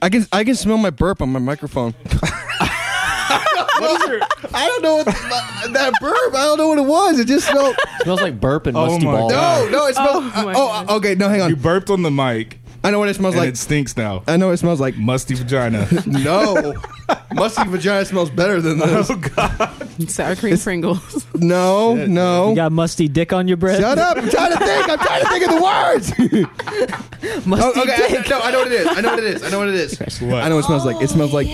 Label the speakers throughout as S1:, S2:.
S1: I can I can smell my burp on my microphone. I don't know what my- that burp. I don't know what it was. It just smelled.
S2: smells like burp and
S3: Oh
S2: musty
S3: my
S2: ball.
S3: God.
S1: No, no, it smells.
S4: Oh, my
S1: Oh,
S4: goodness.
S1: okay. No, hang
S3: You
S1: on.
S3: burped on the mic,
S1: I know what it smells
S3: and
S1: like.
S3: it stinks now.
S1: I know what it smells like.
S3: Musty vagina.
S1: No, musty vagina smells better than this.
S4: Sour cream Pringles.
S1: No,
S5: You
S1: no.
S5: got musty dick on your bread.
S1: Shut up! I'm trying to think. I'm trying to think of the words.
S5: musty
S1: Oh, okay, I-
S5: dick.
S1: no, I know what it is. I know what it is. I know what it is.
S3: What?
S1: I know what it smells like. It smells like.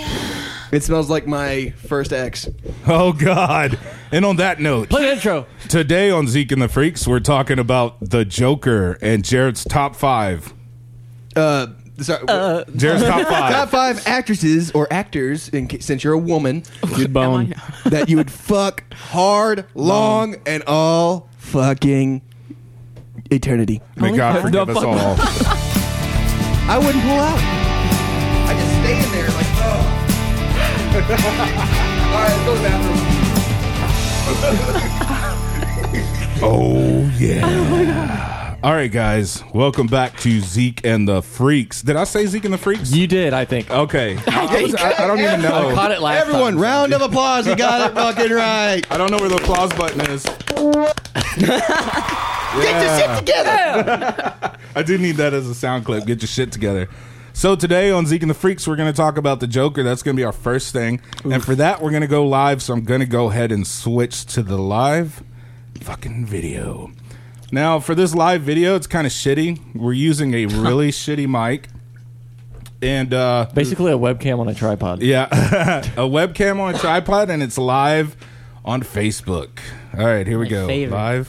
S1: It smells like my first ex.
S3: Oh God! And on that note,
S2: Play the intro.
S3: today on Zeke and the Freaks, we're talking about the Joker and Jared's top five.
S1: Uh, sorry.
S3: Jared's top
S1: Top
S3: five.
S1: five actresses or actors, in ca- since you're a woman,
S2: Good bone.
S1: that you would fuck hard, long, and all fucking eternity.
S3: May God forgive us all.
S1: I wouldn't pull out. I just stay in there like, oh. all right, let's go to the bathroom.
S3: Oh yeah. All right, guys, welcome back to Zeke and the Freaks. Did I say Zeke and the Freaks?
S2: You did, I think.
S3: Okay. I, I was- I- I don't even
S2: I caught
S3: know.
S2: it last
S1: Everyone,
S2: time.
S1: round of applause. You got it fucking right.
S3: I don't know where the applause button is.
S1: Get your shit together.
S3: I do need that as a sound clip. Get your shit together. So today on Zeke and the Freaks, we're going to talk about the Joker. That's going to be our first thing, and for that, we're going to go live. So I'm going to go ahead and switch to the live fucking video. Now, for this live video, it's kind of shitty. We're using a really shitty mic, and uh,
S2: Basically a webcam on a tripod.
S3: yeah, a webcam on a tripod, and it's live on Facebook. All right, here we
S6: My
S3: go.
S6: favorite.
S3: Live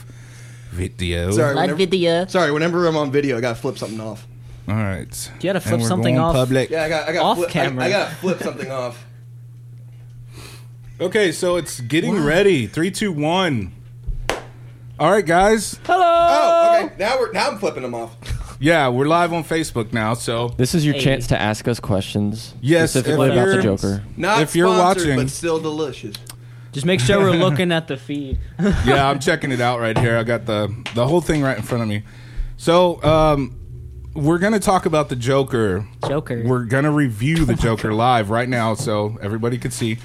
S3: video.
S1: Sorry,
S6: Live
S1: whenever,
S6: video.
S1: sorry, whenever I'm on video, I gotta flip something off.
S3: All right.
S5: You gotta
S3: And
S5: flip
S3: we're
S5: something
S3: going
S5: off.
S3: Public.
S1: Yeah, I got, I got
S5: Off
S1: flip, I-
S5: camera.
S1: I, gotta flip something off.
S3: Okay, so it's getting ready. Three, two, one. All right, guys.
S1: Oh, okay. Now we're now I'm flipping them off.
S3: Yeah, we're live on Facebook now. So
S2: This is your
S6: Hey.
S2: chance to ask us questions
S3: Yes,
S2: specifically
S3: if
S2: about the
S3: you're-
S2: Joker.
S1: Not
S3: If you're
S1: sponsored,
S3: watching-
S1: but still delicious.
S5: Just make sure we're looking at the feed.
S3: yeah, I'm checking it out right here. I got the the whole thing right in front of me. So um, we're gonna talk about the Joker.
S6: Joker.
S3: We're gonna review the Joker live right now, so everybody could see.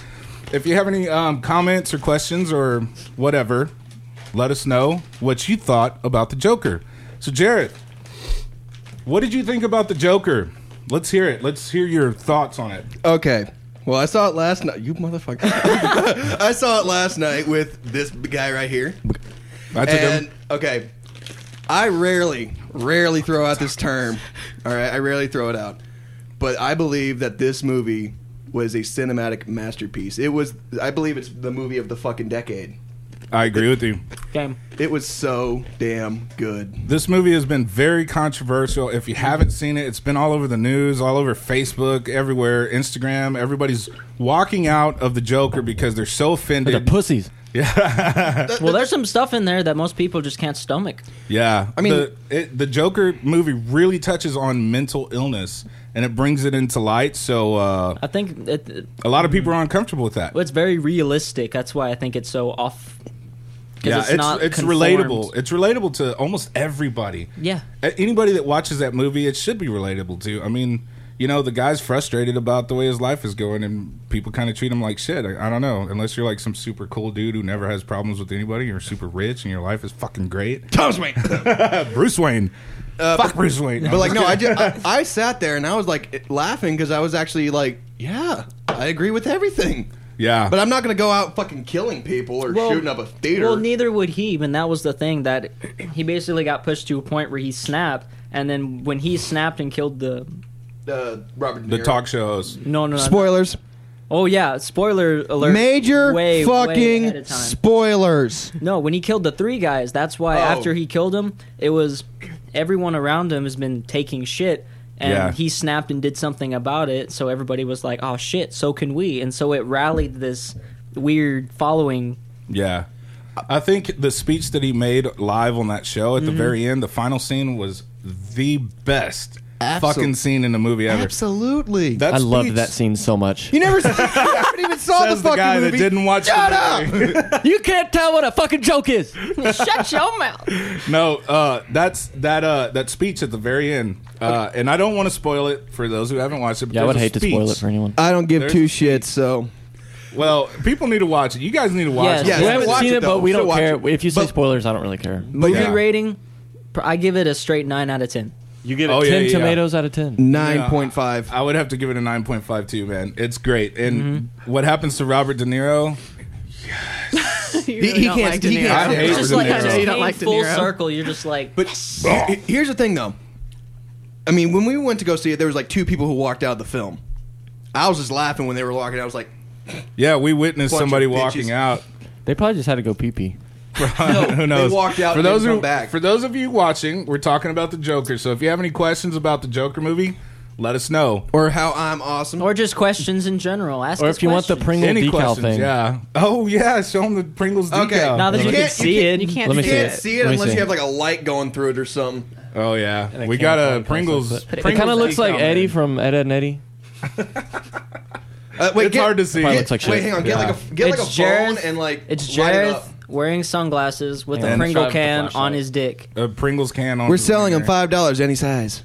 S3: If you have any um, comments or questions or whatever, let us know what you thought about the Joker. So, Jared, what did you think about the Joker? Let's hear it. Let's hear your thoughts on it.
S1: Okay. Well, I saw it last night. You motherfucker. I saw it last night with this guy right here.
S3: I took
S1: And
S3: him.
S1: okay, I rarely, rarely throw out this term. All right, I rarely throw it out, but I believe that this movie was a cinematic masterpiece. It was, I believe, it's the movie of the fucking decade.
S3: I agree with you.
S5: Game.
S1: It was so damn good.
S3: This movie has been very controversial. If you haven't seen it, it's been all over the news, all over Facebook, everywhere, Instagram. Everybody's walking out of the Joker because they're so
S2: The
S3: offended.
S2: pussies.
S5: Well, there's some stuff in there that most people just can't stomach.
S3: yeah, I
S1: mean-
S3: the, it, the Joker movie really touches on mental illness and it brings it into light. So uh,
S5: I think it, it-
S3: a lot of people are uncomfortable with that.
S5: well, it's very realistic. That's why I think it's so off. 'cause
S3: yeah, it's
S5: not
S3: it's
S5: conformed.
S3: relatable. It's relatable to almost everybody.
S5: Yeah.
S3: A- anybody that watches that movie, it should be relatable to. I mean, you know, the guy's frustrated about the way his life is going, and people kind of treat him like shit. I, I don't know, unless you're like some super cool dude who never has problems with anybody, you're super rich, and your life is fucking great.
S1: Thomas Wayne. Uh,
S3: Bruce Wayne, fuck Bruce Wayne.
S1: But like, no, I just I, I sat there and I was like laughing because I was actually like, yeah, I agree with everything.
S3: yeah,
S1: But I'm not gonna go out fucking killing people or
S5: Well-
S1: shooting up a theater.
S5: Well, neither would he, and that was the thing that he basically got pushed to a point where he snapped, and then when he snapped and killed the
S1: uh, Robert De
S3: the
S1: Niro.
S3: talk shows.
S5: no no, no
S1: Spoilers.
S5: oh yeah spoiler alert way, way ahead of time.
S1: spoilers.
S5: no when he killed the three guys that's why
S1: Oh.
S5: after he killed him it was everyone around him has been taking shit and
S3: Yeah.
S5: he snapped and did something about it so everybody was like oh shit so can we and so it rallied this weird following
S3: Yeah. I think the speech that he made live on that show at the very end, the final scene was the best
S1: Absol-
S3: fucking scene in the movie ever.
S1: Absolutely.
S3: That
S2: I loved
S3: speech
S2: that scene so much.
S1: you never, you never even saw
S3: Says
S1: the
S3: the
S1: fucking
S3: guy
S1: movie.
S3: that didn't watch.
S1: Shut
S3: the
S1: up.
S3: movie.
S2: You can't tell what a fucking joke is.
S4: Shut your mouth.
S3: No, uh, that's that uh, that speech at the very end Uh, and I don't want to spoil it for those who haven't watched it. But
S2: Yeah, I would
S3: there's a
S2: hate to spoil it
S3: speech.
S2: for anyone.
S1: I don't give
S3: There's-
S1: two shits, so
S3: Well, people need to watch it. You guys need to watch
S5: Yes.
S3: it.
S1: Yes.
S2: we
S1: Yeah,
S2: haven't
S1: watch
S2: seen
S1: it,
S2: it,
S1: though.
S2: but we don't
S1: Watch
S2: care.
S1: it.
S2: If you say
S1: But-
S2: spoilers, I don't really care.
S5: Movie
S3: Yeah.
S5: rating, pr- I give it a straight nine out of ten.
S2: You get
S3: Oh, yeah,
S2: ten
S3: yeah.
S2: tomatoes out of ten.
S1: nine point five.
S3: I would have to give it a 9.5 too, man. It's great. And what happens to Robert De Niro?
S4: You
S1: He-
S4: really
S1: he
S4: don't
S1: can't-
S4: like De
S1: he
S4: Niro.
S1: can't-
S3: I hate
S5: It's just
S3: De
S5: like
S3: Niro.
S5: it
S4: Yeah, you
S5: just
S4: don't
S5: came
S4: like De
S5: full
S4: Nero.
S5: circle. You're just like,
S1: But he- here's the thing, though. I mean, when we went to go see it, there was like two people who walked out of the film. I was just laughing when they were walking. out. I was like,
S3: Yeah, we witnessed
S1: Bunch of
S3: somebody
S1: bitches.
S3: walking out.
S2: They probably just had to go pee pee.
S3: Who knows?
S1: They walked out.
S3: For
S1: and
S3: those
S1: didn't
S3: who,
S1: come back.
S3: for those of you watching, we're talking about the Joker. So if you have any questions about the Joker movie, let us know.
S1: or how I'm awesome.
S5: or just questions in general. Ask
S2: Or
S5: us
S2: if you want the
S5: questions.
S2: Pringle
S3: any
S2: decal
S3: questions?
S2: thing.
S3: Yeah. Oh yeah, show them the Pringles decal.
S1: Okay.
S5: Now that you,
S1: can't-
S5: can
S1: you
S5: see
S1: can't-
S5: it,
S4: You can't,
S2: Let me
S1: you
S4: see
S1: can't
S4: it.
S1: see it
S2: Let me
S1: unless
S2: see.
S1: you have like a light going through it or something.
S3: oh yeah,
S2: a
S3: we got a
S2: camouflage
S3: Pringles.
S2: process, but- It
S3: Pringles
S2: kind of looks like
S3: decal,
S2: Eddie
S3: man.
S2: from Ed, Ed and Eddie.
S1: Uh, wait,
S3: It's hard to see.
S1: Get,
S2: Probably looks like
S1: wait,
S2: shit.
S1: hang on. Get
S3: Yeah.
S1: like a get
S5: it's
S1: like a
S5: Jareth,
S1: phone and like
S5: it's
S1: light it
S5: Jareth
S1: up.
S5: wearing sunglasses with a
S2: And
S5: Pringle
S2: shot with a
S5: can
S2: flashlight.
S5: on his dick.
S3: a Pringles can on.
S1: We're
S3: his
S1: selling them
S3: finger.
S1: five dollars any size.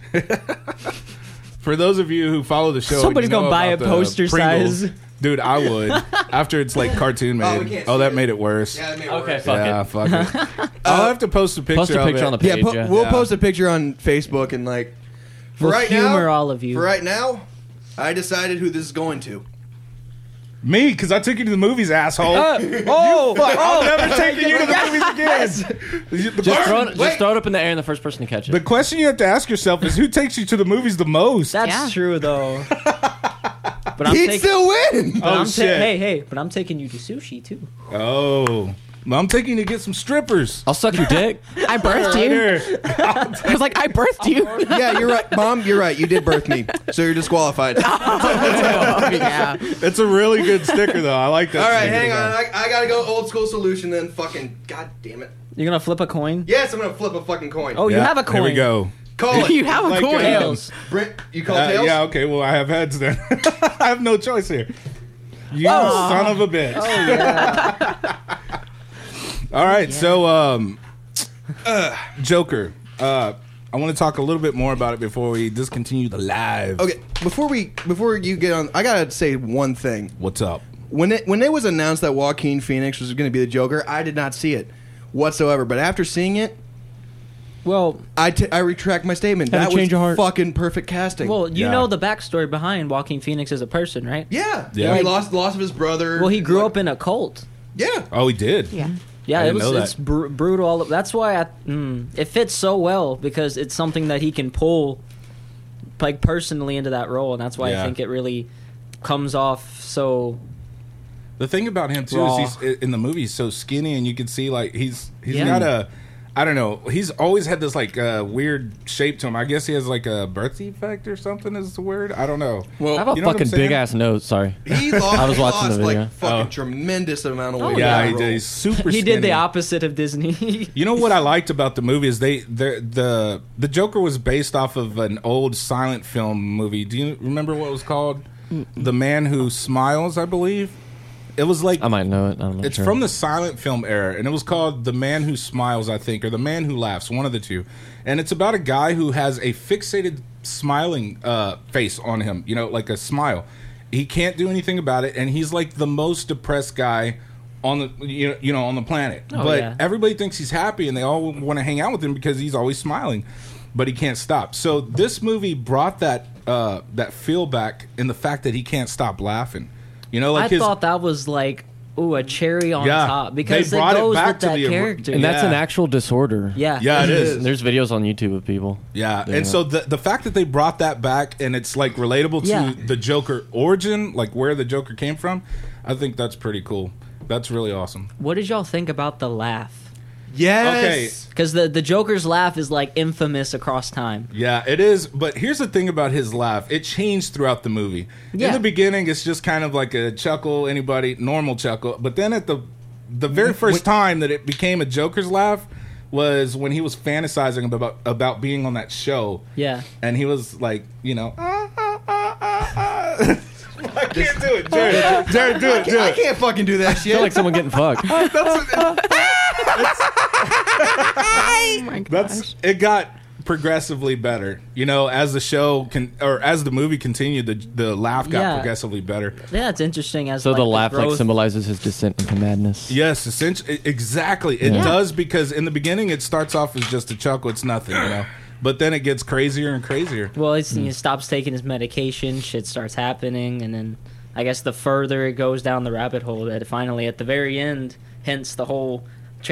S3: For those of you who follow the show, and
S5: Somebody's
S3: you know
S5: gonna buy
S3: about
S5: a
S3: the
S5: poster
S3: Pringles-
S5: size.
S3: Dude, I would. After it's like cartoon
S1: Oh, we
S3: made.
S1: can't
S3: Oh,
S1: see
S3: that
S1: it.
S3: made it worse.
S1: Yeah, it may
S2: Okay,
S1: work.
S2: fuck
S3: Yeah,
S2: it.
S3: fuck it. I'll have to post a picture.
S2: Post a
S3: of
S2: picture
S3: it.
S2: on the
S1: Yeah,
S2: page.
S1: po-
S2: yeah.
S1: we'll
S3: Yeah.
S1: post a picture on Facebook and like for
S5: We'll
S1: right
S5: humor
S1: now,
S5: all of you.
S1: For right now, I decided who this is going to.
S3: me because I took you to the movies, asshole.
S5: oh,
S3: I'll never take you to the movies again. The,
S2: Just
S3: question,
S2: throw,
S1: wait.
S2: it, just throw it up in the air and the first person to catch it.
S3: the question you have to ask yourself is who takes you to the movies the most?
S5: that's
S4: Yeah.
S5: true though. But I'm
S1: He'd
S5: taking.
S1: still win.
S5: but
S3: Oh,
S5: I'm ta-
S3: shit.
S5: hey, hey! But I'm taking you to sushi too.
S3: oh, I'm taking you to get some strippers.
S2: I'll suck your dick.
S4: I birthed
S3: Right
S4: you.
S3: here.
S4: I was like, I birthed you.
S1: yeah, you're right, mom. You're right. You did birth me, so you're disqualified. All
S4: yeah.
S3: It's a really good sticker though. I like that.
S1: right,
S3: sticker,
S1: hang on.
S3: though.
S1: I, I gotta go old school solution. Then fucking god damn it.
S5: You're gonna flip a coin.
S1: Yes, I'm gonna flip a fucking coin.
S5: Oh, you
S3: Yeah,
S5: have a coin.
S3: Here we go.
S1: call it.
S4: You have a
S3: Like,
S4: coin.
S3: uh,
S5: Tails.
S1: Brent, you call
S3: Uh,
S1: tails.
S3: yeah. Okay. Well, I have heads then. I have no choice here. You son of a bitch. All right. So, um, Joker. Uh, I want to talk a little bit more about it before we discontinue the live.
S1: Okay, before we before you get on, I gotta say one thing.
S3: What's up?
S1: When it when it was announced that Joaquin Phoenix was gonna be the Joker, I did not see it whatsoever. But after seeing it,
S5: Well,
S1: I, t- I retract my statement.
S2: Had to
S1: that was
S2: change your heart.
S1: fucking perfect casting.
S5: well, you
S3: Yeah.
S5: know the backstory behind Walking Phoenix as a person, right?
S1: yeah,
S3: Yeah.
S1: He lost loss of his brother.
S5: Well, he grew up in a cult.
S1: Yeah,
S3: Oh, he did.
S4: Yeah.
S5: Yeah,
S3: I
S5: it
S3: didn't
S5: was
S3: know that.
S5: it's br- brutal. All that's why I, mm, it fits so well because it's something that he can pull like personally into that role, and that's why
S3: Yeah.
S5: I think it really comes off so.
S3: The thing about him too
S5: Raw.
S3: is he's in the movie he's so skinny, and you can see like he's he's
S5: Yeah.
S3: got a. I don't know. He's always had this like uh, weird shape to him. I guess he has like a birth defect or something. Is the word? I don't know.
S2: I have a
S3: Oh, you know what I'm
S2: fucking
S3: saying?
S2: big ass nose. Sorry.
S1: he lost.
S2: I was
S1: he
S2: watching
S1: lost,
S2: the video.
S1: Like fucking
S3: Oh.
S1: tremendous amount of weight.
S3: Yeah, he
S1: in that
S3: did.
S1: role.
S3: He's super.
S5: he did the
S3: skinny.
S5: opposite of Disney.
S3: You know what I liked about the movie is they the the the Joker was based off of an old silent film movie. Do you remember what it was called? The Man Who Smiles, I believe. It was like
S2: I might know it. I'm not
S3: it's
S2: sure.
S3: from the silent film era, and it was called The Man Who Smiles, I think, or The Man Who Laughs, one of the two. And it's about a guy who has a fixated smiling uh, face on him, you know, like a smile. He can't do anything about it, and he's like the most depressed guy on the you know, you know on the planet.
S5: Oh,
S3: but
S5: yeah.
S3: everybody thinks he's happy, and they all want to hang out with him because he's always smiling, but he can't stop. So this movie brought that uh, that feel back in the fact that he can't stop laughing. You know, like
S5: I
S3: his
S5: thought that was like ooh a cherry on
S3: Yeah.
S5: top
S3: They
S5: because
S3: brought
S5: it
S3: it
S5: goes
S3: back
S5: with
S3: to
S5: that
S3: the ori-
S5: character.
S2: and that's
S3: Yeah.
S2: an actual disorder.
S5: yeah,
S3: yeah, it is.
S2: There's videos on YouTube of people.
S3: Yeah,
S2: doing
S3: and
S2: it.
S3: so the the fact that they brought that back and it's like relatable to
S5: Yeah.
S3: the Joker origin, like where the Joker came from, I think that's pretty cool. That's really awesome.
S5: What did y'all think about the laugh?
S1: yes.
S5: Because the the Joker's laugh is like infamous across time.
S3: Yeah, it is. But here's the thing about his laugh: it changed throughout the movie. In
S5: Yeah.
S3: the beginning, it's just kind of like a chuckle, anybody normal chuckle. But then at the the very first time that it became a Joker's laugh was when he was fantasizing about about being on that show.
S5: Yeah.
S3: and he was like, you know. "Ah, ah, ah, ah, ah." I can't do it, Jared. Jared, do it, do
S1: I
S3: it.
S1: can't fucking do that
S2: I
S1: shit.
S2: feel like someone getting fucked.
S4: Oh my gosh. Oh
S3: That's it. Got progressively better. You know, as the show can or as the movie continued, the the laugh got
S5: Yeah.
S3: progressively better.
S5: Yeah, it's interesting as
S2: So
S5: like,
S2: the laugh like
S5: growth-
S2: symbolizes his descent into madness.
S3: Yes, essentially, e, exactly. It
S2: Yeah.
S3: does because in the beginning it starts off as just a chuckle. It's nothing, you know. But then it gets crazier and crazier.
S5: Well, it's,
S3: Hmm.
S5: he stops taking his medication. Shit starts happening, and then I guess the further it goes down the rabbit hole, that finally at the very end, hence the whole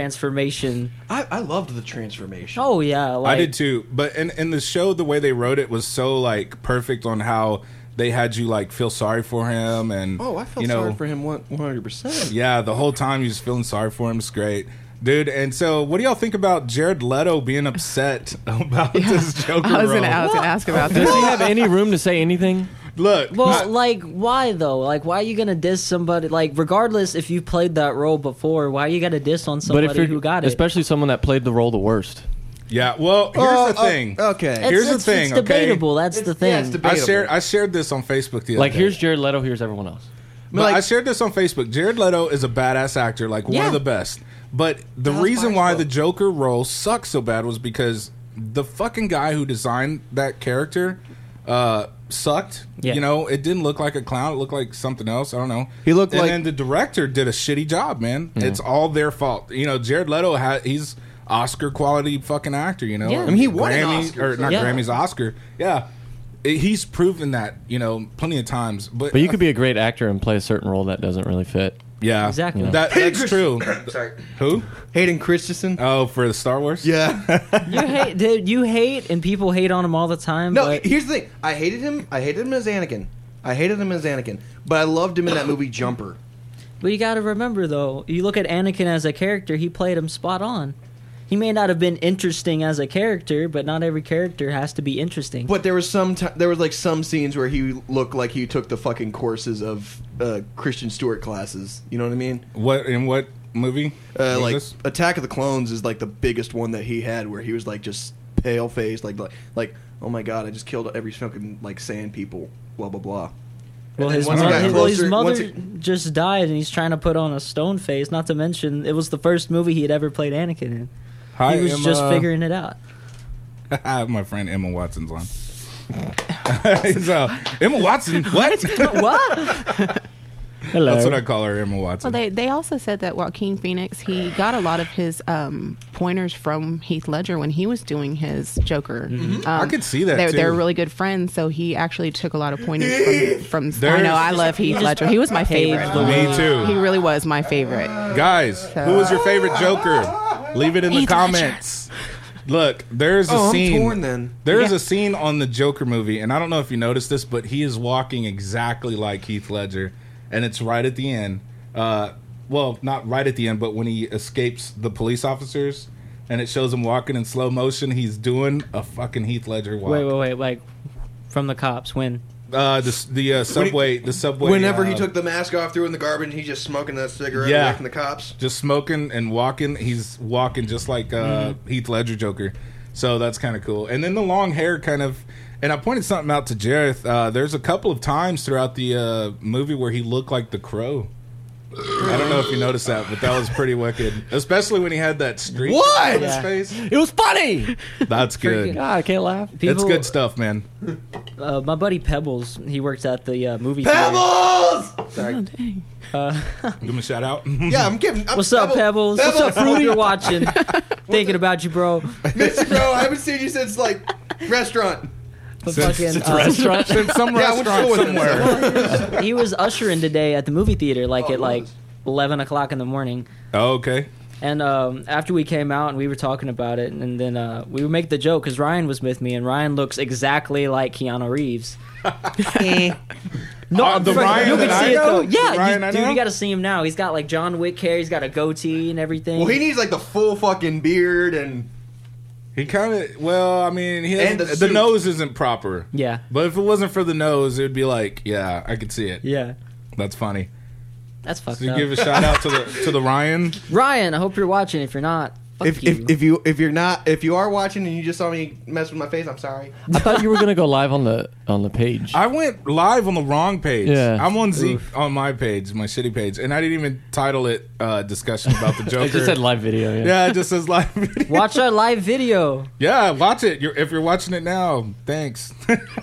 S5: transformation.
S1: I, I loved the transformation.
S5: Oh yeah, like,
S3: I did too. But in in the show, the way they wrote it was so like perfect on how they had you like feel sorry for him and
S1: Oh, I felt
S3: you know,
S1: sorry for him one hundred percent.
S3: Yeah, the whole time you was feeling sorry for him. It's great. Dude, and so what do y'all think about Jared Leto being upset about this Joker
S4: I was
S3: role?
S4: gonna, I was gonna ask about
S2: Does he
S4: this.
S2: have any room to say anything?
S3: Look,
S5: Well,
S3: I-
S5: like why though? Like why are you gonna diss somebody? Like regardless if you played that role before, why you gotta diss on somebody
S2: but if you're,
S5: who got it?
S2: especially someone that played the role the worst.
S3: yeah. Well, here's the thing.
S1: Uh, okay.
S5: It's-
S3: here's the
S5: it's-
S3: thing,
S5: It's
S3: okay?
S5: debatable. That's the
S1: yeah,
S5: thing.
S1: it's
S3: I
S1: debatable.
S3: shared I shared this on Facebook the other
S2: Like
S3: day.
S2: here's Jared Leto, here's everyone else.
S3: But
S1: Like-
S3: I shared this on Facebook. Jared Leto is a badass actor, like one
S5: Yeah.
S3: of the best. But the
S1: Dallas
S3: reason
S1: Buyers
S3: why
S1: Club.
S3: the Joker role sucks so bad was because the fucking guy who designed that character uh, sucked.
S5: Yeah.
S3: You know, it didn't look like a clown. It looked like something else. I don't know.
S1: He looked
S3: and
S1: like-
S3: then the director did a shitty job, man. It's all their fault. You know, Jared Leto ha- he's Oscar quality fucking actor. You know,
S5: Yeah. I
S1: mean, he won an
S3: Grammy
S1: Oscar,
S3: or
S1: so-
S3: not
S5: Yeah.
S3: Grammys, Oscar. Yeah. It- He's proven that, you know, plenty of times. But,
S2: But you could be a great actor and play a certain role that doesn't really fit.
S3: yeah,
S5: Exactly.
S3: That, that's true.
S1: Sorry.
S3: Who?
S1: Hayden Christensen.
S3: Oh, for the Star Wars.
S1: yeah.
S5: you hate, dude. You hate, and people hate on him all the time.
S1: No,
S5: but
S1: here's the thing. I hated him. I hated him as Anakin. I hated him as Anakin, but I loved him in that movie Jumper.
S5: But you got to remember, though, you look at Anakin as a character, he played him spot on. He may not have been interesting as a character, but not every character has to be interesting.
S1: But there was some ti there was like some scenes where he looked like he took the fucking courses of uh, Christian Stewart classes. You know what I mean?
S3: What in what movie?
S1: Uh,
S3: was
S1: like
S3: this?
S1: Attack of the Clones is like the biggest one that he had, where he was like just pale faced, like, like like oh my god, I just killed every fucking like sand people, blah blah blah.
S5: well,
S1: And
S5: his,
S1: once
S3: it
S5: mother,
S3: got
S5: his- well, his
S1: closer-
S5: mother
S1: once it-
S5: just died, and he's trying to put on a stone face. Not to mention, it was the first movie he had ever played Anakin in.
S3: Hi,
S5: he was
S3: Emma.
S5: just figuring it out.
S3: I have my friend Emma Watson's on. so Emma Watson, what?
S5: what?
S2: Hello.
S3: That's what I call her, Emma
S4: Well,
S3: Watson.
S4: they they also said that Joaquin Phoenix he got a lot of his um, pointers from Heath Ledger when he was doing his Joker. Um,
S3: Mm-hmm. I could see that,
S4: they're, they're
S3: too.
S4: really good friends, so he actually took a lot of pointers from. from I
S3: There's-
S4: know I love Heath Ledger. He was my
S5: Paved
S4: favorite.
S5: the
S3: Me too.
S4: He really was my favorite.
S3: Guys, who was your favorite Joker? Leave it in the
S4: Heath
S3: comments. Look, there's a
S1: Oh, I'm
S3: scene.
S1: torn then.
S3: There is
S4: Yeah.
S3: a scene on the Joker movie, and I don't know if you noticed this, but he is walking exactly like Heath Ledger, and it's right at the end. Uh, well, not right at the end, but when he escapes the police officers, and it shows him walking in slow motion. He's doing a fucking Heath Ledger walk.
S5: Wait, wait, wait. Like, from the cops, when?
S3: Uh, the the uh, subway, the subway.
S1: Whenever he
S3: uh,
S1: took the mask off, threw it in the garbage, he just smoking that cigarette,
S3: Yeah.
S1: yeah. the cops.
S3: just smoking and walking. He's walking just like uh,
S5: Mm-hmm.
S3: Heath Ledger Joker. So that's kind of cool. And then the long hair kind of. And I pointed something out to Jareth. Uh, there's a couple of times throughout the uh, movie where he looked like the crow. I don't know if you noticed that, but that was pretty wicked. Especially when he had that streak
S1: What?
S3: on his
S5: Yeah.
S3: face.
S2: it was funny.
S3: That's good.
S2: God, I can't laugh.
S3: It's
S5: People-
S3: good stuff, man.
S5: Uh, my buddy Pebbles, he works at the uh, movie theater.
S1: Pebbles!
S4: Oh,
S1: Sorry.
S4: dang.
S3: Give him a shout out.
S1: Yeah, I'm giving. I'm
S5: What's up, Pebbles? What's up, Fruit? You're watching. Thinking about you, bro.
S1: Miss you, bro, I haven't seen you since like restaurant.
S5: But
S3: Since-
S5: fucking,
S3: since
S5: uh,
S3: It's in some
S1: Yeah, I went
S3: restaurant
S1: to school with him,
S3: somewhere.
S5: he was ushering today at the movie theater, like
S1: Oh, he
S5: at like
S1: was.
S5: eleven o'clock in the morning.
S3: Oh, okay.
S5: And um, after we came out and we were talking about it, and then uh, we would make the joke because Ryan was with me, and Ryan looks exactly like Keanu Reeves. no,
S3: Uh,
S5: Oh, I'm
S3: the
S5: freaking-
S3: Ryan
S5: you can
S3: that
S5: see
S3: I
S5: it
S3: know?
S5: though.
S3: The
S5: Yeah, you-
S3: Ryan I
S5: dude,
S3: know?
S5: you got to see him now. He's got like John Wick hair. He's got a goatee and everything.
S1: Well, he needs like the full fucking beard and
S3: He kind of well, I mean, he
S1: And
S3: doesn't-
S1: the
S3: the
S1: suit.
S3: nose isn't proper.
S5: Yeah.
S3: but if it wasn't for the nose, it'd be like, yeah, I could see it.
S5: yeah,
S3: That's funny.
S5: that's fucked
S3: So you
S5: up.
S3: give a shout out to the to the Ryan.
S5: Ryan, I hope you're watching. If you're not, Fuck
S1: If,
S5: you.
S1: if if you if you're not if you are watching and you just saw me mess with my face, I'm sorry.
S6: I thought you were gonna go live on the on the page.
S3: I went live on the wrong page.
S6: Yeah.
S3: I'm on Zeke on my page, my shitty page, and I didn't even title it uh, discussion about the Joker.
S6: I just said live video. Yeah.
S3: Yeah, it just says live. video.
S5: Watch our live video.
S3: yeah, watch it. You're, if you're watching it now, thanks.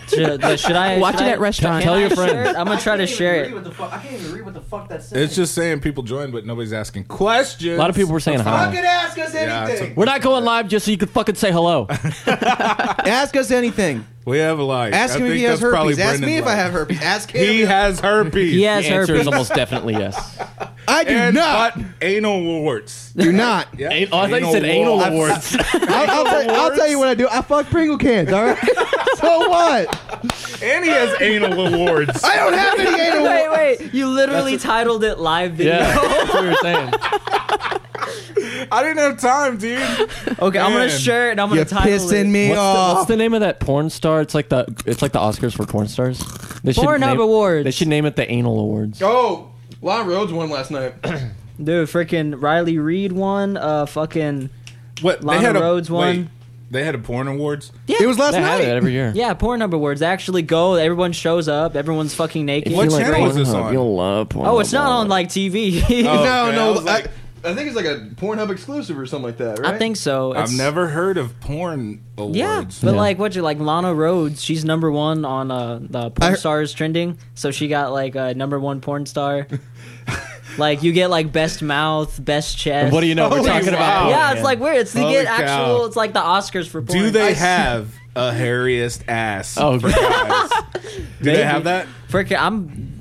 S5: Should, uh, should I
S4: Watch
S5: should
S4: it
S5: I-
S4: at restaurant.
S5: can
S6: Tell
S5: I
S6: your
S5: share
S6: friends.
S5: it? I'm gonna try to share it.
S1: I can't even read what the fuck that's saying.
S3: it's just saying people joined, but nobody's asking questions.
S6: A lot of people were saying hi.
S1: fucking ask us
S3: Yeah, it's a-
S1: anything.
S6: We're not going live just so you could fucking say hello.
S1: ask us anything.
S3: We have a like.
S1: Ask
S3: I
S1: him if
S3: think
S1: he has
S3: that's probably
S1: herpes. Ask me
S3: Brendan's
S1: if I
S3: like.
S1: have herpes. Ask him.
S3: He
S1: if-
S3: has herpes.
S5: He
S6: The
S5: has
S6: answer
S5: herpes.
S6: is almost definitely yes.
S1: I do
S3: And
S1: not.
S3: got anal warts.
S1: do not.
S3: Yeah.
S6: An- oh, I thought you said anal warts.
S1: I'll, I'll, tell, I'll tell you what I do. I fuck Pringle cans. All right. so what?
S3: and he has anal awards.
S1: I don't have any anal.
S5: Wait, wait! You literally titled it live video.
S6: yeah, that's what we were saying.
S3: I didn't have time, dude.
S5: Okay, I'm gonna
S3: Man.
S5: share it. and I'm
S1: You're
S5: gonna title
S1: pissing
S5: it.
S1: me
S6: What's the,
S1: off.
S6: what's the name of that porn star? It's like the it's like the Oscars for porn stars. They should
S5: Pornhub
S6: name-
S5: Awards.
S6: They should name it the Anal Awards.
S1: oh, Lon Rhodes won last night.
S5: Dude, freaking Riley Reed won. Uh, fucking
S3: What
S5: Lana Rhodes won.
S3: wait, they had a porn awards.
S5: yeah.
S1: It was last
S6: They have
S1: night.
S6: it every year.
S5: yeah, porn number words. They actually go. Everyone shows up. Everyone's fucking naked.
S3: What channel is this on?
S6: You'll love Pornhub.
S5: Oh, it's not on like TV.
S3: Oh.
S1: No,
S3: Okay, I
S1: no.
S3: was
S1: I,
S3: like-
S1: I think it's like a Pornhub exclusive or something like that, right?
S5: I think so. It's-
S3: I've never heard of porn awards.
S5: Yeah, but
S6: Yeah.
S5: like, what you like? Lana Rhodes, she's number one on uh, the porn
S1: I-
S5: stars trending, so she got like a number one porn star. like, you get like best mouth, best chest.
S6: What do you know? We're
S3: Holy
S6: talking about
S3: wow.
S6: porn,
S5: Yeah,
S6: man.
S5: it's like weird. It's you
S3: Holy
S5: get
S3: cow.
S5: actual. It's like the Oscars for porn.
S3: Do they
S5: I-
S3: have a hairiest ass?
S6: Oh,
S3: for guys? Do they
S5: Maybe.
S3: have that?
S5: Frickin', I'm.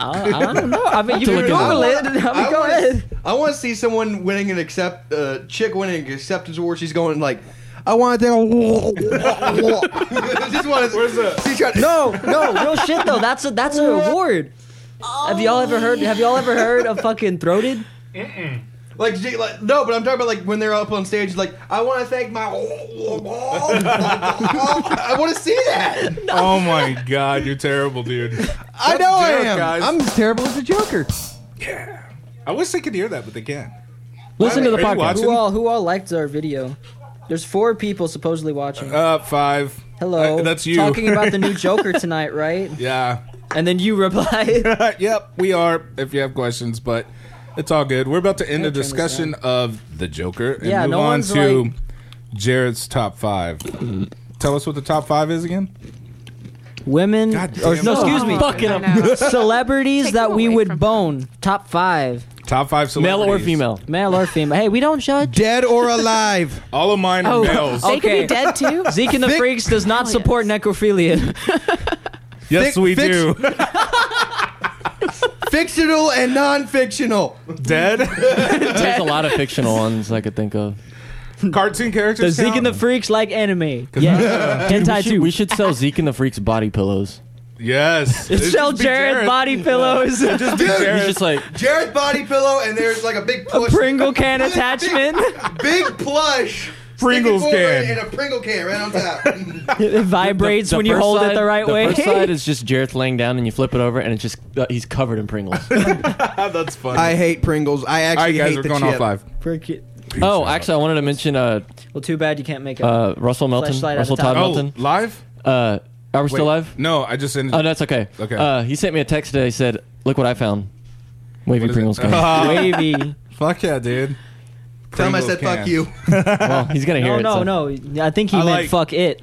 S5: I, I don't know. I mean, you
S6: to
S5: can
S6: look it up.
S5: Google it. I mean,
S1: I
S5: go
S1: wanna-
S5: ahead.
S1: I want to see someone winning an accept uh, chick winning an acceptance award. She's going like, I want to take a. Just want to.
S3: Where's the-
S1: She's trying,
S5: No, no, real shit though. That's a that's an award. Have y'all ever heard? Have y'all ever heard of fucking throated?
S1: Like, she- like, no, but I'm talking about like when they're up on stage. Like, I want to thank my. I want to see that.
S3: Oh my god, you're terrible, dude.
S1: I know I
S3: Joke,
S1: am.
S3: guys.
S1: I'm as terrible as the Joker.
S3: I wish they could hear that, but they can't.
S6: Listen to the
S3: Are you
S6: podcast.
S3: watching?
S5: Who all who all liked our video? There's four people supposedly watching.
S3: Uh, five.
S5: Hello,
S3: Uh, that's you.
S5: talking about the new Joker tonight, right?
S3: Yeah.
S5: And then you reply.
S3: yep, we are. If you have questions, but it's all good. We're about to end the
S5: I'll turn this
S3: discussion of the Joker and
S5: Yeah,
S3: move
S5: no
S3: on
S5: one's
S3: to
S5: like-
S3: Jared's top five. Tell us what the top five is again.
S5: Women,
S3: God damn
S5: or
S3: it.
S5: no, excuse me,
S6: Fucking
S4: I know.
S5: celebrities
S4: Take
S5: that
S4: them
S5: we
S4: away
S5: would
S4: from
S5: bone. Top five,
S3: Top five celebrities.
S6: Male or female?
S5: male or female. Hey, we don't judge.
S1: Dead or alive.
S3: All of mine are males.
S5: Oh.
S4: They could
S5: Okay.
S4: be dead too. Oh,
S5: Zeke and the
S1: Thick-
S5: Freaks does not
S4: Hell
S5: support necrophilia.
S3: yes,
S1: Fic-
S3: we
S1: fix-
S3: do.
S1: Fictional and non fictional.
S3: Dead
S6: There's a lot of fictional ones I could think of.
S3: cartoon characters.
S5: Does Zeke
S3: count?
S5: and the Freaks like anime? Yeah,
S6: We
S5: hentai
S6: should,
S5: too.
S6: we should sell Zeke and the Freaks body pillows.
S3: yes. It'd
S5: Sell
S3: just be
S5: Jared body pillows,
S3: It'd Just be
S6: He's
S3: Jared.
S6: just like
S1: Jared's body pillow, and there's like a big push.
S5: Pringle can attachment,
S1: Big plush.
S3: Pringles
S1: sticking forward
S3: can.
S1: And a Pringle can right on top.
S5: it vibrates
S6: the
S5: when you
S6: first
S5: hold it
S6: side-
S5: the right way.
S6: The first side is just Jareth laying down, and you flip it over, and it's just uh, he's covered in Pringles.
S3: That's funny.
S1: I hate Pringles. I
S3: all
S1: actually
S3: right, guys,
S1: hate
S3: we're
S1: the
S3: going
S1: chip.
S3: off live.
S5: Freak-
S6: oh, actually, I wanted to mention uh,
S5: Well, too bad you can't make it.
S6: uh, Russell Melton,
S5: Flashlight at
S6: Russell
S5: the top.
S6: Todd
S3: Oh,
S6: Melton.
S3: live?
S6: Uh, are we
S3: Wait,
S6: still live?
S3: No, I just ended.
S6: Oh, that's okay.
S3: Okay.
S6: Uh, he sent me a text today. He said, "Look what I found." Wavy
S3: What is
S6: Pringles
S3: it?
S6: can.
S5: Wavy.
S3: Fuck yeah, dude.
S1: Tell him I said
S3: Pringles can.
S1: fuck you.
S6: well, he's gonna hear
S5: No,
S6: it.
S5: no,
S6: so-
S5: no. I think he
S3: I
S5: meant
S3: like-
S5: fuck it.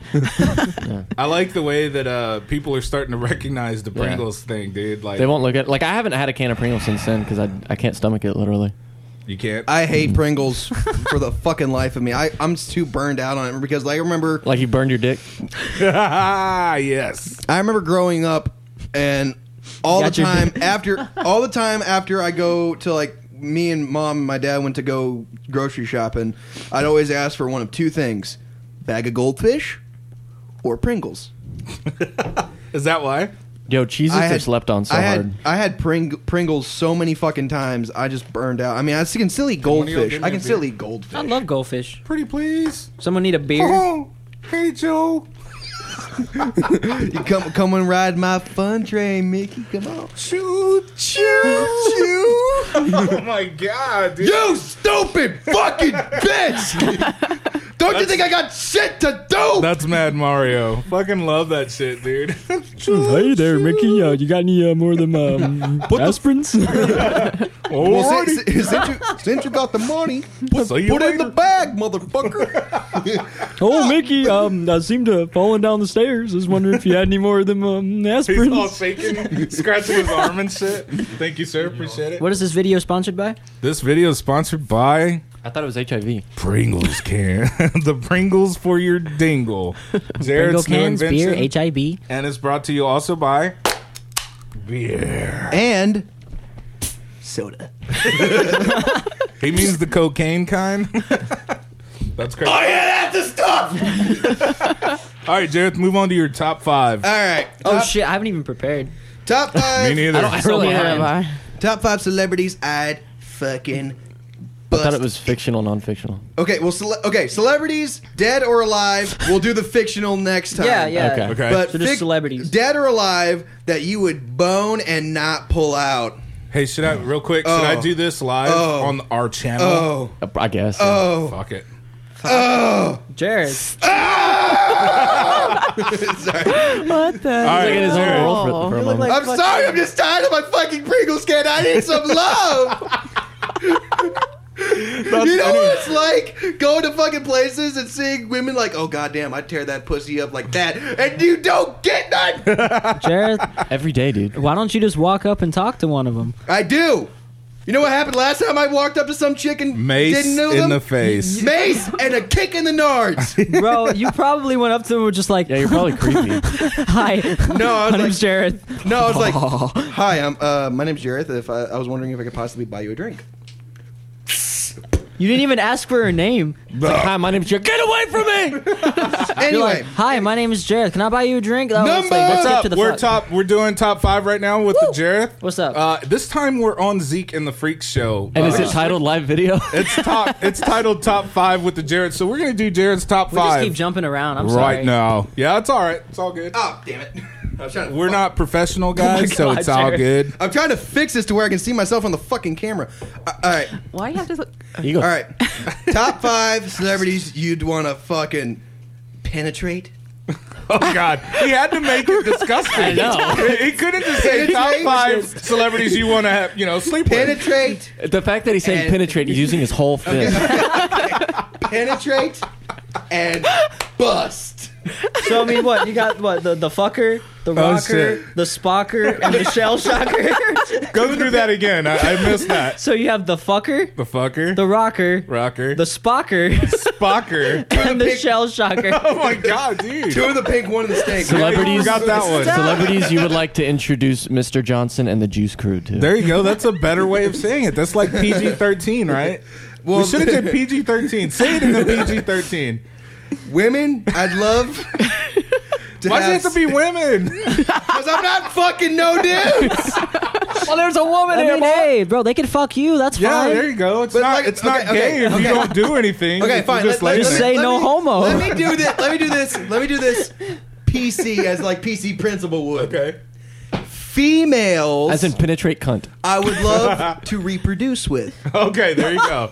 S3: I like the way that uh, people are starting to recognize the Pringles thing, dude. Like
S6: They won't look at. Like I haven't had a can of Pringles since then because I I can't stomach it literally.
S3: you can't.
S1: I hate Pringles for the fucking life of me. I, I'm just too burned out on it because like, I remember
S6: Like you burned your dick.
S3: yes.
S1: I remember growing up and all the
S5: Got your-
S1: time after all the time after I go to like me and mom and my dad went to go grocery shopping, I'd always ask for one of two things. Bag of goldfish or Pringles.
S3: Is that why?
S6: Yo, Cheez-Its
S1: I
S6: are slept on so
S1: I had,
S6: hard.
S1: I had Pring- Pringles so many fucking times I just burned out. I mean I can still eat
S3: one of y'all
S1: goldfish.
S3: give me
S1: I
S3: a
S1: can still
S3: beer?
S1: eat goldfish.
S5: I love goldfish.
S3: Pretty please.
S5: Someone need a beer.
S3: Oh, hey Joe.
S1: You come come and ride my fun train, Mickey. Come on.
S3: Choo choo choo! oh my god, dude!
S1: You stupid fucking bitch! Don't you think I got shit to do?
S3: That's Mad Mario. Fucking love that shit, dude.
S2: Mm, Hey there, Mickey. Uh, you got any uh, more than um, aspirins?
S1: Well,
S3: Alrighty.
S1: since, since, you, since you got the money, put,
S3: See you
S1: put it in
S3: later.
S1: the bag, motherfucker.
S2: oh, Mickey, um, I seem to have fallen down the stairs. I was wondering if you had any more of them um,
S3: He's all
S2: aspirins.
S3: shaking, scratching his arm and shit. Thank you, sir. Appreciate it.
S5: What is this video sponsored by?
S3: This video is sponsored by
S2: I thought it was HIV.
S3: Pringles can. the Pringles for your dingle. Jared's new
S5: cans,
S3: invention.
S5: beer, HIB.
S3: and it's brought to you also by beer.
S1: And soda.
S3: He means the cocaine kind. That's crazy.
S1: yeah, that's the stuff.
S3: All right, Jared, move on to your top five.
S1: All right.
S5: Oh
S3: Uh,
S1: top,
S5: shit, I haven't even prepared.
S1: top
S3: Me
S1: five.
S3: neither.
S5: I don't
S4: Neither
S5: have
S4: have I.
S1: Top five celebrities I'd fucking.
S2: I
S1: Bust.
S2: thought it was fictional, non-fictional.
S1: okay. Well, cele- okay. Celebrities, dead or alive. We'll do the fictional next time.
S5: Yeah, yeah.
S2: Okay.
S3: okay.
S1: But
S5: So just
S1: fic-
S5: celebrities.
S1: dead or alive, that you would bone and not pull out.
S3: hey, should I real quick? Should I
S1: Oh.
S3: do this live
S1: Oh.
S3: on our channel?
S1: Oh,
S2: Uh, I guess.
S1: oh,
S3: Fuck it.
S1: oh!
S5: Jared.
S1: sorry.
S4: What the?
S3: All right,
S2: his own
S3: Jared.
S2: role
S1: Oh.
S2: for, for a moment.
S1: I'm sorry. I'm just tired of my fucking Pringles can. I need some love. you know what it's like going to fucking places and seeing women like, oh goddamn, I tear that pussy up like that, and you don't get none.
S5: Jared,
S2: Every day, dude.
S5: why don't you just walk up and talk to one of them?
S1: I do. You know what happened last time I walked up to some chicken,
S3: Mace
S1: oh, didn't know
S3: in
S1: them?
S3: the face.
S1: mace and a kick in the nards.
S5: Bro, you probably went up to them and were just like,
S2: Yeah, you're probably creepy.
S5: hi,
S1: No, I was
S5: my
S1: like-
S5: name's Jared.
S1: No, I was like, hi, I'm uh, my name's Jareth. If I, I was wondering if I could possibly buy you a drink.
S5: You didn't even ask for her name.
S2: It's like, Hi, my name's Jared. Get away from me!
S5: You're
S1: Anyway,
S5: like, hi, my name is Jared. Can I buy you a drink? Oh, it's like,
S1: Number-
S5: let's get
S3: Top,
S5: to the
S3: we're
S5: fuck.
S3: top. We're doing top five right now with the Jareth.
S5: What's up?
S3: Uh, this time we're on Zeke and the Freak Show.
S2: And
S3: Uh,
S2: is it titled live video?
S3: it's top. It's titled Top Five with the Jareth. So we're gonna do Jared's top
S5: we just
S3: five
S5: keep jumping around. I'm sorry.
S3: right now. Yeah, it's all right. It's all good.
S1: oh damn it, I'm trying to
S3: We're not professional guys, so
S5: Oh God,
S3: it's all
S5: Jared.
S3: good.
S1: I'm trying to fix this to where I can see myself on the fucking camera. Uh, All right,
S4: Why you have to? Look?
S2: you go.
S1: all right. Top five celebrities you'd want to fucking penetrate.
S3: Oh God, he had to make it disgusting. I
S2: know.
S3: he couldn't just say top
S1: Penetrate.
S3: five celebrities you want to have, you know, sleep with.
S1: Penetrate,
S2: The fact that he's saying
S1: And-
S2: penetrate, he's using his whole fist.
S1: penetrate, and bust.
S5: So I mean, what you got? What the the fucker, the rocker,
S3: Oh, shit.
S5: the spocker, and the shell shocker.
S3: Go through that again. I, I missed that.
S5: so you have the fucker,
S3: The fucker,
S5: the rocker,
S3: rocker,
S5: the spocker,
S3: spocker.
S5: and the shell shocker.
S3: Oh my God, dude.
S1: Two of the pink, one of the snake.
S3: You
S2: Celebrities,
S3: got that one.
S2: celebrities you would like to introduce Mr. Johnson and the Juice Crew to.
S3: There you go. That's a better way of saying it. That's like PG thirteen, right? Well, we should have did PG thirteen. Say it in the PG thirteen.
S1: Women, I'd love. To
S3: Why does it have to be women?
S1: Because I'm not fucking no dude.
S3: Oh,
S5: well, there's a woman I mean, hey, bro, they can fuck you. That's
S3: Yeah,
S5: fine.
S3: there you go. It's
S1: But
S3: not.
S1: like-
S3: it's
S1: okay,
S3: not gay
S1: okay,
S3: if you
S1: okay.
S3: don't do anything.
S1: Okay,
S3: You're
S1: fine.
S3: Just
S1: Let-
S3: like
S1: let-
S5: Just
S1: let-
S5: say
S1: let
S5: no
S1: me-
S5: homo.
S1: Let me do this. Let me do this. Let me do this. PC as like PC principal would.
S3: okay.
S1: Females.
S2: As in penetrate cunt.
S1: I would love to reproduce with.
S3: Okay, there you go.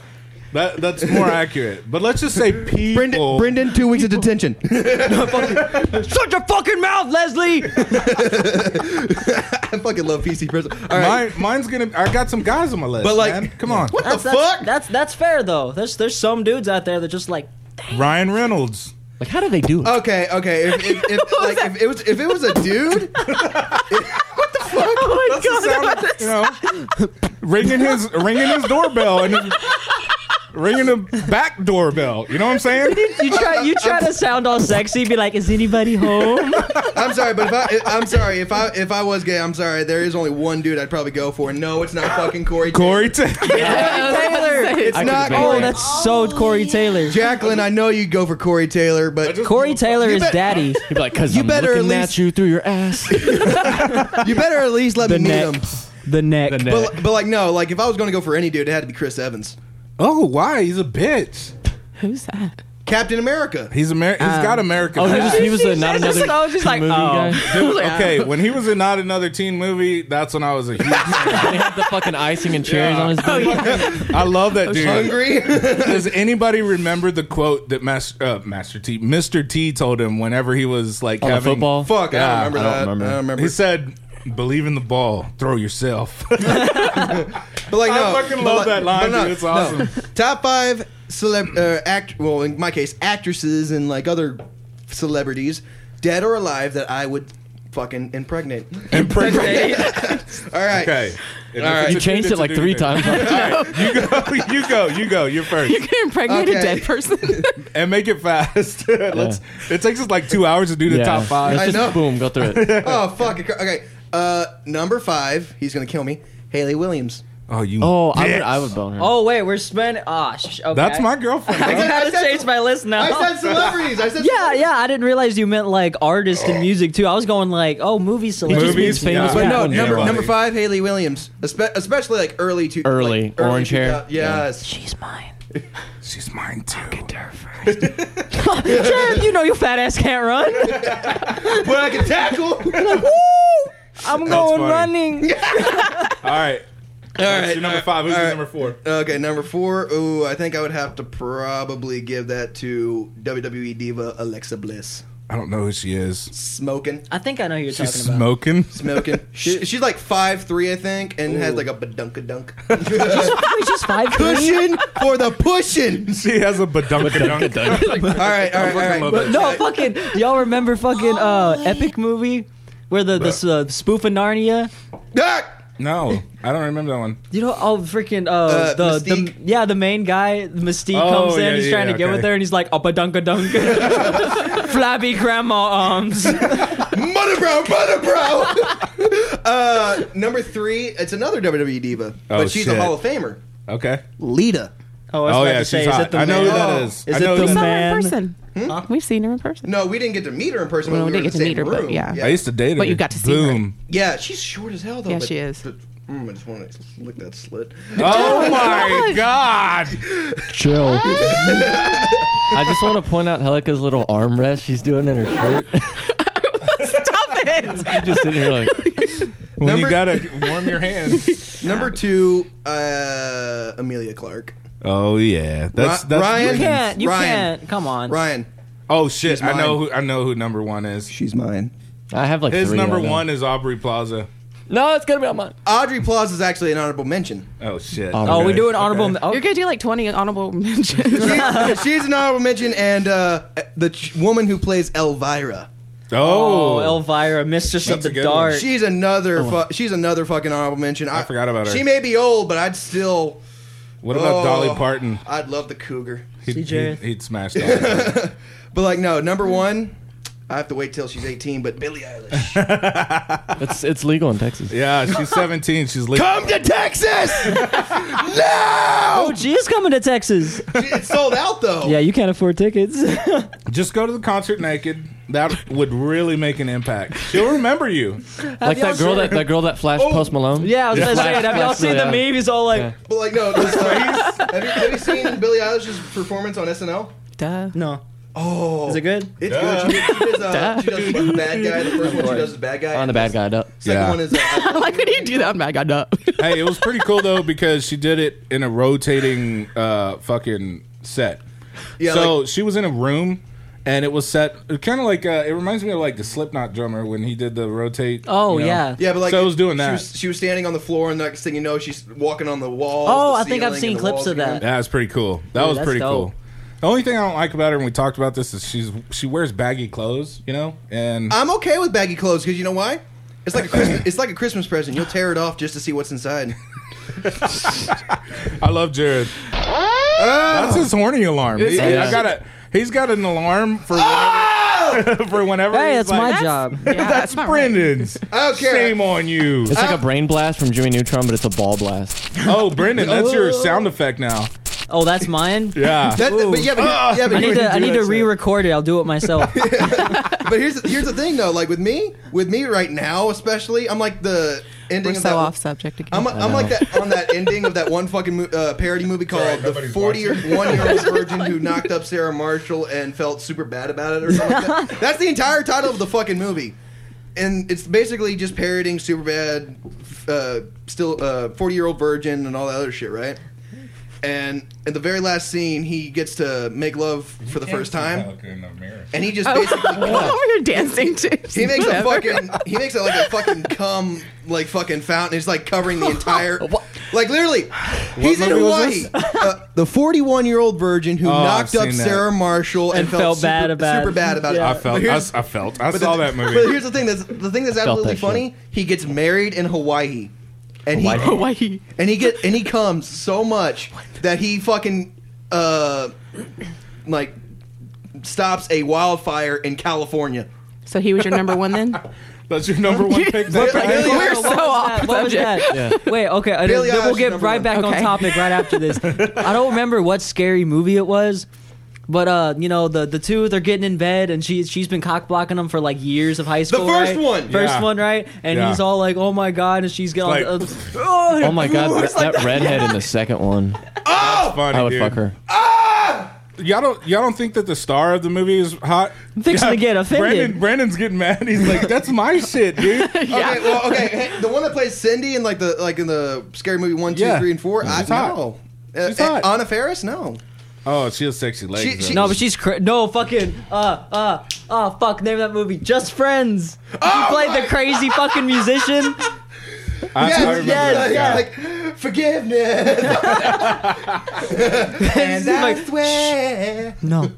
S3: That that's more accurate. But let's just say people.
S1: Brendan, Brendan, two weeks of detention.
S5: Shut your fucking mouth, Leslie.
S1: I fucking love PC principal. All right.
S3: Mine, mine's gonna. I got some guys on my list.
S1: But, like-
S3: man. come on,
S1: what
S5: That's,
S1: the
S5: that's,
S1: fuck?
S5: That's that's fair though. There's there's some dudes out there that just like
S3: Ryan Reynolds.
S2: Like, how do they do it?
S1: okay, okay. If, if, if, like, if it was if it was a dude,
S3: That's the sound, you know, ringing his ringing his doorbell and ringing the back doorbell. You know what I'm saying?
S5: you try you try to sound all sexy, be like, is anybody home?
S1: I'm sorry, but if I if- I'm sorry if I if I was gay, I'm sorry. There is only one dude I'd probably go for. No, it's not fucking Corey.
S3: Corey Taylor.
S4: Oh,
S5: Taylor.
S1: It's
S2: I could
S1: not
S2: debate
S5: Oh,
S1: Corey.
S5: that's so
S1: Oh.
S5: Corey Taylor.
S1: Jacqueline, I know you'd go for Corey Taylor, but
S5: Corey Taylor
S1: You
S5: is
S1: bet-
S5: daddy.
S2: He'd be like, because
S1: You
S2: I'm
S1: better
S2: looking
S1: at least-
S2: at you through your ass.
S1: you better at least let
S5: The
S1: me meet
S5: neck.
S1: him.
S5: The neck.
S2: The neck.
S1: But, but like no, like if I was going to go for any dude, it had to be Chris Evans.
S3: Oh, why? He's a bitch.
S4: Who's that?
S1: Captain America.
S3: He's American. He's
S1: Um,
S3: got American.
S2: Oh, he was,
S3: passport.
S2: he was uh, not
S4: I just-
S2: another
S4: I was just like,
S2: movie
S4: oh.
S2: guy.
S3: okay, when he was in not another teen movie, that's when I was a huge. fan.
S2: They had the fucking icing and cherries
S3: Yeah.
S2: on his booty.
S3: I love that dude.
S1: Hungry.
S3: Does anybody remember the quote that Master, uh, Master T, Mr. T told him whenever he was like
S2: On the
S3: having
S2: football?
S1: Fuck,
S3: Yeah,
S1: I don't remember
S6: I don't
S1: that.
S6: remember.
S1: I don't remember.
S3: He said, "Believe in the ball, throw yourself."
S1: But like,
S3: I
S1: no, but
S3: fucking love
S1: like-
S3: that line,
S1: but
S3: dude. It's awesome.
S1: Top five celeb, uh, act. Well, in my case, actresses and like other celebrities, dead or alive, that I would fucking impregnate.
S4: "Oh,
S3: Impregnate.
S1: All right.
S3: okay. All
S1: right.
S2: You changed it like three times.
S3: you go. You go. You go. You're
S4: You
S3: first,
S4: can impregnate
S1: Okay.
S4: a dead person.
S3: and make it fast. Let's. It takes us like two hours to do the top five.
S2: Let's
S1: I
S2: just
S1: know.
S2: boom, go through it.
S1: Oh fuck. Okay. Uh, number five. He's gonna kill me. Haley Williams.
S3: Oh, you.
S2: Oh, I would,
S3: dicks.
S2: I would bone her.
S5: Oh wait, we're spending. Ah, sh- okay.
S3: That's my
S5: I
S3: girlfriend.
S5: gotta
S1: I said-
S5: change my list now.
S1: I said celebrities. I said
S5: yeah, yeah. I didn't realize you meant like artist
S1: Oh.
S5: and music too. I was going like, oh, movie celebrities.
S2: just means famous
S1: But no,
S2: Yeah.
S1: number
S2: Anybody.
S1: number five, Haley Williams, Espe- especially like early two,
S2: Early.
S1: like,
S2: Orange hair.
S1: 2000 Yes,
S5: She's mine.
S3: She's mine too.
S5: Jared, you know your fat ass can't run.
S1: but I can tackle. All
S5: I'm
S3: going
S5: going
S3: funny.
S5: running.
S3: All right. That's
S1: right,
S3: your number five. Who's
S1: all
S3: your
S1: right.
S3: number four?
S1: uh, Okay, number four. Ooh, I think I would have to probably give that to WWE diva Alexa Bliss.
S3: I don't know who she is.
S1: Smoking,
S5: I think I know who you're
S3: She's
S5: talking about.
S3: smoking.
S1: smoking. she, she's like five three, I think, and has like a badunka dunk.
S5: Wait, she's five three.
S1: pushing for the pushing.
S3: She has a badunk.
S1: All right, all right, all right.
S3: love that.
S5: No, fucking. Y'all remember fucking uh, epic movie where the the uh, spoof of Narnia?
S1: Ah!
S3: No, I don't remember that one.
S5: You know, oh freaking uh,
S1: Uh,
S5: the, the
S1: Mystique?
S5: yeah the main guy Mystique
S3: Oh,
S5: comes in.
S3: yeah,
S5: he's
S3: yeah,
S5: trying to get
S3: okay.
S5: with her, and he's like up a dunka dunk, flabby grandma arms. Oh,
S1: Mother bro, mother bro. uh, number three, it's another WWE diva,
S3: Oh,
S1: but she's
S3: shit.
S1: a Hall of Famer.
S3: Okay.
S1: Lita.
S5: Oh, I was
S3: Oh
S5: about
S3: yeah,
S5: to say,
S3: she's
S5: is it
S3: hot.
S5: the
S3: I know who
S5: man?
S3: that
S1: Oh.
S3: is.
S5: Is
S3: I know
S5: it the
S3: who
S4: We
S3: that-
S4: saw
S5: Man.
S4: her in person. We've seen her in person.
S1: No, we didn't get to meet her in person.
S4: Well,
S1: when
S4: we
S1: we
S4: didn't
S1: were in
S4: get to
S1: the
S4: meet her,
S1: same
S4: but
S1: room.
S4: yeah.
S3: I used to date her.
S4: But you got to see her.
S3: Boom.
S1: Yeah, she's short as hell though.
S4: Yeah,
S1: but-
S4: she is.
S1: but, mm, I just want to lick that slit.
S3: Oh my god.
S2: Chill. I just want to point out Helika's little armrest she's doing in her shirt.
S4: Stop it!
S2: She's just sitting here like,
S3: When you
S1: Number-
S3: gotta warm your hands.
S1: Number two, uh, Amelia Clark.
S3: Oh yeah, that's
S1: Ri-
S3: that's
S1: Ryan-
S5: You can't. You
S1: Ryan.
S5: can't. Come on.
S1: Ryan,
S3: Oh shit, I
S1: mine.
S3: know who I know who number one is.
S1: she's mine.
S2: I have like
S3: His
S2: three
S3: number
S2: right now.
S3: one is Aubrey Plaza.
S2: No, it's gonna be on mine.
S1: Audrey Plaza is actually an honorable mention.
S3: Oh shit.
S2: Oh,
S5: Oh,
S2: Okay,
S5: we do an honorable. men-
S4: You're
S5: Oh,
S4: gonna do like 20 honorable mentions.
S1: She- she's an honorable mention, and uh, the ch- woman who plays Elvira.
S3: Oh,
S5: oh, Elvira, Mistress
S3: That's a
S5: of the
S3: good one.
S5: Dark.
S1: She's
S5: Oh,
S1: another. Fu- she's another fucking honorable mention. I,
S3: forgot about her.
S1: She may be old, but I'd still.
S3: what about
S1: Oh,
S3: Dolly Parton?
S1: I'd love the cougar.
S3: He'd,
S5: CJ.
S3: he'd, he'd smash Dolly Parton.
S1: But like, no, number one. I have to wait till she's 18, but Billie Eilish.
S2: It's it's legal in Texas.
S3: yeah, she's 17. She's lit.
S1: Come to Texas!
S5: oh, she is coming to Texas.
S1: it's sold out though.
S5: Oh. yeah, you can't afford tickets.
S3: Just go to the concert naked. That would really make an impact. She'll remember you.
S2: Like that girl that that girl that flashed
S3: Oh,
S2: Post Malone.
S5: yeah, I was gonna say.
S2: Flash-
S5: Have y'all
S2: flash-
S5: seen the
S2: yeah.
S5: meme? He's all like,
S2: Yeah.
S1: But like, no. This, uh, have, you, have you seen Billie Eilish's performance on SNL?
S4: Duh.
S5: no.
S1: Oh,
S5: Is it good? Oh,
S1: It's good. She, she does, uh, she does the bad guy. The first one she does is bad guy.
S2: On the bad guy duck.
S1: Second
S3: Yeah.
S1: one is. Uh,
S4: Like, when you do that, I'm like, I got up.
S3: hey, it was pretty cool though because she did it in a rotating uh, fucking set.
S1: yeah.
S3: so
S1: like,
S3: she was in a room, and it was set kind of like uh, it reminds me of like the Slipknot drummer when he did the rotate.
S5: Oh,
S3: you know?
S5: yeah.
S1: yeah, but like
S3: so I was doing
S1: She
S3: that.
S1: was, she was standing on the floor, and next thing you know, she's walking on the wall.
S5: Oh, I think I've seen clips of that.
S3: That was pretty cool. That
S5: Dude,
S3: was
S5: that's
S3: pretty
S5: dope.
S3: cool. The only thing I don't like about her, and we talked about this, is she's she wears baggy clothes, you know, and
S1: I'm okay with baggy clothes because you know why? It's like a Christmas, it's like a Christmas present. You'll tear it off just to see what's inside.
S3: I love Jared. That's his horny alarm. He,
S2: Yeah.
S3: I gotta, he's got an alarm for
S1: Oh!
S3: whenever, for whenever.
S5: Hey,
S3: he's
S5: it's my
S3: like,
S5: job.
S4: Yeah, that's not right.
S3: Brendan's.
S1: Okay.
S3: Shame on you.
S2: It's like a brain blast from Jimmy Neutron, but it's a ball blast.
S3: Oh, Brendan, that's your sound effect now.
S5: Oh, that's mine.
S3: Yeah.
S1: That, but yeah, but, yeah, but
S5: I need
S1: here's-
S5: to. I
S3: do
S5: need
S3: that
S5: to
S3: shit.
S5: re-record it. I'll do it myself.
S1: but here's here's the thing though. Like with me, with me right now, especially, I'm like the ending
S4: We're
S1: of
S4: so
S1: that-
S4: off subject again.
S1: I'm, I'm like that on that ending of that one fucking mo- uh, parody movie called
S3: Sorry,
S1: "The
S3: nobody's
S1: 40 year
S3: watching.
S1: One Year Old Virgin Who Knocked Up Sarah Marshall and Felt Super Bad About It" or something. Like that. That's the entire title of the fucking movie, and it's basically just parodying Superbad, uh, still uh, 40 year old virgin and all that other shit, right? And in the very last scene, he gets to make love for the first time, and he just basically.
S4: We're dancing too.
S1: He makes a
S4: Whatever.
S1: fucking. He makes it like a fucking cum like fucking fountain. It's like covering the entire. Like literally, he's in
S3: movie was
S1: Hawaii. Uh, the forty-one-year-old virgin who
S3: Oh, I've
S1: knocked up
S3: seen that.
S1: Sarah Marshall and,
S5: And felt
S1: super,
S5: bad about
S1: super
S5: it.
S1: bad about
S5: Yeah.
S3: I
S1: it.
S3: felt.
S1: But
S3: I,
S1: here's-
S3: s- I felt. I
S1: but
S3: saw
S1: the-
S3: that
S1: But
S3: movie.
S1: here's the thing. That's the thing that's
S6: Felt
S1: absolutely
S6: that shit.
S1: funny. He gets married in Hawaii, and he
S4: Hawaii.
S1: and he get and he comes so much that he fucking uh like stops a wildfire in California.
S4: So he was your number one then?
S3: That's your number one
S1: Really?
S3: pick. That
S1: Really?
S3: I-
S4: We're
S5: What
S4: so
S5: was
S4: off
S5: that? What was
S4: subject.
S6: Yeah.
S5: that? Wait, okay. and
S1: Billie
S5: then we'll
S1: Eilish,
S5: get
S1: number
S5: right
S1: one.
S5: back on
S4: Okay.
S5: topic right after this. I don't remember what scary movie it was, but uh, you know the the two they're getting in bed and she she's been cock blocking them for like years of high school.
S1: first
S5: right?
S1: one.
S5: first
S3: Yeah.
S5: one, right? And
S3: Yeah.
S5: he's all like, "Oh my god!" and she's getting
S3: Like-
S5: all, uh, oh,
S6: Oh my god, that, that redhead in the second one.
S3: Funny,
S6: I would
S3: dude.
S6: fuck her.
S3: Y'all don't. Y'all don't think that the star of the movie is hot?
S5: I'm fixing to get offended.
S3: Brandon. Brandon's getting mad. He's like, "That's my shit, dude."
S1: Okay, well, okay, hey, the one that plays Cindy in like the like in the scary movie one, two, three,
S3: Yeah.
S1: and four.
S3: She's
S1: I
S3: hot.
S1: no. Uh,
S3: She's hot.
S1: uh, Anna Faris, no.
S3: Oh, she has sexy legs.
S1: She-
S3: though.
S1: she-
S5: No, but she's cra- no fucking uh uh uh fuck name of that movie Just Friends. Oh he played the crazy fucking musician.
S3: I, I remember
S5: yes,
S3: that.
S1: like,
S3: Yeah.
S1: like, forgiveness. and
S5: And
S1: I
S5: like,
S1: swear.
S5: No,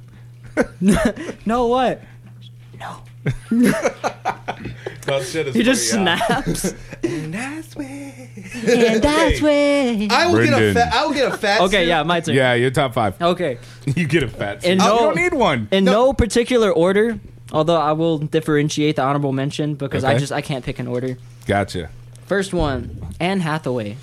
S5: no what?
S3: That shit is
S5: He just
S3: funny, yeah.
S5: snaps.
S1: And I swear.
S5: and that's way.
S1: I will get a
S3: Brendan.
S1: fat. I will get a fat.
S5: Okay,
S1: suit.
S5: yeah, my turn.
S3: Yeah, you're top five.
S5: Okay.
S3: You get a fat.
S5: And
S3: suit.
S5: no-
S3: you don't need one.
S5: In no. particular order, although I will differentiate the honorable mention because I
S3: Okay.
S5: just I can't pick an order.
S3: Gotcha.
S5: First one, Anne Hathaway.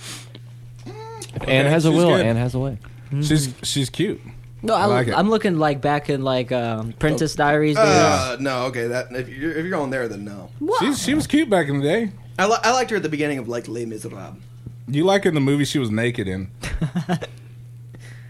S6: Anne has a
S3: she's
S6: will.
S3: good.
S6: Anne has a way.
S3: She's she's cute.
S5: No, I,
S3: I like it.
S5: am looking like back in like um, Princess Diaries.
S1: Uh, no, okay. That if you're, if you're going there, then no.
S3: She's, she was cute back in the day.
S1: I, li- I liked her at the beginning of like Les Miserables.
S3: You like in the movie she was naked in.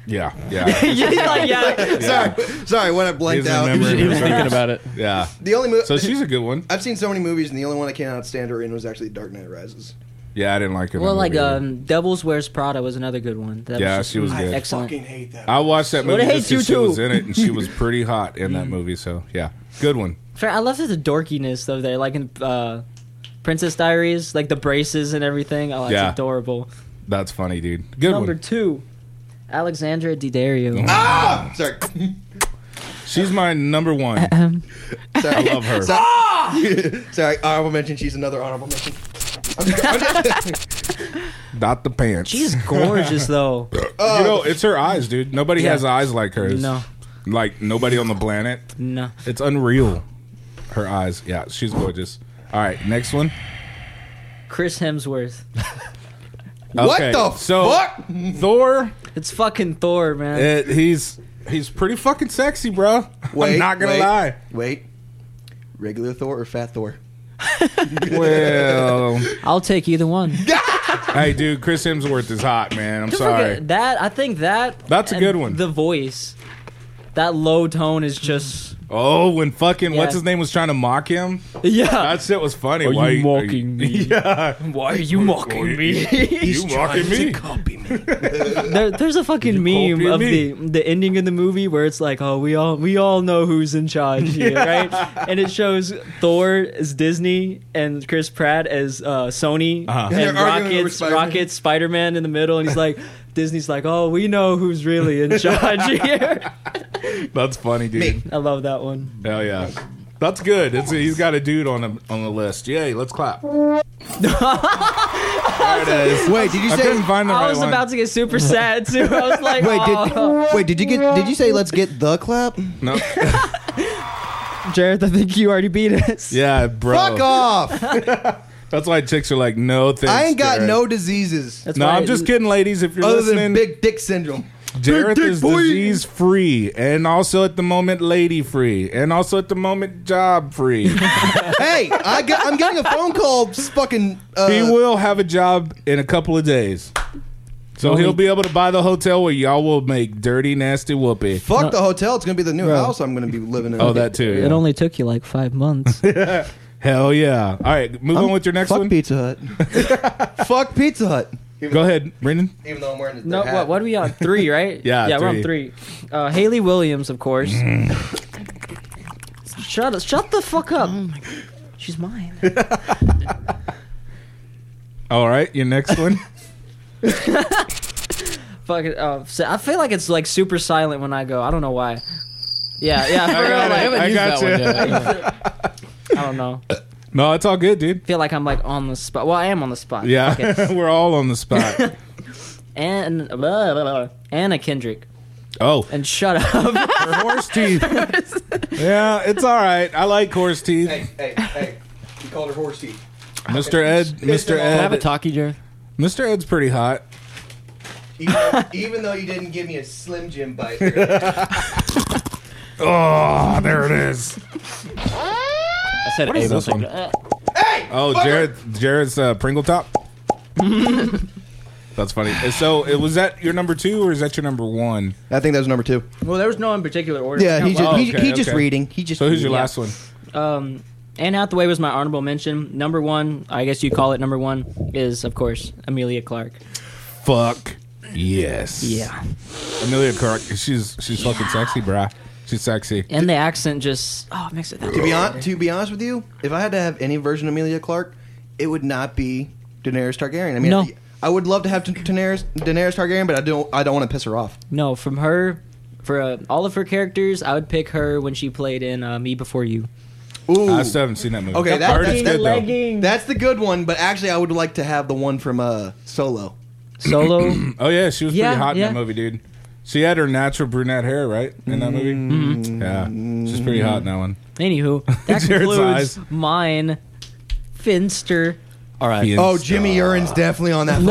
S3: yeah, yeah,
S5: days. She's like, yeah.
S1: Sorry, sorry, when I blanked
S3: He's
S1: out.
S3: remembering.
S6: He was thinking about it.
S3: yeah.
S1: The only movie
S3: So she's a good one.
S1: I've seen so many movies, and the only one I cannot stand her in was actually Dark Knight Rises.
S3: Yeah, I didn't like her. in
S5: Well,
S3: that
S5: like
S3: movie either.
S5: um, Devils Wears Prada was another good one. That
S3: Yeah,
S5: just
S3: she was good.
S5: Excellent.
S1: Fucking hate that.
S3: I watched that
S5: Well,
S3: movie.
S5: they
S3: just
S5: hate
S3: 'cause
S5: you
S3: she was
S5: too.
S3: in it, and she was pretty hot in that movie. So yeah, good one.
S5: Fair- I love the dorkiness though. There, like in uh, Princess Diaries, like the braces and everything. Oh, that's
S3: Yeah.
S5: adorable.
S3: That's funny, dude. Good
S5: Number
S3: one. Oh.
S5: two, Alexandra Daddario.
S1: Ah! Sorry.
S3: She's my number one.
S1: Sorry.
S3: I love her. Ah!
S1: Sorry, honorable mention. She's another honorable mention.
S3: Not the pants.
S5: She's gorgeous though.
S3: you know, it's her eyes, dude. Nobody
S5: Yeah.
S3: has eyes like hers.
S5: No.
S3: like nobody on the planet.
S5: No.
S3: It's unreal. Her eyes. Yeah, she's gorgeous. All right, next one.
S5: Chris Hemsworth.
S1: What
S3: Okay,
S1: the
S3: so
S1: fuck?
S3: Thor,
S5: It's fucking Thor, man.
S3: eh, he's he's pretty fucking sexy, bro. I'm not gonna
S1: wait,
S3: lie.
S1: Wait. Regular Thor or Fat Thor?
S3: Well,
S5: I'll take either one.
S3: hey, dude, Chris Hemsworth is hot, man. I'm
S5: Don't
S3: sorry.
S5: forget that. I think that.
S3: That's a
S5: and
S3: good one.
S5: The voice. That low tone is just.
S3: Oh, when fucking what's
S5: Yeah.
S3: his name was trying to mock him,
S5: Yeah.
S3: that shit was funny.
S2: Are
S3: Why-
S2: you mocking me?
S5: Why are you mocking me?
S3: You mocking me?
S5: There, there's a fucking
S3: You
S5: meme
S3: copy
S5: of
S3: me?
S5: the the ending in the movie where it's like, oh, we all we all know who's in charge here, right? And it shows Thor as Disney and Chris Pratt as uh, Sony
S3: Uh-huh. And
S1: they're
S5: and
S1: arguing over
S5: Rockets
S1: Spider-Man.
S5: Rockets Spider Man in the middle, and he's like, Disney's like, oh, we know who's really in charge here.
S3: That's funny, dude.
S5: I love that one.
S3: Hell yeah, that's good. It's, he's got a dude on the on the list. Yay, let's clap. there it is.
S1: Wait, did you
S3: I couldn't find the
S5: I
S3: right
S5: was
S3: one.
S5: about to get super sad too. I was like, oh.
S1: wait, did you get? Did you say let's get the clap?
S3: No.
S5: Jared, I think you already beat us.
S3: Yeah, bro.
S1: Fuck off!
S3: That's why chicks are like, no, thanks.
S1: I ain't got
S3: Jared.
S1: no diseases
S5: That's
S3: No,
S5: why
S3: I'm just kidding, ladies. If you're
S1: other
S3: listening,
S1: than big dick syndrome.
S3: Jareth
S1: dick
S3: is
S1: boy.
S3: disease free, and also at the moment lady free, and also at the moment job free.
S1: hey, I got, I'm getting a phone call. s- Fucking. Uh,
S3: he will have a job in a couple of days, so he'll be able to buy the hotel where y'all will make dirty, nasty whoopee.
S1: Fuck the hotel. It's gonna be the new house I'm gonna be living in.
S3: Oh, that too.
S7: It
S3: yeah.
S7: only took you like five months.
S3: Hell yeah! All right, move on with your next
S1: Fuck
S3: one.
S1: Pizza Hut. Fuck Pizza Hut.
S3: Go ahead, Brendan.
S1: Even though I'm wearing a
S5: No, what, what are we on? Three, right?
S3: Yeah,
S5: yeah, we're on three. Uh, Haley Williams, of course. shut up! Shut the fuck up! She's mine.
S3: All right, your next one.
S5: Fuck it. Uh, so I feel like it's like super silent when I go. I don't know why. Yeah, yeah. For real, like, I,
S3: I got you.
S5: don't know.
S3: No, it's all good, dude.
S5: feel like I'm like on the spot. Well, I am on the spot.
S3: Yeah,
S5: Fuck it.
S3: we're all on the spot.
S5: And blah, blah, blah. Anna Kendrick.
S3: Oh,
S5: And shut up.
S3: horse teeth. yeah, it's all right. I like horse teeth.
S1: Hey, hey, hey. He called her horse teeth.
S3: Mr. Ed, Mr.
S6: Can I have a
S3: Ed,
S6: talkie, Jared?
S3: Mr. Ed's pretty hot.
S1: Even, even though you didn't give me a Slim Jim bite.
S3: Oh, there it is.
S6: I said
S3: What is this one? Oh, Jared, Jared's uh, Pringle top. That's funny. And So, it was that your number two, or is that your number one?
S1: I think that was number two.
S5: well, there was no in particular order.
S1: Yeah, he
S5: he's
S1: just,
S3: Oh,
S1: he,
S3: okay,
S1: he just
S3: okay.
S1: reading. He just.
S3: So, who's your
S1: reading.
S3: last one?
S5: Um, Anne Hathaway was my honorable mention. Number one, I guess you call it number one, is of course Amelia Clark.
S3: Fuck yes. Amelia Clark. She's she's fucking sexy, bruh. She's sexy.
S5: And the accent just oh it makes it that
S1: To be on, to be honest with you, if I had to have any version of Amelia Clark, it would not be Daenerys Targaryen. I mean,
S5: No.
S1: I would love to have Ta- Daenerys Daenerys Targaryen, but I don't I don't want to piss her off.
S5: No, from her for uh, all of her characters, I would pick her when she played in uh, Me Before You.
S1: Ooh,
S3: I still haven't seen that movie.
S1: Okay, that-
S3: I heard it's
S1: that's-
S3: good though.
S1: that's the good one. But actually, I would like to have the one from uh, Solo.
S5: Solo.
S3: Oh yeah, she was
S5: Yeah,
S3: pretty hot
S5: yeah.
S3: in that movie, dude. She had her natural brunette hair, right? In that movie,
S1: Mm-hmm.
S3: Mm-hmm. yeah, she's pretty hot in that one.
S5: Anywho, that
S3: Jared's
S5: concludes
S3: eyes.
S5: mine. Finster.
S6: All right.
S1: Oh, Jimmy Urin's definitely on that.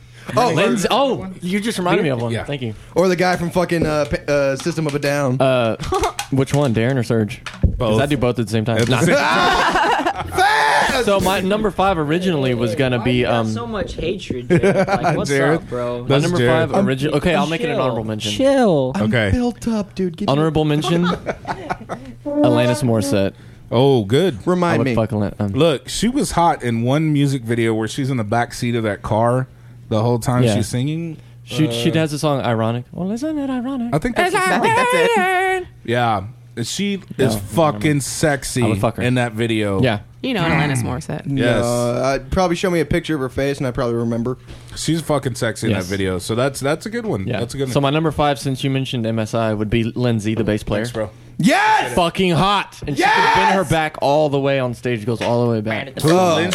S6: No,
S1: Oh, or,
S6: Lindsay. Oh, you just reminded me of one.
S3: Yeah.
S6: Thank you.
S1: or the guy from fucking uh, Pa- uh, System of a Down.
S6: Uh, which one, Darren or Serge? Because
S3: Both.
S6: I do both at the same time.
S3: At the
S6: Nah.
S3: same-
S6: So my number five originally was gonna be
S5: Why you got
S6: um.
S5: so much hatred. Jared? Like, what's
S3: Jared,
S5: up, bro?
S6: my
S3: That's
S6: number
S3: Jared.
S6: five original. Okay, I'll make it an
S5: Chill.
S6: honorable mention. Uh,
S5: Chill.
S3: okay.
S1: built up, dude. Give me-
S6: Honorable mention. Alanis Morissette.
S3: Oh, good.
S6: I
S1: Remind
S6: would
S1: me.
S6: fucking let. Um,
S3: Look, she was hot in one music video where she's in the back seat of that car the whole time
S6: Yeah.
S3: she's singing.
S6: she she has a song ironic. Well, isn't it ironic?
S3: I think that's
S4: I think that's it.
S3: yeah. She is
S6: I
S3: fucking sexy
S6: I would fuck her.
S3: in that video.
S6: yeah.
S4: You know, Alanis Morissette.
S3: Yes.
S1: Uh, I'd probably show me a picture of her face, and I probably remember.
S3: She's fucking sexy in
S6: Yes.
S3: that video. So that's that's a good one.
S6: Yeah.
S3: That's a good one.
S6: so my number five, since you mentioned MSI, would be Lindsay, the bass player.
S3: Thanks, bro.
S1: Yes.
S6: Fucking hot, and she can bend her back all the way on stage. Goes all the way back.
S1: Oh,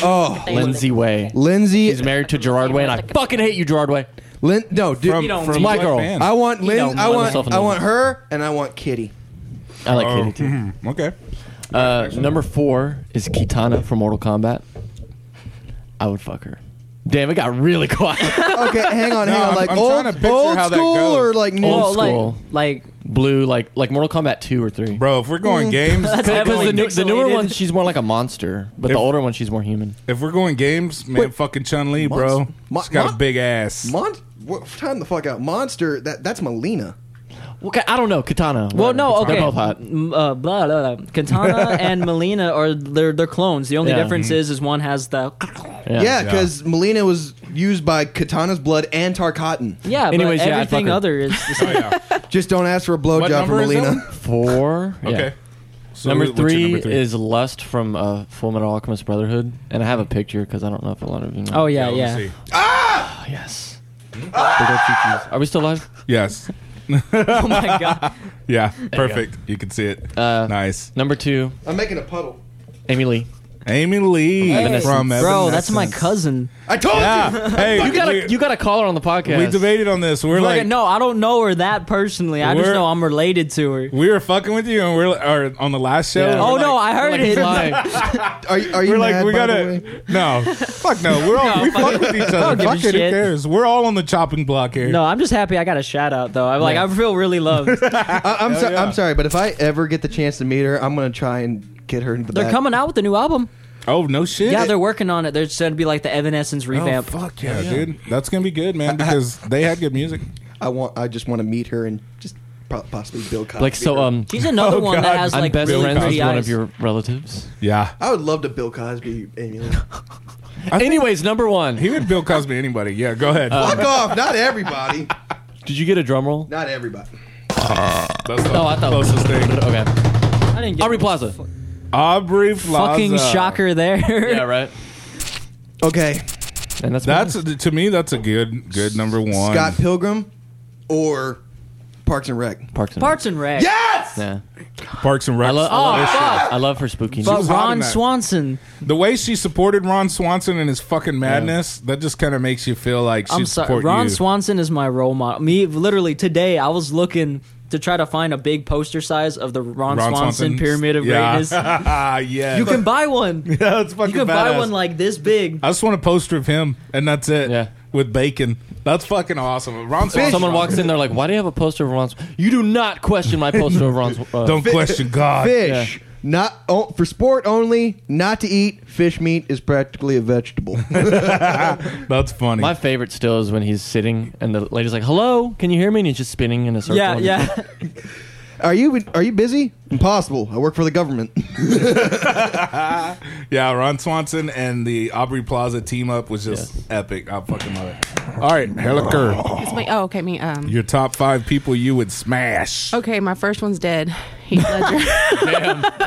S1: oh.
S6: Lindsay Way.
S1: Lindsay.
S6: She's married to Gerard Way, and I fucking hate you, Gerard Way.
S1: Lin- no, dude.
S3: From,
S5: don't
S3: from
S5: mean-
S6: My
S3: what
S6: girl.
S3: band?
S1: I want
S6: You
S1: Lin.
S6: don't
S1: I
S6: want
S1: want.
S6: yourself in
S1: I
S6: the
S1: want her, and I want Kitty.
S6: I like
S3: Oh,
S6: Katie too.
S3: mhm. Okay.
S6: Uh, number four is Kitana from Mortal Kombat. I would fuck her. Damn, it got really quiet.
S1: Okay, hang on, hang
S3: No,
S1: on.
S3: I'm-
S1: Like
S3: I'm
S1: old,
S3: trying to picture
S1: old
S3: how that
S1: school
S3: goes.
S1: or like new?
S6: Old
S5: Well, like-
S6: school.
S5: Like,
S6: Blue, like like Mortal Kombat two or three.
S3: Bro, if we're going games,
S6: Because the, new, the newer
S5: Pixelated.
S6: one, she's more like a monster, but
S3: If-
S6: the older one, she's more human.
S3: if we're going games, man, fucking Chun Li, bro.
S1: Monst- Mon-
S3: She's got a
S1: Mon-
S3: big ass.
S1: Mon- what, time the fuck out. Monster. That that's Melina.
S6: Okay, I don't know, Katana. whatever.
S5: well, no, okay.
S6: They're both hot.
S5: M- Uh, blah, blah, blah. Katana and Melina are they're, they're clones. The only
S6: Yeah. Mm-hmm.
S5: difference is is one has the
S1: Yeah, because Melina was used by Katana's blood and Tar Cotton.
S5: yeah.
S6: Anyways,
S5: but
S6: yeah, I'd
S5: everything
S6: fuck her.
S5: other is the
S3: Oh,
S5: same.
S3: yeah.
S1: Just don't ask for a
S3: What
S1: blowjob from
S3: number is that
S1: Melina.
S3: one?
S6: Four. yeah.
S3: Okay. So
S6: Number
S3: what's your
S6: three,
S3: number three?
S6: is Lust from uh, Full Metal Alchemist Brotherhood, and I have a picture because I don't know if a lot of you know.
S5: Oh yeah,
S3: let me
S5: yeah.
S3: see.
S6: Oh, yes. Big old choo-choos. Are we still live?
S3: Yes.
S5: Oh my god.
S3: Yeah. Perfect. You can see it.
S6: Uh,
S3: nice.
S6: Number two,
S1: I'm making a puddle.
S6: Amy Lee.
S3: Amy Lee from
S5: Bro, that's my
S3: Evanescence.
S5: cousin.
S1: I told you.
S3: Yeah. Hey,
S6: You gotta,
S3: we,
S6: you gotta call her on the podcast.
S3: we debated on this. We're
S5: Like,
S3: like,
S5: no, I don't know her that personally. I just
S3: We're-
S5: know I'm related to her.
S3: we were fucking with you, and we're like- or on the last show.
S6: Yeah.
S3: and
S5: Oh
S3: we're
S5: no,
S3: like-
S5: I heard
S6: Like,
S5: it.
S6: fly.
S1: Are, you- are you
S3: We're like,
S1: mad,
S3: we
S1: by the
S3: gotta
S1: way?
S3: no, fuck no. We're all
S5: No,
S3: we
S5: fuck
S3: fuck
S5: it.
S3: with each
S5: I don't
S3: other.
S5: give a
S3: Fuck it. Who
S5: shit.
S3: cares? We're all on the chopping block here.
S5: No, I'm just happy I got a shout out though. I'm like, I feel really loved.
S1: I, I'm, so,
S3: yeah.
S1: I'm sorry, but if I ever get the chance to meet her, I'm gonna try and get her into the.
S5: they're
S1: back.
S5: coming out with a new album.
S3: Oh no shit.
S5: Yeah, they're working on it. They're just going to be like the Evanescence
S3: Oh,
S5: revamp.
S3: fuck yeah, dude. That's gonna be good, man, because they had good music.
S1: I want. I just want to meet her and just po- possibly build. Cosby.
S6: like so, um,
S5: She's another
S3: Oh,
S5: one
S3: God.
S5: that has
S6: I'm
S5: like
S6: best
S5: really
S6: friends
S5: pretty
S6: with
S5: eyes.
S6: one of your relatives.
S3: Yeah.
S1: I would love to Bill Cosby Amy. Lee.
S6: Anyways, number one.
S3: He would Bill Cosby anybody. Yeah, go ahead.
S5: Uh,
S1: Fuck off! Not everybody.
S6: Did you get a drum roll?
S1: Not everybody.
S3: That's the
S6: No, I thought-
S3: closest thing.
S6: Okay.
S5: I didn't get
S6: Aubrey Plaza.
S3: Aubrey Plaza.
S5: fucking shocker there.
S6: Yeah, right.
S1: Okay,
S6: And that's
S3: That's to me. That's a good, good number one.
S1: Scott Pilgrim or Parks and Rec.
S6: Parks and
S5: Parts and Rec.
S1: Yes.
S6: Yeah.
S3: Parks and Rec.
S6: I love.
S5: Oh,
S6: I love,
S5: fuck.
S6: I love her spooky.
S5: But
S3: was hot in
S5: Ron
S3: that.
S5: Swanson.
S3: the way she supported Ron Swanson and his fucking madness. That just kind of makes you feel like she
S5: I'm
S3: would
S5: sorry.
S3: support
S5: Ron
S3: you.
S5: Swanson is my role model. Me, literally, today I was looking to try to find a big poster size of the Ron,
S3: Ron
S5: Swanson,
S3: Swanson's-
S5: Pyramid of Greatness.
S3: yeah. yeah.
S5: You can buy one. You
S3: Yeah, it's fucking
S5: can
S3: badass.
S5: buy one like this big.
S3: I just want a poster of him, and that's it.
S6: Yeah.
S3: With bacon. That's fucking awesome. Ron Swanson.
S6: Someone walks in, they're like, "Why do you have a poster of Ron's?" You do not question my poster of Ron's. Uh,
S3: Don't question God.
S1: Fish. Not oh, for sport only. Not to eat fish meat is practically a vegetable.
S3: That's funny.
S6: Uh, My favorite still is when he's sitting and the lady's like, "Hello, can you hear me?" And he's just spinning in a circle.
S5: Yeah,
S6: and-
S5: yeah.
S1: are you are you busy? Impossible. I work for the government.
S3: yeah, Ron Swanson and the Aubrey Plaza team up was just epic. I fucking love it. All right, Heliker,
S4: It's my, oh, okay, me. Um,
S3: your top five people you would smash.
S4: okay, my first onene's dead. Heath Ledger.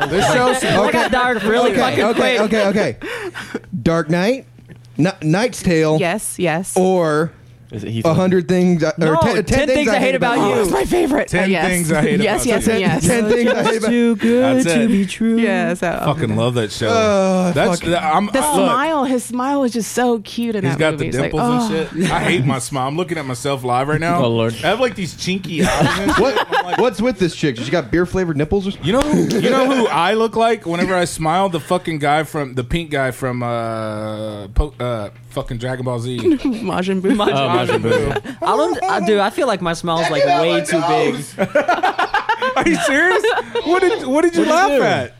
S1: this show's
S5: I got dark really
S1: okay,
S5: fucking
S1: okay,
S5: quick.
S1: okay, okay. Dark Knight, N- Knight's Tale,
S4: yes, yes.
S1: or
S6: Is it Heath
S1: a
S6: Ledger?
S1: hundred things. I- Or
S5: No,
S1: 10,
S5: 10 things I hate about you.
S4: It's my favorite.
S3: Ten
S4: Uh, yes.
S3: things I hate
S4: Yes,
S3: about
S4: yes,
S3: you.
S4: and yes.
S1: Ten things I hate
S5: It's
S1: about
S5: too good
S3: That's
S5: to
S3: it.
S5: be true.
S4: Yeah, so
S3: Fucking love that show.
S1: Uh,
S3: That's
S1: fucking-
S3: that- I'm,
S4: the
S3: I- look,
S4: smile. His smile is just so cute in
S3: He's
S4: that
S3: got
S4: movie.
S3: the
S4: It's like,
S3: dimples
S4: oh.
S3: and shit. I hate my smile. I'm looking at myself live right now.
S6: Oh, Lord.
S3: I have like these chinky eyes. and shit. I'm like,
S1: What, what's with this chick? She got beer flavored nipples. Or something?
S3: You know, who, you know who I look like whenever I smile. The fucking guy from the pink guy from uh, po- uh fucking Dragon Ball Z.
S4: Majin Buu.
S6: Oh, Majin Buu.
S5: I don't. I, dude, I feel like my smile's like way too big.
S3: Are you serious? What did what did you laugh at?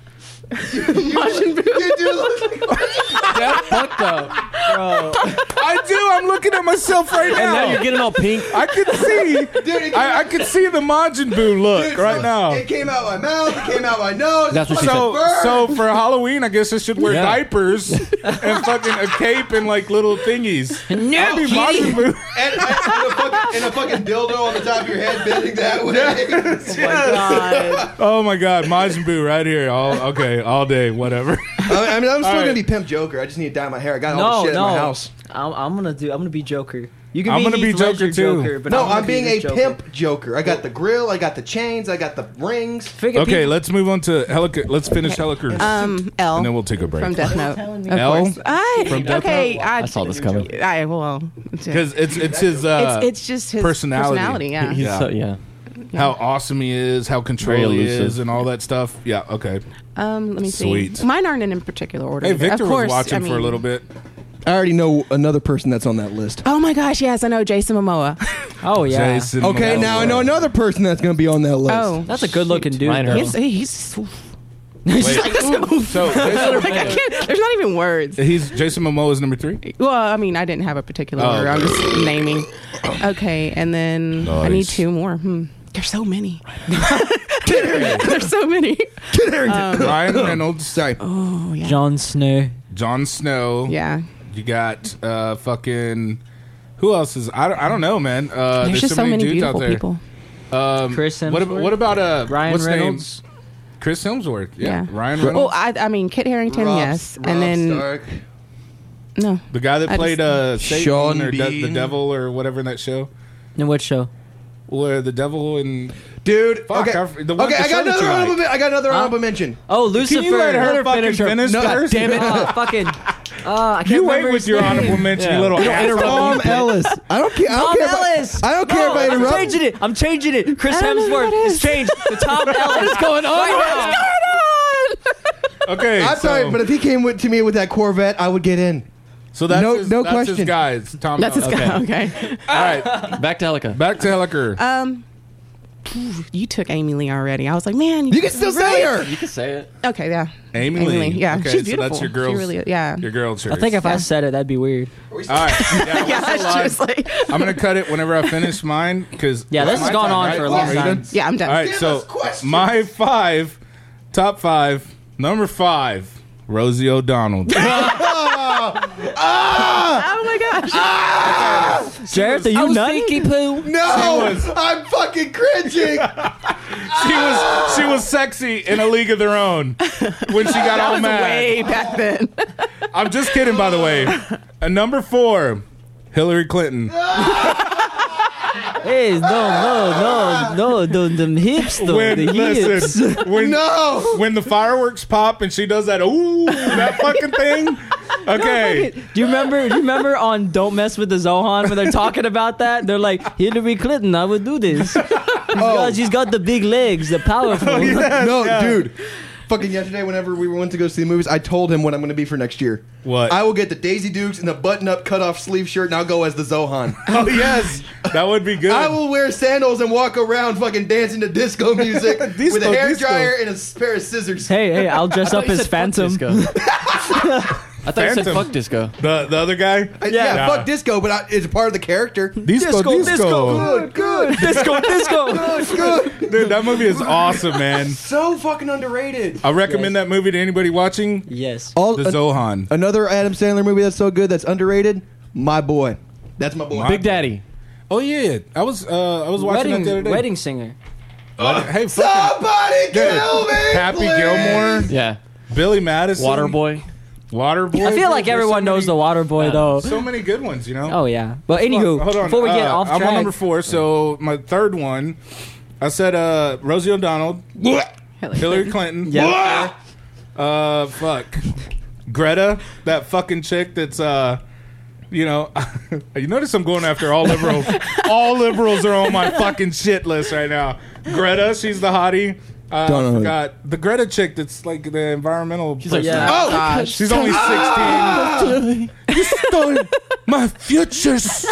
S6: That's fucked up.
S3: I do. I'm looking at myself right
S6: And now
S3: now.
S6: you're getting all pink.
S3: I could see.
S1: Dude, it came,
S3: I, I could see the Majin Buu look right now.
S1: it came out my mouth. It came out my nose.
S6: That's what she
S3: So,
S1: Burn.
S3: so for Halloween, I guess I should wear
S6: Yeah.
S3: diapers and fucking a cape and like little thingies. I'll be Majin Buu.
S1: and, and, a fucking, and a fucking dildo on the top of your head bending that way.
S5: Oh my god.
S3: Oh my god, Majin Buu right here. All okay, all day, whatever.
S1: I I mean, I'm still
S3: All
S1: gonna
S3: right.
S1: be pimp Joker. I just need to dye my hair. I got all
S5: No,
S1: the shit
S5: no.
S1: at my house.
S5: I'm, I'm gonna do. I'm gonna be Joker. You can
S3: I'm
S5: be
S3: gonna be
S5: Heath Ledger
S3: Joker, too.
S5: but
S1: No,
S5: gonna
S1: I'm
S5: be
S1: being
S5: the
S1: a
S5: Joker.
S1: pimp Joker. I got the grill. I got the chains. I got the rings.
S5: Figure
S3: Okay,
S5: people-
S3: let's move on to Helica. Let's finish Helicruise.
S4: Um, L.
S3: And then we'll take a break.
S4: From Death Note. Of
S3: L?
S4: course. I,
S3: From Death
S4: okay,
S3: Note?
S4: I,
S6: I saw this coming.
S4: I, well,
S3: because it's it's his uh,
S4: it's, it's just his
S3: personality.
S4: yeah.
S6: He's
S3: Yeah.
S6: so yeah.
S3: how awesome he is, how controlled
S6: Very
S3: he
S6: elusive.
S3: is, and all that stuff. Yeah, okay.
S4: Um, let me
S3: Sweet.
S4: see. Mine aren't in, any particular order.
S3: Hey,
S4: either.
S3: Victor
S4: of course,
S3: was watching
S4: I
S3: for a
S4: mean-
S3: little bit.
S1: I already know another person that's on that list.
S4: Oh my gosh, yes, I know Jason Momoa.
S5: Oh yeah.
S3: Jason
S1: Okay,
S3: Momoa.
S1: now I know another person that's gonna be on that list.
S4: Oh,
S5: That's a good looking dude.
S6: Minor.
S5: though.
S4: he's, he's
S3: Wait, so Jason,
S4: like, I can't, there's not even words.
S3: he's Jason Momoa is number three.
S4: Well, I mean, I didn't have a particular
S3: Oh,
S4: order. I'm
S3: okay.
S4: just naming. Okay, and then I need
S3: Nice.
S4: two more. Hmm. There's so many. There's so many.
S3: Ryan Reynolds,
S1: Sorry.
S4: Oh yeah.
S5: Jon Snow.
S3: Jon Snow.
S4: Yeah.
S3: you got uh, fucking. Who else is? I don't, I don't know, man. Uh,
S4: There's, just so many,
S3: dudes out
S4: beautiful
S3: there.
S4: people.
S3: Um,
S5: Chris
S3: what, ab-
S5: Hemsworth?
S3: what about uh,
S5: Ryan
S3: what's
S5: Reynolds?
S3: Name? Chris Hemsworth. Yeah,
S4: Yeah. Oh,
S3: Ryan Reynolds.
S4: Well, I, I mean, Kit Harrington,
S1: Rob-
S4: yes,
S1: Rob
S4: and then
S1: Stark.
S4: no,
S3: the guy that
S4: I
S3: played
S4: just-
S3: uh, Satan
S1: Sean
S3: or de- the
S1: Bean.
S3: devil or whatever in that show.
S5: In what show?
S3: where the devil and
S1: Dude,
S3: Fuck,
S1: okay,
S3: I've- the one
S1: okay,
S3: that
S1: I
S3: showed
S1: got another
S3: you
S1: honorable.
S3: like.
S1: men- I got another honorable mention.
S5: Oh, Lucifer.
S3: can you let her fucking
S6: finish her.
S3: finish
S1: No,
S3: first?
S6: damn it.
S5: Ah, fucking. Ah, I can't
S3: You
S5: remember
S3: wait with
S5: his
S3: your
S5: name.
S3: honorable mention, you little asshole.
S1: Tom Ellis. I don't care. I don't
S5: Tom
S1: care
S5: Ellis. Oh,
S1: If I, I don't care
S5: No,
S1: if I
S5: I'm
S1: interrupt.
S5: changing it. I'm changing it. Chris
S4: I don't know who
S5: Hemsworth
S4: that
S5: has
S4: is.
S5: changed the Tom Ellis.
S6: What's going on? right now?
S3: Okay,
S1: I'm
S3: so,
S1: sorry, but if he came with, to me with that Corvette, I would get in.
S3: so that's
S1: No-
S3: his,
S1: no
S3: that's his
S1: question.
S3: guys. Tom,
S4: That's his
S3: Ellis.
S4: guy. Okay.
S3: All right,
S6: Back to Elika.
S3: back to Helliker.
S4: Um, you took Amy Lee already. I was like, man,
S1: You can still say her.
S6: You can say it.
S4: Okay, yeah.
S3: Amy Lee.
S4: Yeah,
S3: Okay,
S4: she's
S3: so
S4: beautiful.
S3: that's your girl's-
S4: She really, yeah.
S3: Your girl choice.
S5: I think if I said it, that'd be weird.
S3: All right. Yeah,
S4: yeah,
S3: what's the line?
S4: it's just like,
S3: I'm gonna cut it whenever I finish mine because
S5: Yeah, this has gone on for a long time.
S4: yeah, I'm done.
S3: All right, so my five, top five, number five, Rosie O'Donnell.
S4: Oh my gosh.
S3: Jeff,
S5: Are you nutty? Oh, poo.
S1: No,
S3: was-
S1: I'm fucking cringing.
S3: she was she was sexy in a league of their own when she got all
S4: was
S3: mad.
S4: way back then.
S3: I'm just kidding, by the way. And number four, Hillary Clinton.
S5: Hey, no, no, no, no, the, the hips, though.
S3: When
S5: the hips.
S3: listen, when
S1: No.
S3: when the fireworks pop and she does that ooh that fucking thing. Okay,
S5: Do you remember? Do you remember on "Don't Mess with the Zohan" when they're talking about that? They're like Hillary Clinton. I would do this. She's got- she's got the big legs, the powerful.
S1: no, dude. Fucking yesterday, whenever we went to go see the movies, I told him what I'm going to be for next year.
S3: What?
S1: I will get the Daisy Dukes and the button-up cut-off sleeve shirt, and I'll go as the Zohan.
S3: oh yes, that would be good.
S1: I will wear sandals and walk around fucking dancing to disco music
S3: Disco,
S1: with a hair
S3: disco.
S1: dryer and a s- pair of scissors.
S5: Hey, hey! I'll dress up as Phantom.
S6: I thought you said
S3: Phantom.
S6: fuck disco.
S3: The the other guy.
S1: I- yeah,
S3: Nah.
S1: fuck disco, but I, it's a part of the character.
S3: Disco, disco,
S1: Good, good,
S5: disco, disco.
S1: good.
S3: Dude, that movie is awesome, man.
S1: so fucking underrated.
S3: I recommend that movie to anybody watching.
S5: Yes.
S3: The Zohan.
S1: another Adam Sandler movie that's so good that's underrated. My boy, that's my boy.
S3: My-
S6: Big Daddy.
S3: Oh yeah, I was uh, I was watching that the other
S5: Wedding,
S3: day.
S5: wedding singer.
S3: Hey, fucking
S1: Somebody kill me,
S3: Happy
S1: please.
S3: Gilmore,
S6: Yeah.
S3: Billy Madison,
S6: Waterboy.
S3: Waterboy.
S5: I feel like
S3: There's
S5: everyone
S3: so
S5: knows the
S3: many-
S5: Water Boy, though.
S3: So many good ones, you know.
S5: Oh yeah. But anywho,
S3: hold on.
S5: before we get
S3: uh,
S5: off
S3: I'm on
S5: track,
S3: number four. So my third one, I said uh, Rosie O'Donnell, Hillary Clinton.
S5: Yeah.
S3: Uh, fuck. Greta, that fucking chick that's uh, you know, you notice I'm going after all liberals. all liberals are on my fucking shit list right now. Greta, she's the hottie. Uh,
S1: Don't know
S3: I
S1: who-
S3: forgot the Greta chick that's like the environmental.
S6: She's like,
S5: Yeah.
S1: Oh,
S3: She's only 16. you stole my futures.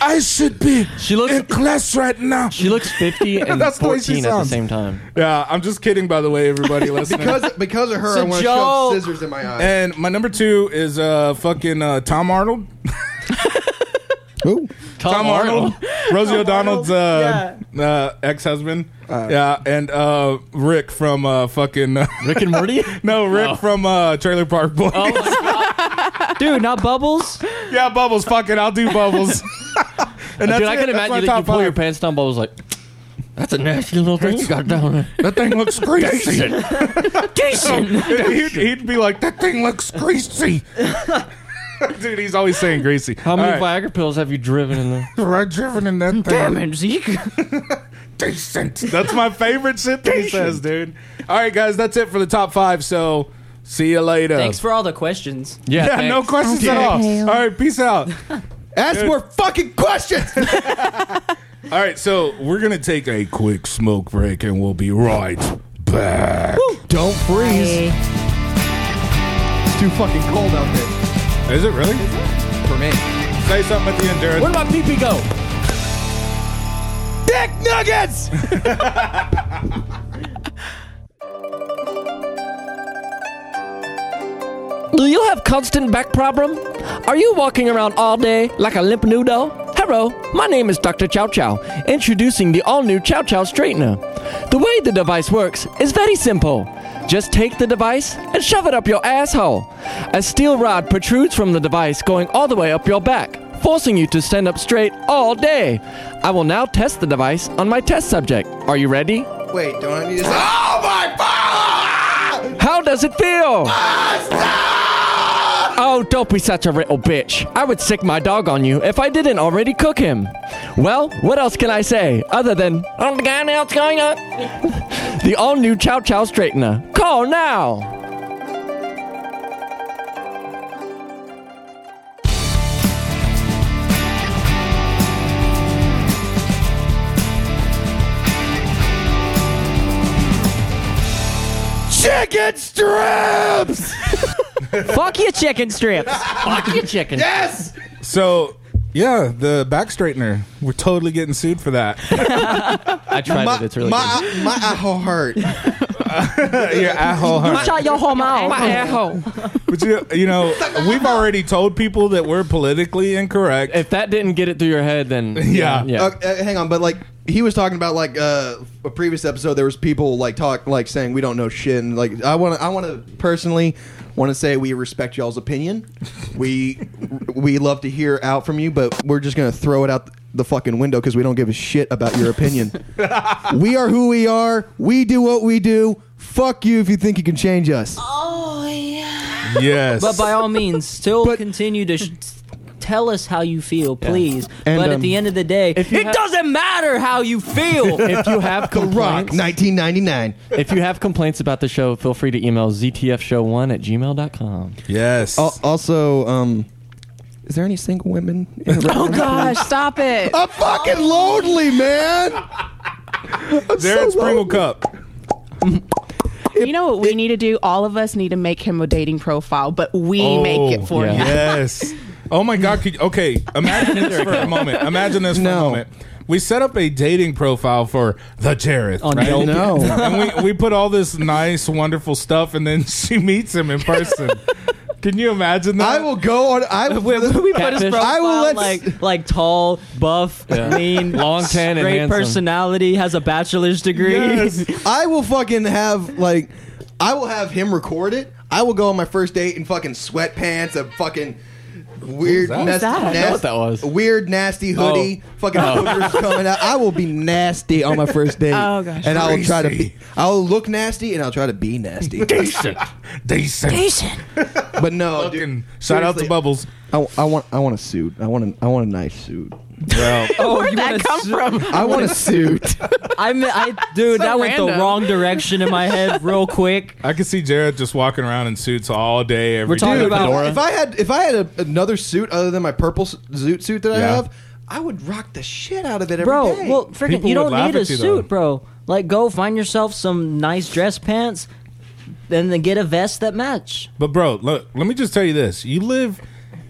S3: I should be
S6: She looks- in
S3: class right now.
S6: she looks 50 and
S3: That's the way she
S6: 14 at the
S3: sounds.
S6: same time.
S3: Yeah, I'm just kidding, by the way, everybody listening.
S1: because because of her,
S5: It's a
S1: I want to
S5: joke.
S1: shove scissors in my eye.
S3: and my number two is uh, fucking uh, Tom Arnold.
S1: Ooh.
S6: Tom,
S3: Rosie O'Donnell's uh, uh, ex husband. yeah, and uh, Rick from uh, fucking.
S6: Rick and Morty.
S3: no,
S6: Oh.
S3: Rick from uh, Trailer Park Boys.
S5: dude, not Bubbles.
S3: yeah, Bubbles. Fuck it. I'll do Bubbles. and that's
S6: Dude, I
S3: it. That's my
S6: can imagine that you
S3: top
S6: pull your
S3: five.
S6: pants down, but was like, that's a nasty little thing you got down there.
S3: That thing looks greasy.
S5: Jason.
S3: he'd, he'd be like, "That thing looks greasy." Dude, he's always saying greasy.
S6: How many
S3: All right.
S6: Viagra pills have you driven in there?
S3: Have I driven in that thing?
S5: Damn it, Zeke.
S3: Oh. Decent. That's my favorite shit that he says, dude. All right, guys, that's it for the top five. So, see you later.
S5: Thanks for all the questions.
S6: Yeah,
S3: yeah, no
S6: thanks.
S3: questions at all. All right, peace out. all
S1: Ask more fucking questions.
S3: right, so we're gonna take a quick smoke break, and we'll be right back.
S1: Don't freeze. It's too fucking cold out there.
S3: Is it really?
S1: For me.
S3: Say something at the end, Jared.
S6: Where did my pee pee go?
S1: Dick nuggets.
S6: Do you have constant back problem? Are you walking around all day like a limp noodle? Hello, my name is Dr. Chow Chow, introducing the all new Chow Chow Straightener. The way the device works is very simple. Just take the device and shove it up your asshole. A steel rod protrudes from the device going all the way up your back, forcing you to stand up straight all day. I will now test the device on my test subject. Are you ready?
S1: Wait, don't I need to? Say- oh my!
S6: How does it feel? Oh, don't be such a little bitch. I would sick my dog on you if I didn't already cook him. Well, what else can I say other than, oh, the guy now it's going on? the all new Chow Chow Straightener. Call now!
S3: Chicken strips.
S7: Fuck your chicken strips.
S6: Fuck you, chicken.
S1: Yes.
S3: So yeah, the back straightener. We're totally getting sued for that.
S7: I tried
S1: My,
S7: it. It's really
S1: my, my whole heart.
S3: Your asshole
S7: good.
S3: hurt.
S7: You shut your whole mouth.
S4: My asshole.
S3: But you, you know, we've already told people that we're politically incorrect.
S6: If that didn't get it through your head, then.
S3: Yeah.
S6: Yeah.
S1: Uh, uh, hang on, but like he was talking about like uh, a previous episode, there was people like talk like saying we don't know shit, and like I want to, I want to personally want to say we respect y'all's opinion. We we love to hear out from you, but we're just gonna throw it out the fucking window because we don't give a shit about your opinion. we are who we are. We do what we do. Fuck you if you think you can change us.
S3: yes.
S5: But by all means, still
S1: But-
S5: continue to sh- tell us how you feel, please.
S1: And,
S5: but
S1: um,
S5: at the end of the day,
S6: if you
S5: it
S6: ha-
S5: doesn't matter how you feel.
S6: If you have
S1: The Rock,
S6: complaints,
S1: 1999.
S6: if you have complaints about the show, feel free to email ztfshow1 at gmail.com.
S3: yes.
S5: Uh,
S1: Al- Also, um, is there any single women? In the
S4: Oh gosh, stop it.
S1: I'm fucking lonely, man.
S3: Jared
S1: so
S3: Springle Cup.
S4: You know what we need to do? All of us need to make him a dating profile, but we
S3: Oh,
S4: make it for
S6: yeah.
S4: him.
S3: Yes. Oh my God. Could, okay. Imagine this for a moment. Imagine this for
S1: No.
S3: a moment. We set up a dating profile for the Jareth,
S5: Oh,
S3: right?
S1: no. No.
S3: and we, we put all this nice, wonderful stuff, and then she meets him in person. Can you imagine that?
S1: I will go on. I will.
S5: we, we put his
S6: Catfish.
S5: profile
S1: I will let-
S5: like like tall, buff, lean,
S6: Long tan and
S5: great
S6: handsome.
S5: personality, has a bachelor's degree.
S3: Yes.
S1: I will fucking have like. I will have him record it. I will go on my first date in fucking sweatpants, a fucking weird,
S3: What
S1: nasty,
S3: was
S4: that? I don't know
S1: nas-
S6: what that was.
S1: Weird, nasty
S3: Oh.
S1: hoodie, fucking hookers coming out. I will be nasty on my first date.
S4: Oh, gosh.
S1: And I will try to
S3: Crazy.
S1: be. I will look nasty and I'll try to be nasty.
S3: Decent. Decent.
S1: but no, dude,
S3: Fucking shout out to
S1: seriously.
S3: Bubbles.
S1: I, I want. I want a suit. I want. A, I want a nice suit.
S3: Well,
S5: Where'd
S4: that come from?
S1: I want a suit.
S5: I, mean, I dude,
S4: So
S5: that went the
S4: random.
S5: wrong direction in my head, real quick.
S3: I could see Jared just walking around in suits all day. every
S5: We're talking
S3: day.
S5: about-
S1: If, I had if I had a, another suit other than my purple s- zoot suit that I
S3: Yeah.
S1: have, I would rock the shit out of it every day.
S5: bro. Well, freaking,
S3: People
S5: you
S3: would
S5: don't
S3: laugh
S5: need a
S3: at you, though.
S5: suit, bro. Like, go find yourself some nice dress pants, and then get a vest that match.
S3: But bro, look, let me just tell you this. You live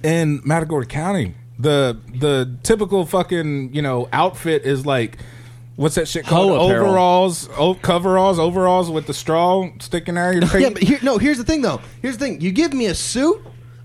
S3: in Matagorda County. The the typical fucking, you know, outfit is like what's that shit called?
S6: Hoe apparel.
S3: Overalls, o- coveralls, overalls with the straw sticking out of your face.
S1: yeah, but here, no. Here's the thing, though. Here's the thing. You give me a suit,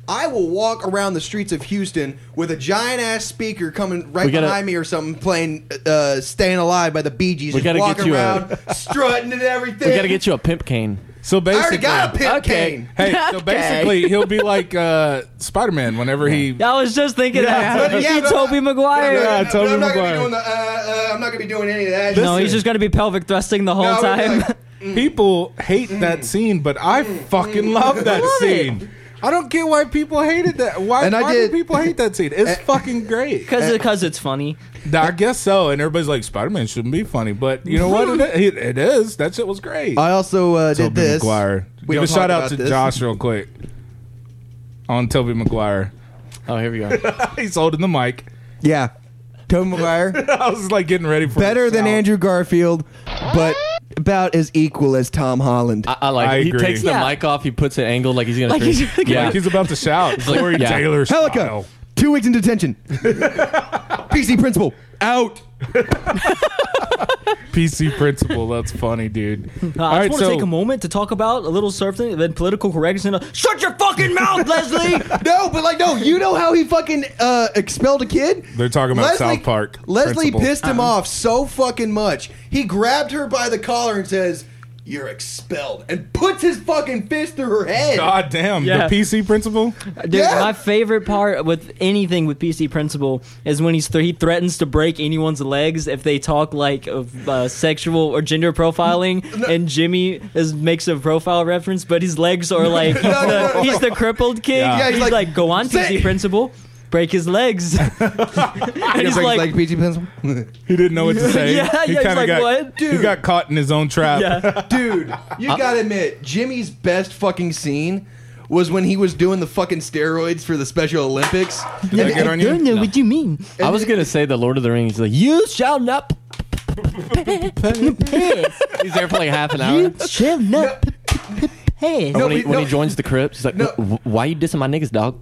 S1: I will walk around the streets of Houston with a giant ass speaker coming right
S6: We gotta-
S1: behind me or something, playing uh, "Staying Alive" by the Bee Gees.
S6: We
S1: Just
S6: gotta
S1: walk
S6: get you a-
S1: around, strutting and everything.
S6: We gotta get you a pimp cane.
S3: so
S1: I
S3: basically
S1: already got a pimp
S6: Okay.
S1: cane.
S3: Hey, so basically he'll be like uh Spider-Man whenever he
S5: I was just thinking that.
S1: But yeah, but-
S5: Toby Maguire.
S1: No, no, no,
S3: Yeah,
S1: but
S3: Tobey
S1: I'm not gonna
S3: Maguire.
S1: be doing the. Uh, uh, I'm not gonna be doing any of that.
S5: no, he's just gonna be pelvic thrusting the whole
S1: No, we're
S5: time.
S1: like-
S3: people hate
S1: Mm.
S3: that scene, but I fucking love that
S5: Love it.
S3: scene. I don't get why people hated that. Why,
S1: And I
S3: why
S1: did-
S3: do people hate that scene? It's fucking great.
S5: Because it's funny.
S3: I guess so. And everybody's like, Spider Man shouldn't be funny, but you know what? It, it is. That shit was great.
S1: I also uh, did
S3: Tobey
S1: this.
S3: Maguire.
S1: We
S3: Give
S1: don't
S3: a
S1: talk
S3: shout out
S1: about
S3: to
S1: this.
S3: Josh real quick on Toby Maguire.
S6: Oh, here we go.
S3: He's holding the mic.
S1: Yeah, Tobey Maguire.
S3: I was like getting ready for
S1: better
S3: the
S1: than
S3: sound.
S1: Andrew Garfield, but about as equal as Tom Holland.
S6: I, I like
S3: I
S6: it. He
S3: agree.
S6: takes the
S5: Yeah.
S6: mic off, he puts it angled like he's gonna
S4: Like
S6: drink.
S4: he's- like
S6: yeah.
S3: Like he's about to shout. Corey
S6: yeah.
S3: Taylor.
S1: Helica,
S3: Style.
S1: two weeks in detention. PC principal out.
S3: PC principal. That's funny, dude.
S5: Uh, I just want to take a moment to talk about a little surfing, then political correctness, and a, shut your fucking mouth, Leslie.
S1: No, but like no, you know how he fucking uh, expelled a kid?
S3: They're talking about South Park
S1: Leslie
S3: principal.
S1: Uh-huh. pissed him off so fucking much. He grabbed her by the collar and says, You're expelled. And puts his fucking fist through her head.
S3: God damn,
S5: Yeah.
S3: the PC principal.
S5: Dude,
S1: Yeah.
S5: my favorite part with anything with PC Principal is when he's th- he threatens to break anyone's legs if they talk like of uh, sexual or gender profiling, and Jimmy is makes a profile reference, but his legs are like he's,
S1: no,
S5: the,
S1: no, no.
S5: he's the crippled kid.
S3: Yeah. Yeah,
S1: he's
S5: he's,
S1: like,
S5: like, go on,
S1: "Say it."
S5: PC Principal, break his legs, and he's like,
S1: peachy pencil.
S3: He didn't know what to say.
S5: Yeah, yeah,
S3: he
S5: he's
S3: kinda
S5: like,
S3: got,
S5: "What?"
S3: He
S1: Dude.
S3: got caught in his own trap.
S5: yeah,
S1: Dude, you gotta admit, Jimmy's best fucking scene was when he was doing the fucking steroids for the Special Olympics.
S3: Did that get on you?
S5: know what you mean.
S6: I was gonna say the Lord of the Rings. Like you shall not. He's there for like half an hour.
S5: Shall not pass.
S1: No,
S6: when he,
S1: but-
S6: when
S1: no.
S6: he joins the Crips, he's like,
S1: No.
S6: "W- w- "Why you dissing my niggas, dog?"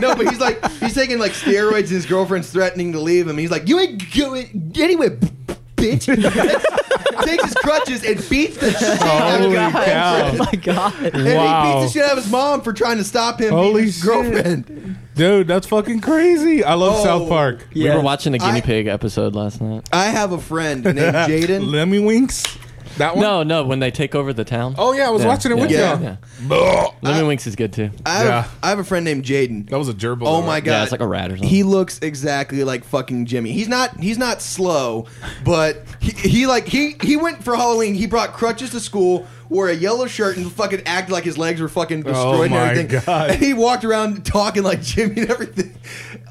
S1: no, but he's like, he's taking like steroids and his girlfriend's threatening to leave him. He's like, you ain't going anywhere, b- bitch. Takes his crutches and beats the shit out of
S3: Holy
S1: his
S3: cow.
S1: girlfriend.
S5: My God.
S1: And he
S3: Wow.
S1: beats the shit out of his mom for trying to stop him
S3: Holy
S1: beating his
S3: shit.
S1: girlfriend.
S3: Dude, that's fucking crazy. I love
S1: Oh.
S3: South Park.
S6: We
S5: Yeah.
S6: were watching a guinea
S1: I-
S6: pig episode last night.
S1: I have a friend named Jaden.
S3: Lemmy Winks? That one?
S6: No, no, when they take over the town.
S3: Oh, yeah, I was
S6: Yeah,
S3: watching it with
S1: yeah.
S3: y'all.
S6: yeah.
S3: Blah.
S6: Lemon Winks is good too.
S1: I have,
S3: Yeah.
S1: I have a friend named Jaden.
S3: That was a gerbil.
S1: Oh my god,
S6: Yeah, it's like a rat or something.
S1: He looks exactly like fucking Jimmy. He's not he's not slow, but he, he like he he went for Halloween. He brought crutches to school, wore a yellow shirt, and fucking acted like his legs were fucking destroyed
S3: my
S1: and everything.
S3: God.
S1: And he walked around talking like Jimmy and everything.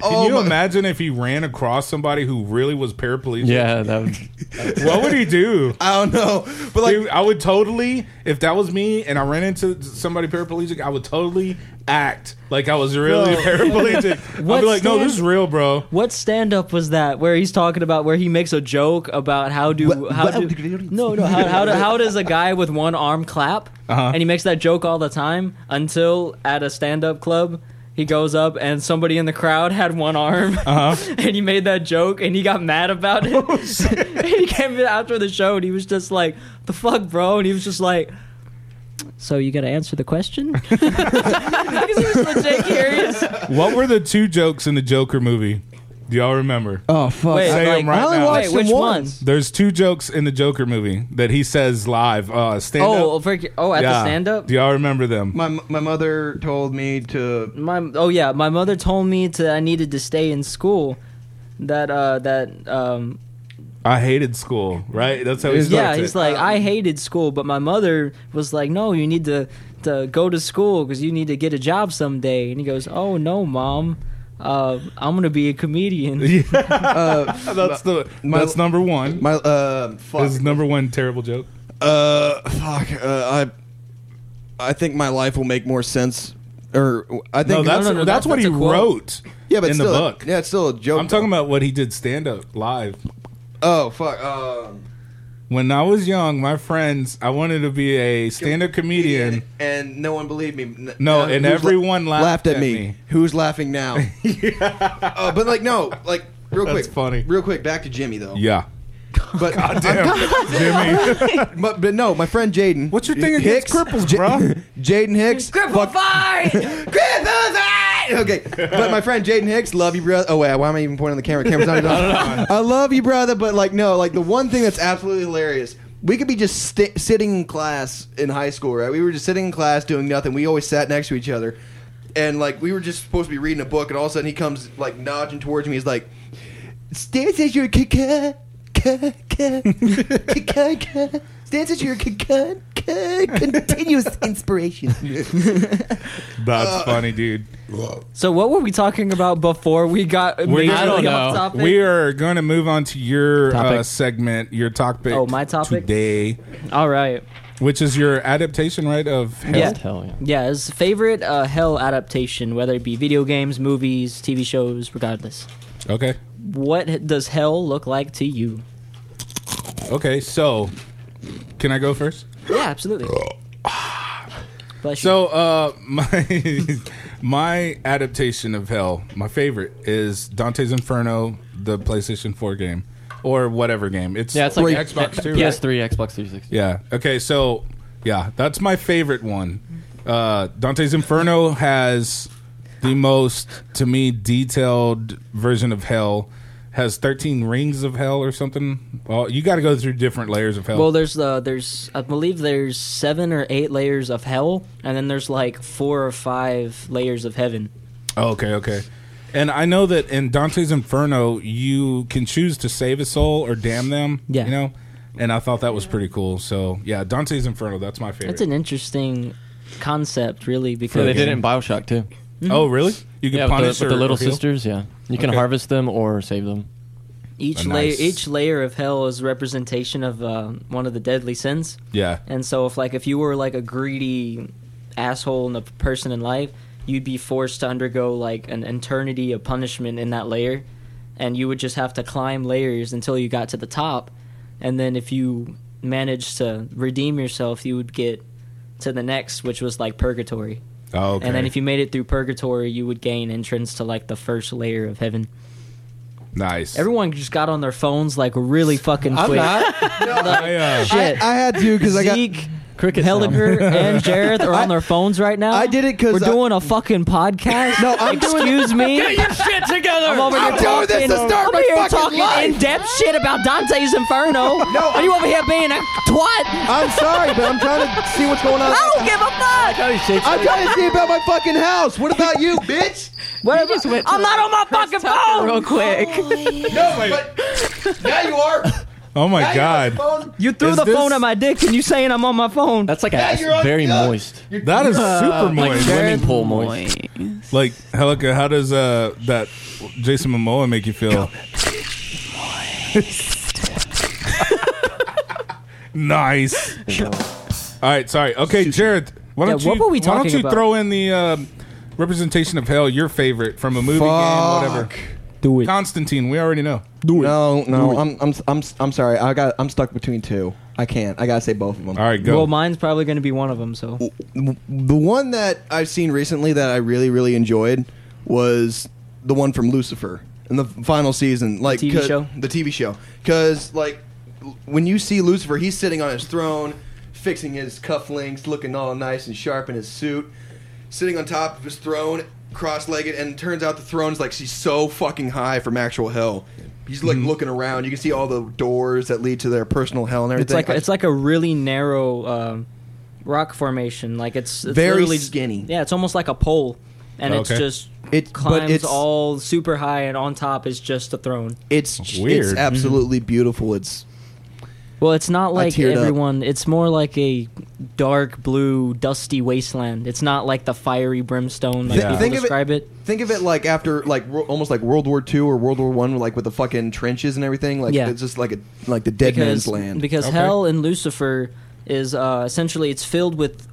S1: Oh
S3: Can you
S1: my,
S3: imagine if he ran across somebody who really was paraplegic?
S6: Yeah, that was,
S3: What would he do?
S1: I don't know, but like
S3: Dude, I would totally, if that was me and I ran into somebody paraplegic, I would totally act like I was really paraplegic. I'd
S5: What's
S3: be like, no, this is
S5: that?
S3: real, bro.
S5: What stand up was that where he's talking about where he makes a joke about how do
S1: What-
S5: how
S1: what-
S5: do, no no how, how, do, how does a guy with one arm clap
S3: Uh-huh.
S5: and he makes that joke all the time until at a stand up club he goes up and somebody in the crowd had one arm
S3: Uh-huh.
S5: and he made that joke and he got mad about it
S3: Oh,
S5: and he came in after the show and he was just like the fuck bro and he was just like so you gotta answer the question because he was legit curious
S3: What were the two jokes in the Joker movie? Do y'all remember?
S8: Oh fuck!
S5: Wait,
S3: Say 'em
S5: like-
S3: right
S8: I only
S3: now.
S8: watched
S5: wait which
S8: him
S5: ones?
S8: once.
S3: There's two jokes in the Joker movie that he says live. Uh, stand
S5: Oh,
S3: up.
S5: for, oh, at the stand up.
S3: Do y'all remember them?
S1: my my mother told me to
S5: My oh yeah, my mother told me to I needed to stay in school. That uh that um
S3: I hated school, right? That's how he starts
S5: yeah,
S3: it. Um,
S5: he's like I hated school, but my mother was like, no, you need to to go to school because you need to get a job someday. And he goes, oh no, mom. Uh, I'm gonna be a comedian.
S3: that's the
S1: my-
S3: that's number one.
S1: my uh fuck
S3: His number one terrible joke.
S1: Uh, fuck. Uh, I, I think my life will make more sense. Or I
S3: No,
S1: think
S3: that's
S5: no, no,
S3: that's
S5: that-
S3: what
S5: that's
S3: he
S5: a quote.
S3: wrote.
S1: yeah, but
S3: in
S1: still,
S3: the book.
S1: yeah, it's still a joke.
S3: I'm talking about what he did stand up live.
S1: Oh fuck. Um,
S3: When I was young, my friends, I wanted to be a stand up comedian.
S1: and no one believed me. N-
S3: No,
S1: none-
S3: and
S1: who's
S3: everyone laughed
S1: at,
S3: at
S1: me.
S3: me.
S1: Who's laughing now? Uh, but like, no, like real
S3: That's
S1: quick,
S3: funny.
S1: Real quick, back to Jimmy though.
S3: Yeah.
S1: but
S3: Jimmy.
S1: but, but no, my friend Jaden.
S3: What's your thing against cripples, bruh?
S1: Jaden Hicks. Cripple fight! Cripple fight! Okay, but my friend Jaden Hicks, love you, brother. Oh wait, why am I even pointing on the camera? Camera's not even on. I love you, brother. But like, no, like the one thing that's absolutely hilarious. We could be just sti sitting in class in high school, right? We were just sitting in class doing nothing. We always sat next to each other, and like we were just supposed to be reading a book, and all of a sudden he comes like nudging towards me. He's like, "Stance is your caca, caca, caca, caca. Stance is your caca, caca. Continuous inspiration."
S3: That's funny, dude.
S5: So what were we talking about before we got?
S3: We're- I
S5: immediately
S6: don't
S5: off
S6: know.
S5: topic?
S3: We are going to move on to your uh,
S6: Topic.
S3: segment, your topic.
S5: Oh, my topic?
S3: today,
S5: All right.
S3: which is your adaptation, right? Of Hell?
S5: Yeah.
S6: hell yeah.
S5: Yeah, his favorite uh, hell adaptation, whether it be video games, movies, TV shows, regardless.
S3: Okay.
S5: What does hell look like to you?
S3: Okay. So, can I go first?
S5: Yeah, absolutely. Bless you.
S3: So uh, my my adaptation of Hell, my favorite is Dante's Inferno, the PlayStation 4 game or whatever game. It's
S6: Yeah, it's like
S3: Xbox too, right?
S6: PS3, Xbox 360.
S3: Yeah. Okay. So yeah, that's my favorite one. Uh, Dante's Inferno has the most to me detailed version of Hell. has 13 rings of hell or something. Well, you got to go through different layers of hell.
S5: Well, there's uh, there's I believe there's seven or eight layers of hell, and then there's like four or five layers of heaven.
S3: Oh, okay, okay. And I know that in Dante's Inferno, you can choose to save a soul or damn them.
S5: Yeah.
S3: You know? And I thought that was pretty cool. So, yeah, Dante's Inferno, that's my favorite.
S5: That's an interesting concept, really,
S6: Yeah,
S5: because
S6: they did it in Bioshock too.
S3: oh, really? You can
S6: Yeah, with the,
S3: punish
S6: with the
S3: or-
S6: little
S3: or heal?
S6: sisters. Yeah, you can
S3: Okay.
S6: harvest them or save them.
S5: each
S3: A
S5: layer
S3: nice-
S5: each layer of hell is a representation of um, one of the deadly sins.
S3: Yeah.
S5: And so, if like if you were like a greedy asshole and a person in life, you'd be forced to undergo like an eternity of punishment in that layer, and you would just have to climb layers until you got to the top, and then if you managed to redeem yourself, you would get to the next, which was like purgatory.
S3: Oh, okay.
S5: And then if you made it through purgatory, you would gain entrance to like the first layer of heaven.
S3: Nice.
S5: Everyone just got on their phones like really fucking quick.
S3: I, uh,
S5: Shit.
S1: I had to because I got.
S5: Zeke,
S6: Cricket.
S5: Pelliger, and Jared are on their phones right now.
S1: I did it 'cause
S5: we're
S1: I-
S5: doing a fucking podcast.
S1: No, I'm doing-
S5: Excuse me.
S6: shit together.
S5: I'm over
S1: I'm
S5: here
S1: doing
S5: talking,
S1: this to start
S5: I'm
S1: my
S5: over here
S1: fucking
S5: talking
S1: life.
S5: in-depth shit about Dante's Inferno. No, are you over here being a twat?
S1: I'm sorry, but I'm trying to see what's going on.
S5: I don't give a fuck.
S1: I'm trying to see about my fucking house. What about you, bitch?
S5: What about- I'm not on my fucking phone.
S4: real quick.
S1: No, but now you are.
S3: oh, my
S1: Now
S3: God.
S1: You're on the phone.
S5: You threw
S3: Is
S5: the
S3: this-
S5: phone at my dick, and you saying I'm on my phone.
S6: That's like a
S1: Now
S6: that's
S1: you're on
S6: very
S1: the-
S6: moist
S1: You're-
S3: That is
S5: Uh,
S3: super moist.
S6: swimming
S4: Oh,
S6: pool moist.
S3: Like, Helika, how does uh, that Jason Momoa make you feel? nice. All right, sorry. Okay, Jared, why
S5: Yeah,
S3: don't
S5: what
S3: you,
S5: were we
S3: why don't
S5: talking
S3: you
S5: about?
S3: throw in the um representation of hell, your favorite from a movie, game, whatever.
S2: Do it.
S3: Constantine, we already know.
S2: Do it.
S1: No, no, I'm, I'm, I'm, I'm sorry. I got, I'm stuck between two. I can't. I gotta say both of them.
S3: All right, go.
S5: Well, mine's probably going to be one of them. So
S1: The one that I've seen recently that I really, really enjoyed was the one from Lucifer in the final season, like
S5: TV
S1: 'cause-
S5: show?
S1: the TV show, because like l- when you see Lucifer, he's sitting on his throne, fixing his cufflinks, looking all nice and sharp in his suit, sitting on top of his throne, cross-legged, and it turns out the throne's like she's so fucking high from actual hell. He's
S5: Mm-hmm.
S1: like looking around. You can see all the doors that lead to their personal hell and everything.
S5: it's like
S1: I-
S5: it's like a really narrow um, rock formation. Like it's, it's
S1: Very
S5: literally-
S1: skinny.
S5: Yeah, it's almost like a pole, and it's
S3: Okay.
S5: just
S1: It- but
S5: it climbs
S1: it's-
S5: all super high, and on top is just a throne.
S1: it's j-
S3: Weird.
S1: It's absolutely beautiful. It's
S5: Well, it's not like
S1: teared up.
S5: everyone. It's more like a dark blue, dusty wasteland. It's not like the fiery brimstone like
S3: Th-
S5: people
S1: think of it-
S5: describe it.
S1: Think of it like after, like wo- almost like World War II or World War One, like with the fucking trenches and everything. Like
S5: Yeah.
S1: it's just like a like the dead man's land.
S5: because
S3: Okay.
S5: hell and Lucifer is uh, essentially it's filled with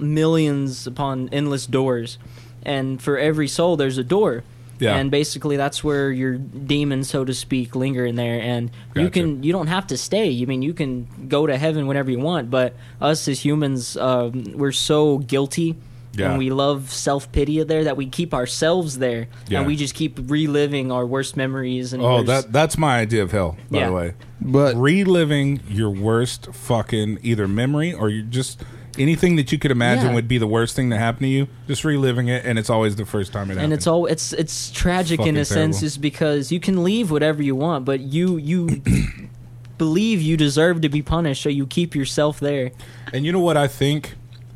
S5: millions upon endless doors, and for every soul there's a door.
S3: Yeah.
S5: And basically, that's where your demons, so to speak, linger in there, and you
S3: Gotcha.
S5: can you don't have to stay. You mean you can go to heaven whenever you want, but us as humans, um, we're so guilty.
S3: Yeah.
S5: And we love self pity there that we keep ourselves there,
S3: Yeah.
S5: and we just keep reliving our worst memories and
S3: oh,
S5: worst-
S3: that that's my idea of hell, by
S5: Yeah.
S3: the way.
S1: but
S3: Reliving your worst fucking either memory or you just anything that you could imagine
S5: Yeah.
S3: would be the worst thing that happened to you, just reliving it, and it's always the first time it happened.
S5: and it's all it's it's tragic
S3: Fucking
S5: in a sense
S3: terrible.
S5: is because you can leave whatever you want but you you believe you deserve to be punished so you keep yourself there
S3: And you know what I think?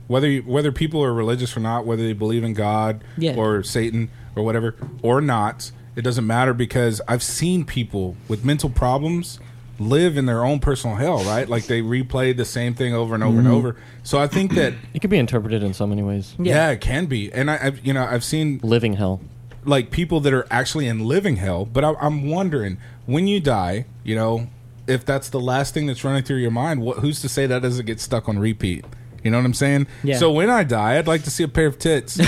S3: Whether you, whether people are religious or not, whether they believe in God
S5: Yeah.
S3: or Satan or whatever or not, it doesn't matter because I've seen people with mental problems live in their own personal hell, right? Like they replay the same thing over and over
S5: Mm-hmm.
S3: and over. So I think that
S6: It could be interpreted in so many ways.
S3: yeah. it can be. And I, I've you know I've seen
S6: Living hell.
S3: like people that are actually in living hell. But I, I'm wondering when you die, you know, if that's the last thing that's running through your mind, what, who's to say that doesn't get stuck on repeat? You know what I'm saying?
S5: Yeah.
S3: So when I die, I'd like to see a pair of tits. You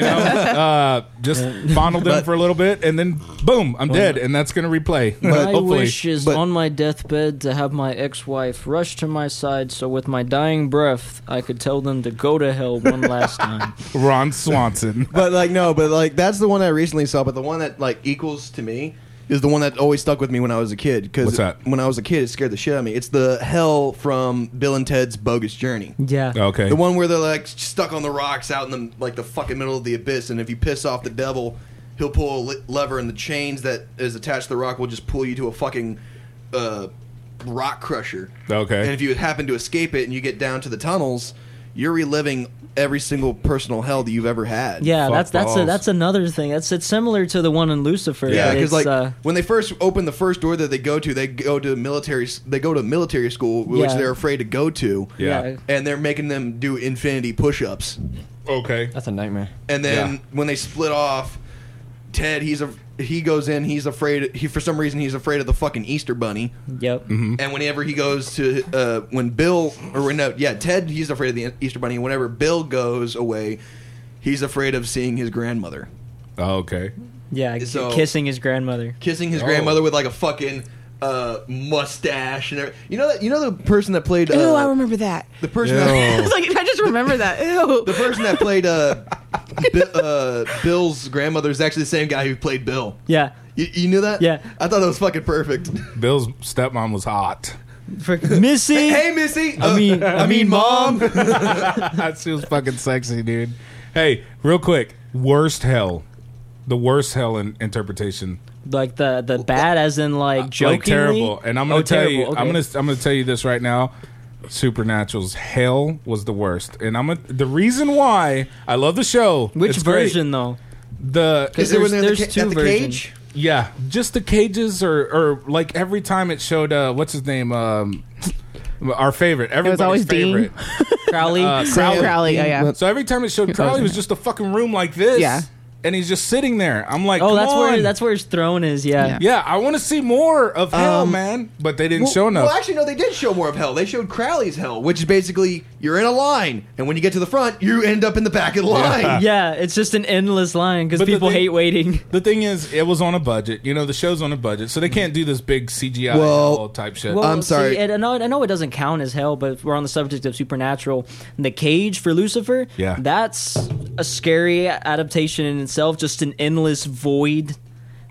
S3: know, uh, just fondle them for a little bit, and then boom, I'm dead, and that's gonna replay.
S5: my
S3: hopefully,
S5: wish is
S1: but-
S5: on my deathbed to have my ex-wife rush to my side so with my dying breath i could tell them to go to hell one last time
S3: Ron Swanson.
S1: but like no, but like that's the one I recently saw. But the one that like equals to me is the one that always stuck with me when I was a kid.
S3: What's
S1: Because
S3: that?
S1: when I was a kid, it scared the shit out of me. It's the hell from Bill and Ted's Bogus Journey.
S5: yeah
S3: Okay.
S1: The one where they're like stuck on the rocks out in the like the fucking middle of the abyss, and if you piss off the devil, He'll pull a le- lever, and the chains that is attached to the rock will just pull you to a fucking uh, rock crusher.
S3: Okay.
S1: And if you happen to escape it, and you get down to the tunnels, you're reliving every single personal hell that you've ever had.
S5: Yeah,
S3: Fuck
S5: that's that's a,
S3: balls.
S5: that's another thing. That's it's similar to the one in Lucifer.
S1: Yeah,
S5: but
S1: because
S5: it's,
S1: like
S5: uh,
S1: when they first open the first door that they go to, they go to military. They go to military school, which
S5: Yeah.
S1: they're afraid to go to.
S3: Yeah.
S5: yeah.
S1: and they're making them do infinity push-ups.
S3: Okay.
S6: That's a nightmare.
S1: And then
S3: Yeah.
S1: when they split off, Ted he's a he goes in. He's afraid. He for some reason he's afraid of the fucking Easter Bunny.
S5: Yep.
S3: Mm-hmm.
S1: And whenever he goes to uh, when Bill or when no yeah Ted he's afraid of the Easter Bunny. Whenever Bill goes away, he's afraid of seeing his grandmother.
S3: Okay.
S5: Yeah, g-
S1: So-
S5: kissing his grandmother.
S1: kissing his
S3: Oh.
S1: grandmother with like a fucking uh, mustache and everything. you know that you know the person that played uh,
S4: Ooh, I remember that.
S1: the person
S3: Ew.
S1: that,
S4: It's like I just remember that. Ew.
S1: the person that played uh, Bi- uh, Bill's grandmother is actually the same guy who played Bill.
S5: Yeah,
S1: You, you knew that?
S5: Yeah.
S1: I thought that was fucking perfect.
S3: Bill's stepmom was hot.
S5: For- Missy.
S1: hey, Missy. Uh,
S5: I mean, I mean, mom.
S3: she was fucking sexy, dude. Hey, real quick, worst hell, the worst hell in interpretation.
S5: Like the the bad, as in like jokingly.
S3: Like terrible. And I'm gonna
S5: Oh,
S3: tell you,
S5: terrible,
S3: I'm
S5: okay.
S3: gonna I'm gonna tell you this right now. Supernatural's hell was the worst, and I'm a, the reason why I love the show.
S5: Which
S3: It's great.
S5: version though?
S3: The
S1: is it when they're in the,
S5: there's-
S1: ca-
S5: there's
S1: at the
S5: two versions.
S1: cage?
S3: yeah, just the cages or or like every time it showed. Uh, what's his name? Um, our favorite. Everybody's
S4: always Dean.
S3: favorite.
S5: Crowley.
S3: Uh,
S4: Crowley. Crowley, oh, yeah.
S3: So every time it showed Crowley, it was just a fucking room like this.
S4: Yeah.
S3: And he's just sitting there. I'm like,
S5: oh,
S3: "Come
S5: that's
S3: on."
S5: where that's where his throne is. Yeah.
S3: Yeah, I want to see more of
S5: Um,
S3: hell, man. But they didn't show enough.
S1: Well, actually, no, they did show more of hell. They showed Crowley's hell, which is basically you're in a line, and when you get to the front, you end up in the back of the line.
S5: yeah. it's just an endless line because
S3: But the
S5: people
S3: thing-
S5: hate waiting.
S3: the thing is, it was on a budget. You know, the show's on a budget, so they can't do this big CGI
S1: Well-
S3: hell type shit.
S5: Well,
S1: I'm sorry.
S5: See, and I, know, I know it doesn't count as hell, but if we're on the subject of supernatural. The cage for Lucifer,
S3: Yeah.
S5: that's a scary adaptation in itself. Just an endless void,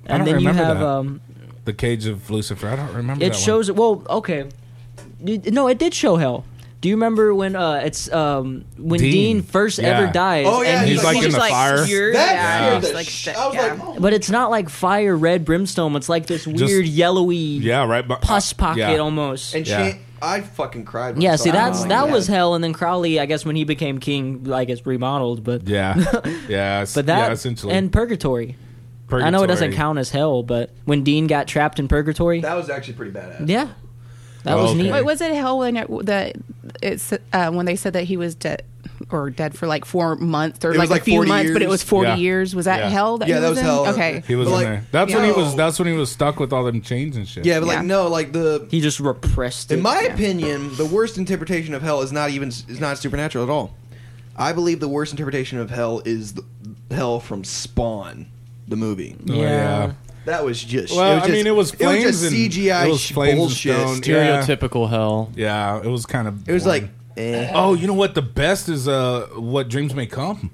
S3: I
S5: and
S3: don't
S5: then you
S3: remember
S5: have
S3: that.
S5: um,
S3: the Cage of Lucifer. I don't remember.
S5: it
S3: that one.
S5: shows. Well, okay, It- no, it did show hell. Do you remember when uh, it's um, when
S3: Dean.
S5: Dean, first
S3: Yeah.
S5: ever dies?
S1: Oh, yeah,
S5: and
S3: he's,
S1: he's
S3: like
S1: like-
S3: in
S4: he's
S3: the
S4: like,
S3: fire.
S4: you're-
S1: That
S4: Yeah.
S1: scared the
S4: Like
S1: sh-
S4: that,
S1: I was
S4: yeah.
S1: like, oh.
S5: But it's not like fire red brimstone. It's like this weird yellowy
S3: Yeah, right. But,
S5: pus pocket
S3: yeah.
S5: almost.
S1: And
S3: Yeah.
S1: Chan- I fucking cried. when I
S5: yeah,
S1: saw
S5: see
S1: that. I
S5: that's
S1: like,
S5: that
S1: yeah.
S5: was hell, and then Crowley, I guess when he became king, I guess remodeled, but
S3: Yeah, yeah. it's-
S5: but that
S3: yeah, essentially,
S5: and purgatory. I know it doesn't
S3: Purgatory.
S5: count as hell, but when Dean got trapped in purgatory,
S1: That was actually pretty badass.
S5: yeah, that
S3: Oh,
S5: was
S3: okay.
S5: neat.
S4: Wait, was it hell when it, that it's uh, when they said that he was dead or dead for like four months or
S1: It was
S4: like,
S1: like
S4: a few
S1: 40
S4: months, but it was
S1: years.
S4: forty
S3: Yeah.
S4: years? Was that
S3: Yeah.
S4: hell? That
S1: Yeah,
S4: he
S1: that was
S4: in?
S1: hell.
S4: Okay.
S3: He was
S1: But,
S3: in
S1: like,
S3: there. That's
S4: yeah.
S3: when he was. That's when he was stuck with all them chains and shit.
S1: Yeah, but like
S4: Yeah.
S1: no, like the
S5: he just repressed it.
S1: In my opinion, the worst interpretation of hell is not even is not supernatural at all. I believe the worst interpretation of hell is the, hell from Spawn, the movie.
S3: Oh, yeah.
S1: That was just.
S3: Well,
S1: it was
S3: I
S1: just,
S3: mean, it was
S1: it was
S3: flames
S1: just
S3: and-
S1: CGI
S3: it was
S1: sh-
S3: flames and
S1: bullshit.
S3: stone. Yeah.
S6: Stereotypical hell.
S3: Yeah, it was kind of.
S1: It was
S3: boring.
S1: like, eh.
S3: oh, you know what? The best is uh, what dreams may come.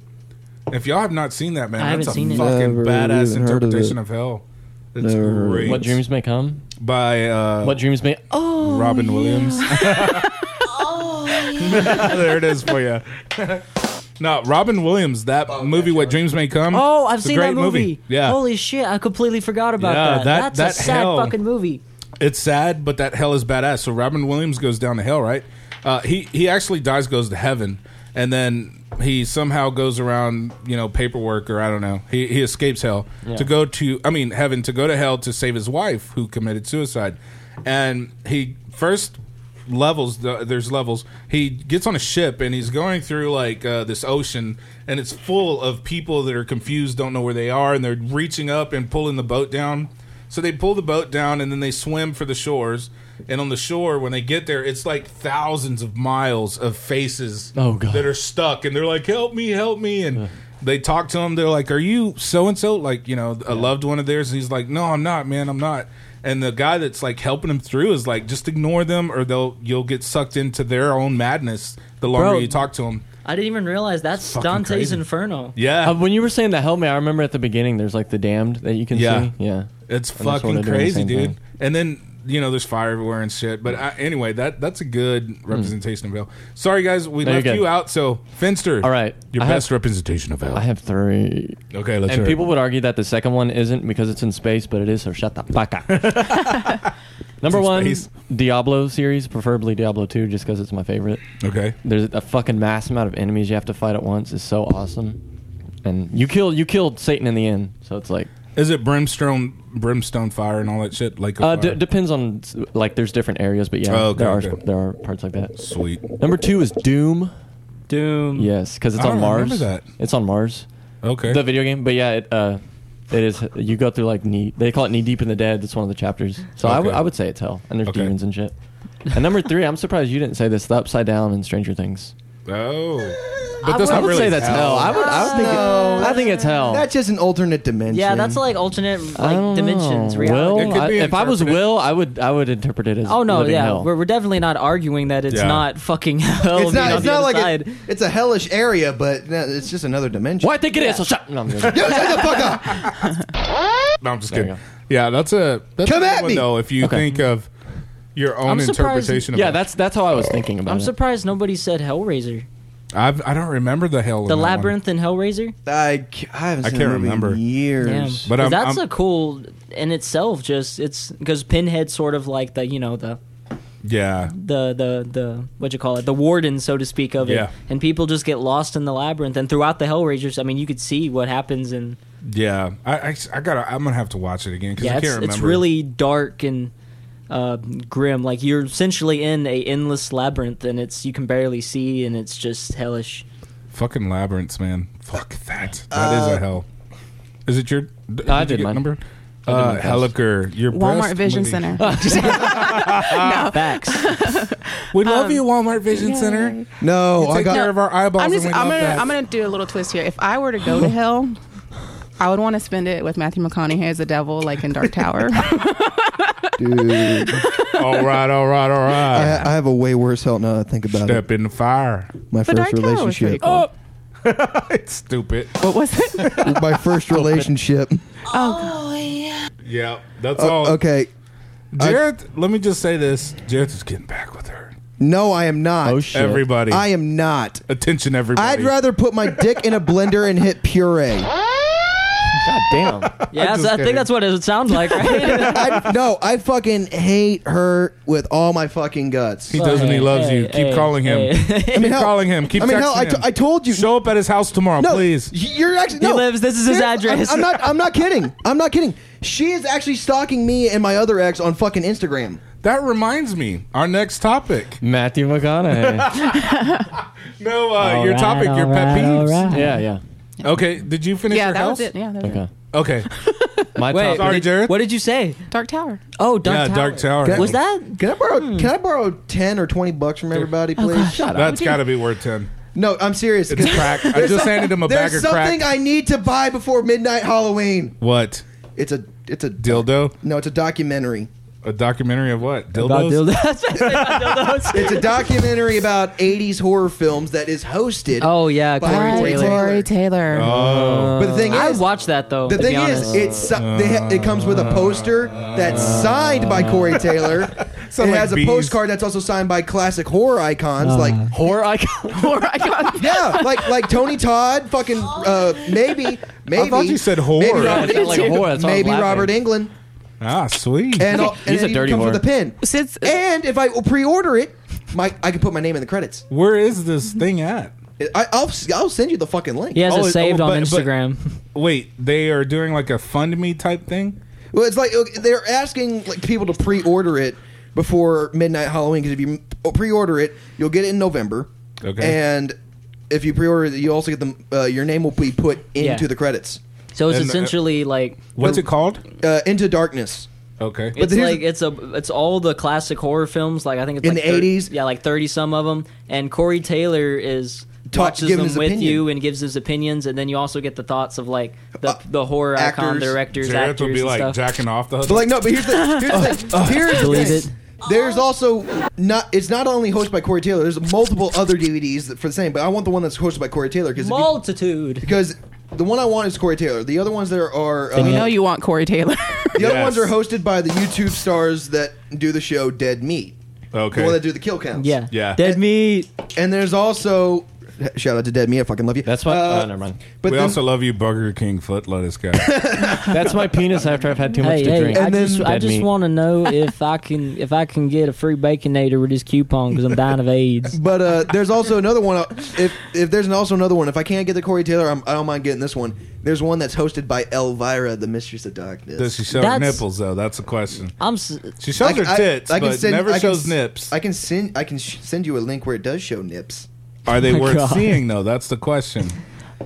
S3: If y'all have not seen that, man,
S5: I
S3: that's a
S5: haven't seen it.
S3: fucking
S2: Never
S3: badass
S2: even heard of
S3: interpretation
S2: it.
S3: of, hell. It's
S2: Never heard of it.
S3: great.
S6: What dreams may come?
S3: by uh,
S6: What dreams may? Oh,
S3: Robin Williams. there it is for you. no, Robin Williams. That movie, "What Dreams May Come."
S5: Oh, I've
S3: it's a
S5: seen
S3: great
S5: that movie.
S3: Yeah,
S5: Holy shit, I completely forgot about
S3: Yeah,
S5: that.
S3: that-
S5: That's
S3: that
S5: a sad
S3: hell.
S5: fucking movie.
S3: it's sad, but that hell is badass. So Robin Williams goes down to hell, right? Uh, he he actually dies, goes to heaven, and then he somehow goes around, you know, paperwork or I don't know. He he escapes hell to go to, I mean, heaven to go to hell to save his wife who committed suicide, and he first levels th- there's levels he gets on a ship and he's going through like uh, this ocean and it's full of people that are confused don't know where they are and they're reaching up and pulling the boat down so they pull the boat down and then they swim for the shores and on the shore when they get there it's like thousands of miles of faces
S6: Oh, God.
S3: that are stuck and they're like help me help me and they talk to him they're like are you so and so like you know a loved one of theirs and he's like no i'm not man i'm not and the guy that's like helping him through is like just ignore them or they'll you'll get sucked into their own madness the longer
S5: Bro.
S3: you talk to them
S5: I didn't even realize that's
S3: Fucking
S5: Dante's
S3: crazy.
S5: Inferno.
S3: yeah
S6: Uh, when you were saying the hell may, I remember at the beginning there's like the damned that you can
S3: Yeah.
S6: see. Yeah.
S3: It's
S6: And that's what
S3: fucking
S6: they're doing the
S3: crazy,
S6: same
S3: dude.
S6: thing.
S3: And then you know, there's fire everywhere and shit. But I, anyway, that that's a good representation of L. Sorry, guys, we
S6: Hmm. No, you're
S3: left you
S6: good.
S3: out. So, Finster,
S6: All right.
S3: your
S6: I
S3: best
S6: have-
S3: representation of L.
S6: I have three.
S3: okay, let's
S6: And
S3: hear
S6: people
S3: it.
S6: would argue that the second one isn't because it's in space, but it is. So shut the fuck up. Number
S3: in
S6: one,
S3: space.
S6: Diablo series, preferably Diablo two, just because it's my favorite.
S3: Okay,
S6: There's a fucking mass amount of enemies you have to fight at once. It's so awesome, and you kill you killed Satan in the end. So it's like
S3: is it brimstone, brimstone fire, and all that shit? Like, a
S6: uh, d-
S3: fire?
S6: depends on like there's different areas, but yeah,
S3: Oh, okay,
S6: there are
S3: okay.
S6: there are parts like that.
S3: sweet.
S6: Number two is Doom.
S7: Doom.
S6: Yes, because it's
S3: I
S6: on
S3: don't remember that.
S6: Mars. It's on Mars.
S3: Okay,
S6: The video game, but yeah, it uh, it is. You go through like knee. They call it knee deep in the dead. That's one of the chapters. So I
S3: Okay.
S6: would- I would say it's hell, and there's
S3: Okay.
S6: demons and shit. And number three, I'm surprised you didn't say this. The upside down and Stranger Things.
S3: oh,
S6: I
S3: but that's
S6: would- I
S3: not
S6: would
S3: really
S6: say that's hell. I would. I would think.
S1: No,
S6: it, I think it's hell.
S1: That's just an alternate dimension.
S5: Yeah, that's like alternate
S6: I
S5: like
S6: don't
S5: dimensions,
S6: know.
S5: reality.
S3: It
S6: Will,
S3: could
S6: Oh, I-
S3: be
S6: if I was
S3: interpreted-
S6: Will, I would. I would interpret it as.
S5: Oh no,
S6: living
S5: yeah,
S6: hell.
S5: we're, we're definitely not arguing that it's
S3: Yeah.
S5: not fucking hell.
S1: it's
S5: being
S1: not.
S5: on
S1: It's
S5: the
S1: not
S5: other
S1: like
S5: side.
S1: a, it's a hellish area, but no, it's just another dimension.
S6: Well, I think it is. So shut. No, I'm joking.
S1: Yo, shut the fuck up.
S3: No, I'm just
S6: There you
S3: kidding. Yeah, that's a that's
S1: Come
S3: a good
S1: at
S3: one,
S1: me!
S3: though. If you
S6: Okay.
S3: think of your own
S5: I'm surprised-
S3: interpretation, of
S6: yeah,
S3: it.
S6: that's that's how I was thinking about
S5: I'm
S6: it.
S5: surprised nobody said Hellraiser.
S3: I've, I don't remember the hell. in that
S5: The
S3: one.
S5: Labyrinth and Hellraiser.
S1: I, c- I haven't
S3: I
S1: seen
S3: can't
S1: a movie
S3: remember.
S1: in
S5: Damn.
S1: years.
S3: But
S5: 'Cause
S3: I'm-
S5: that's
S3: I'm-
S5: a cool in itself. Just it's because Pinhead's sort of like the you know the
S3: Yeah,
S5: the the the what you call it the warden so to speak of
S3: Yeah.
S5: it, and people just get lost in the labyrinth. And throughout the Hellraisers, I mean, you could see what happens, and
S3: yeah. I, I, I gotta. I'm gonna have to watch it again because
S5: yeah,
S3: I
S5: it's,
S3: can't remember.
S5: it's really dark and uh, grim. Like you're essentially in a endless labyrinth, and it's you can barely see, and it's just hellish.
S3: fucking labyrinths, man. Fuck that. That is
S1: Uh,
S3: a hell. Is it your? d- did
S6: I
S3: you
S6: did
S3: get
S6: mine.
S3: Number.
S6: I did
S3: Uh,
S6: mine first.
S3: Heliker, your
S4: Walmart
S3: best
S4: Vision
S3: movie.
S4: Center.
S5: Facts.
S3: We love you, Walmart Vision
S4: Um, yay.
S3: Center.
S1: no,
S3: You take
S1: I got.
S3: care of our eyeballs.
S4: I'm just.
S3: and we
S4: I'm
S3: love
S4: gonna.
S3: that.
S4: I'm gonna do a little twist here. If I were to go to hell, I would want to spend it with Matthew McConaughey as the devil, like in Dark Tower.
S1: Dude,
S3: all right, all right,
S1: I,
S3: all right.
S1: I have a way worse help now that I think about
S3: Step in the fire.
S1: it. My
S4: the
S1: first
S4: Dark Tower was pretty
S1: relationship. Oh!
S4: cool.
S3: it's stupid.
S4: What was it?
S1: My first relationship.
S3: Yeah, that's all.
S1: Oh, okay.
S3: Jared, let me just say this: Jared is getting back with her.
S1: No, I am not.
S6: Oh shit.
S3: Everybody,
S1: I am not.
S3: attention, everybody.
S1: I'd rather put my dick in a blender and hit puree.
S6: God damn.
S5: Yeah,
S3: I'm
S5: so
S3: just
S5: I think
S3: kidding.
S5: that's what it would sound like, right?
S1: I, no, I fucking hate her with all my fucking guts.
S3: He doesn't. He
S5: Hey,
S3: loves you.
S5: hey,
S3: Keep
S5: hey,
S3: calling him.
S5: hey.
S3: Keep calling him. Keep
S1: I mean,
S3: texting
S1: hell, I,
S3: him.
S1: t- I told you.
S3: Show up at his house tomorrow,
S1: no,
S3: please.
S1: You're actually no.
S5: He lives. This is his
S1: Seriously,
S5: address.
S1: I'm, I'm not. I'm not kidding. I'm not kidding. She is actually stalking me and my other ex on fucking Instagram.
S3: That reminds me. Our next topic.
S6: Matthew McConaughey.
S3: No, uh, your
S5: right,
S3: topic. Your
S5: all
S3: pet
S5: right, all
S3: peeves.
S5: right.
S6: yeah, yeah.
S3: Okay. Did you finish
S4: yeah,
S3: your
S4: that
S3: house?
S4: was it. Yeah, that was
S6: Okay.
S3: Okay.
S6: My
S5: Wait,
S6: top.
S3: Sorry,
S5: did-
S3: Jared.
S5: What did you say?
S4: it. Dark Tower.
S5: Oh, Dark
S3: yeah,
S5: Tower.
S3: Dark Tower.
S1: Can I-
S5: Was that?
S1: Can I borrow?
S5: Hmm.
S1: Can I borrow ten or twenty bucks from everybody,
S5: Oh,
S1: please? Shut up.
S3: That's got to be worth ten.
S1: No, I'm serious.
S3: It's crack. I just handed him a bag
S1: There's
S3: of
S1: something
S3: crack.
S1: I need to buy before midnight Halloween.
S3: what?
S1: It's a. It's a.
S3: Dildo?
S1: No, it's a documentary.
S3: A documentary of what? Dildos?
S5: About dildos.
S1: It's a documentary about 80s horror films that is hosted.
S5: oh yeah,
S1: By
S5: Corey
S1: Corey Taylor.
S5: Taylor.
S4: Taylor.
S3: Oh.
S1: But the thing
S5: I
S1: is,
S5: watched that though.
S1: the
S5: to
S1: thing
S5: be
S1: is,
S5: honest.
S1: it su- they ha- it comes with a poster that's signed by Corey Taylor. it
S3: like
S1: has a
S3: bees.
S1: postcard that's also signed by classic horror icons like
S5: Uh-huh.
S6: Horror icon. Horror icon.
S1: yeah, like like Tony Todd, fucking uh, maybe maybe.
S3: I thought you said whore.
S1: Maybe Robert
S6: It sounded like a
S1: Englund.
S6: whore, that's why I was
S1: maybe
S6: laughing.
S1: Robert England.
S3: ah, sweet.
S1: And, all, and
S6: He's a
S1: it
S6: dirty
S1: comes
S6: whore.
S1: with a pin.
S4: Since
S1: And if I pre-order it, my I can put my name in the credits.
S3: Where is this thing at?
S1: I, I'll I'll send you the fucking link.
S5: he has
S3: oh,
S5: it
S3: it-
S5: saved
S3: oh,
S5: on
S3: but- but-
S5: Instagram.
S3: Wait, they are doing like a fund me type thing.
S1: Well, it's like okay, they're asking like people to pre-order it before midnight Halloween because if you m- oh, pre-order it, you'll get it in November.
S3: Okay.
S1: And if you pre-order it, you also get the uh, your name will be put into
S5: Yeah.
S1: the credits.
S5: so it's
S3: And, uh,
S5: essentially like
S3: What's it called?
S1: Uh, into darkness.
S3: Okay.
S5: it's
S1: here's
S5: like
S1: the-
S5: it's a it's all the classic horror films. Like I think it's
S1: In
S5: like
S1: the 80s?
S5: Yeah, like thirty some of them. And Corey Taylor is
S1: Ta-
S5: watches
S1: giving
S5: them
S1: his
S5: with
S1: opinion.
S5: you and gives his opinions, and then you also get the thoughts of like the
S1: Uh,
S5: the horror icon,
S1: actors.
S5: the directors,
S3: Jared
S5: actors,
S3: would be
S5: and
S3: like
S5: stuff.
S3: jacking off the
S1: But like no, but here's the here's the thing. Here's the
S5: Believe
S1: thing. There's also not. It's not only hosted by Corey Taylor. There's multiple other DVDs that- for the same. But I want the one that's hosted by Corey Taylor because
S5: Multitude.
S1: because the one I want is Corey Taylor. The other ones there are.
S4: we
S1: uh,
S4: know you want Corey Taylor.
S1: The other
S3: Yes.
S1: ones are hosted by the YouTube stars that do the show Dead Meat. The one that
S3: Okay.
S1: do the kill counts.
S5: Yeah.
S3: Yeah.
S5: Dead meat.
S1: And there's also shout out to Dead Meat. I fucking love you.
S6: That's what.
S1: Uh,
S6: oh, never mind.
S1: But
S3: we
S1: then-
S3: also love you, Burger King foot lettuce guy.
S6: That's my penis after I've had too much
S5: Hey,
S6: to
S5: hey,
S6: drink.
S5: I just, I
S6: Dead
S5: just
S6: meat.
S5: want to know if I can if I can get a free baconator with this coupon because I'm dying of AIDS.
S1: But uh, there's also another one. uh, If if there's an- also another one, if I can't get the Corey Taylor, I'm, I don't mind getting this one. There's one that's hosted by Elvira, the Mistress of Darkness.
S3: Does she show her
S5: That's-
S3: nipples though? That's a question.
S5: I'm s-
S3: She shows her tits, but never
S1: I can
S3: shows
S1: s-
S3: nips.
S1: I can send. I can sh- send you a link where it does show nips.
S3: Are they
S5: Oh my
S3: worth
S5: God.
S3: seeing though? That's the question.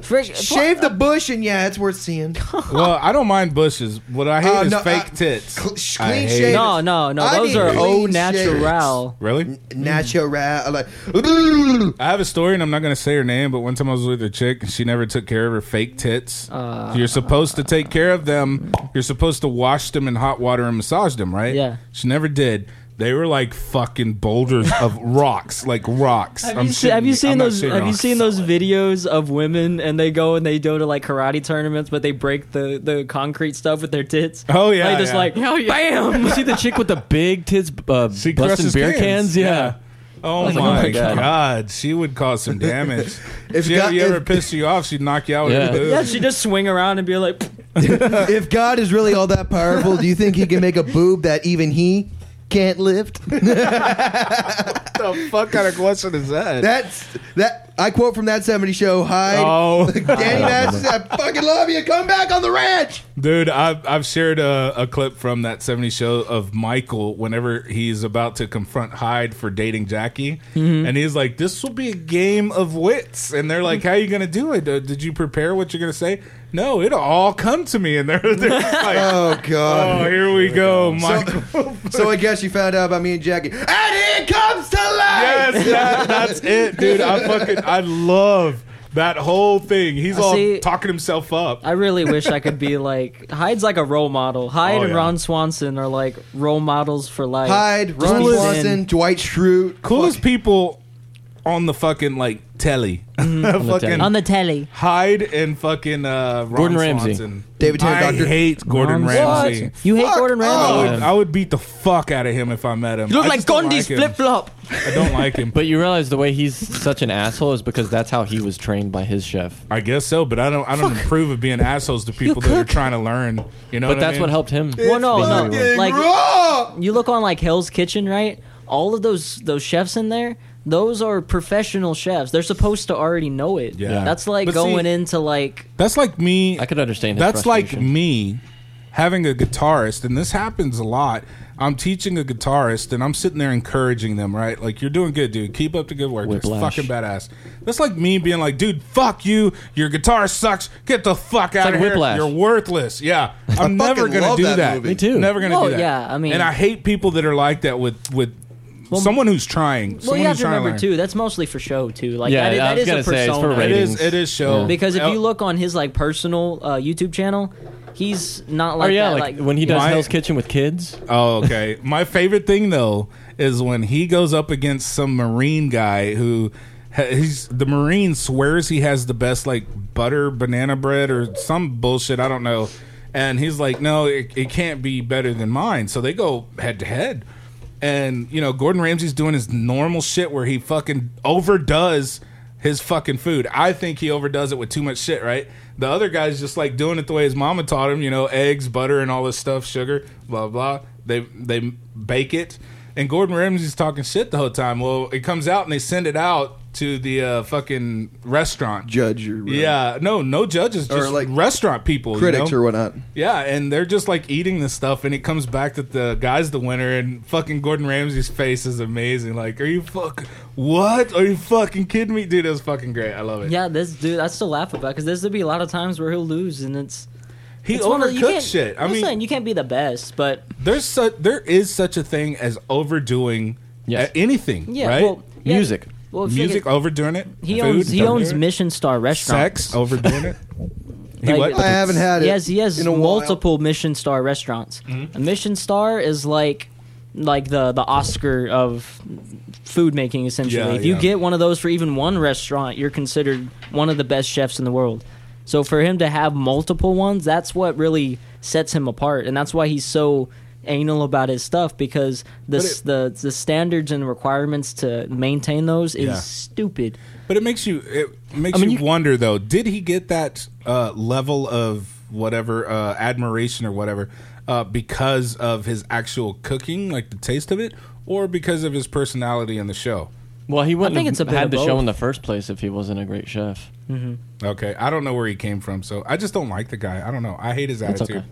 S5: frick,
S1: Shave
S5: uh,
S1: the bush, and yeah, it's worth seeing.
S3: well, I don't mind bushes. What I hate
S1: Uh,
S3: is
S1: no,
S3: fake
S1: I-
S3: tits.
S1: cl- sh-
S3: I
S1: clean
S3: hate-
S1: shaven.
S5: No, no, no.
S1: I
S5: Those
S1: need
S5: are au
S1: clean
S5: natural.
S3: Really?
S1: Natural, like oh,
S3: I have a story, and I'm not going to say her name, but one time I was with a chick, and she never took care of her fake tits.
S7: Uh.
S3: You're supposed to take care of them. You're supposed to wash them in hot water and massage them, right?
S5: Yeah.
S3: She never did. They were like fucking boulders of rocks, like rocks.
S7: Have
S3: I'm
S7: you, se-
S3: shitting
S7: have you seen
S3: I'm not
S7: those?
S3: shitting
S7: Have you
S3: on-
S7: seen those videos of women and they go and they go to like karate tournaments, but they break the, the concrete stuff with their tits?
S3: Oh, yeah,
S7: like, just
S3: yeah.
S7: like
S6: Bam! You see the chick with the big tits uh,
S3: She
S6: busting
S3: crushes
S6: beer cans? Yeah.
S3: Oh, my god. she would cause some damage. if
S1: If
S3: she
S1: God-
S3: you ever
S1: if-
S3: pissed you off, she'd knock you out with
S6: Yeah.
S3: her boobs.
S7: yeah, she just swing around and be like,
S1: if God is really all that powerful, do you think He can make a boob that even He can't lift?
S3: What the fuck kind of question is that?
S1: That's that. I quote from that '70s show. Hi,
S3: Oh.
S1: Danny Masterson. I fucking love you. Come back on the ranch.
S3: Dude, I've, I've shared a, a clip from that 70 show of Michael whenever he's about to confront Hyde for dating Jackie. And he's like, This will be a game of wits. And they're like, How you going to do it? Uh, Did you prepare what you're going to say? No, it'll all come to me. And they're, they're just like, oh,
S1: Oh God.
S3: here we go, Michael.
S1: so I guess you found out about me and Jackie. And here comes to life.
S3: yes, that, that's it, dude. I fucking, I love that whole thing. He's all
S5: See-
S3: talking himself up.
S5: I really wish I could be like Hyde's like a role model. Hyde
S3: Oh,
S5: and
S3: yeah.
S5: Ron Swanson are like role models for life.
S1: Hyde,
S5: Just
S1: Ron
S5: because-
S1: Swanson, Dwight Schrute.
S3: Coolest
S1: Fuck.
S3: people on the fucking, like, telly.
S6: Mm-hmm. telly.
S3: fucking
S5: on the telly.
S3: Hyde and fucking uh, Ron
S6: Gordon Ramsay.
S3: Swanson.
S1: David Tennant,
S3: I
S1: Doctor-
S3: hate Gordon
S5: Ron
S3: Ramsay.
S5: Swanson. You hate
S1: Fuck
S5: Gordon
S3: I
S5: Ramsay?
S3: would,
S6: Um,
S3: I would beat the fuck out of him if I met him.
S5: You look
S3: I
S5: like
S3: just don't like
S5: Gandhi's
S3: him.
S5: flip flop.
S3: I don't like him.
S6: But you realize the way he's such an asshole is because that's how he was trained by his chef.
S3: I guess so, but I don't. I don't approve of being assholes to people that are trying to learn. You know,
S6: But
S3: what
S6: that's
S3: I mean?
S6: what helped him.
S5: Well, no,
S6: fucking
S5: no. Like
S1: Raw!
S5: you look on like Hell's Kitchen, right? All of those those chefs in there, those are professional chefs. They're supposed to already know it.
S3: Yeah.
S5: That's like
S3: But see-
S5: going into like
S3: That's like me.
S6: I could understand. His
S3: That's like
S6: frustration.
S3: me having a guitarist, and this happens a lot. I'm teaching a guitarist, and I'm sitting there encouraging them, right? Like, you're doing good, dude. Keep up the good work. It's
S6: Whiplash.
S3: fucking badass. That's like me being like, dude, fuck you. Your guitar sucks. Get the fuck out
S6: like
S3: of here.
S6: Whiplash.
S3: You're worthless. Yeah, I'm never
S1: fucking
S3: gonna
S1: love
S3: do that.
S1: that movie.
S6: Me too.
S3: Never gonna
S5: Well,
S3: do that.
S5: Oh, yeah, I mean-
S3: and I hate people that are like that with with someone who's trying.
S5: Well,
S3: someone
S5: you have
S3: who's
S5: to
S3: trying
S5: remember
S3: learn.
S5: too. That's mostly for show too. Like
S6: Yeah,
S5: that,
S6: I
S5: that
S6: was
S5: is
S6: gonna
S5: a
S6: say, it's for
S5: persona.
S3: It
S6: ratings.
S3: is. It is show
S6: Yeah.
S5: Because if
S3: Out-
S5: you look on his like personal uh, YouTube channel, he's not
S6: Oh
S5: like
S6: yeah,
S5: that.
S6: like, when he does
S3: My-
S6: Hell's Kitchen with kids.
S3: Oh, okay. My favorite thing though is when he goes up against some marine guy who ha- he's the marine swears he has the best like butter banana bread or some bullshit I don't know, and he's like, no, it, it can't be better than mine. So they go head to head, and you know Gordon Ramsay's doing his normal shit where he fucking overdoes his fucking food. I think he overdoes it with too much shit, right? The other guy's just like doing it the way his mama taught him, you know, eggs, butter, and all this stuff, sugar, blah blah. They they bake it, and Gordon Ramsay's talking shit the whole time. Well, it comes out and they send it out to the uh, fucking restaurant.
S1: Judge or whatever.
S3: yeah, no, no judges, just
S1: Or, like,
S3: restaurant people, you
S1: critics
S3: know?
S1: or whatnot.
S3: Yeah, and they're just like eating this stuff, and it comes back that the guy's the winner, and fucking Gordon Ramsay's face is amazing. Like, are you fuck? What? Are you fucking kidding me, dude? That was fucking great. I love it.
S5: yeah, this dude, I still laugh about because there's gonna be a lot of times where he'll lose, and it's
S3: he
S5: it's one of the- you
S3: overcooked
S5: can't-
S3: shit. I
S5: I'm
S3: mean,
S5: saying you can't be the best, but
S3: there's su- there is such a thing as overdoing
S6: Yes.
S3: a- anything,
S5: yeah,
S3: right?
S5: well, yeah,
S6: Music. uh,
S5: well, if you
S3: Music
S5: think-
S3: overdoing it.
S5: He
S3: Food,
S5: owns he
S3: overdoing
S5: owns
S3: it.
S5: Mission Star restaurants.
S3: sex overdoing it. He
S5: Like,
S3: what?
S1: I haven't had it.
S5: He has he has
S1: in a while.
S5: multiple Mission Star restaurants.
S3: Mm-hmm.
S5: A Mission Star is like like the the Oscar of food making essentially.
S3: Yeah,
S5: if you
S3: yeah.
S5: get one of those for even one restaurant, you're considered one of the best chefs in the world. So for him to have multiple ones, that's what really sets him apart, and that's why he's so anal about his stuff because the s the the standards and requirements to maintain those is
S3: Yeah.
S5: stupid.
S3: But it makes you it makes
S5: mean,
S3: you,
S5: you-
S3: wonder though. Did he get that uh, level of whatever uh, admiration or whatever uh, because of his actual cooking, like the taste of it, or because of his personality in the show?
S6: Well, he wouldn't
S5: think
S6: have
S5: it's a bit
S6: had
S5: of
S6: the show
S5: both.
S6: in the first place if he wasn't a great chef.
S3: Okay, I don't know where he came from, so I just don't like the guy. I don't know. I hate his attitude.
S6: okay.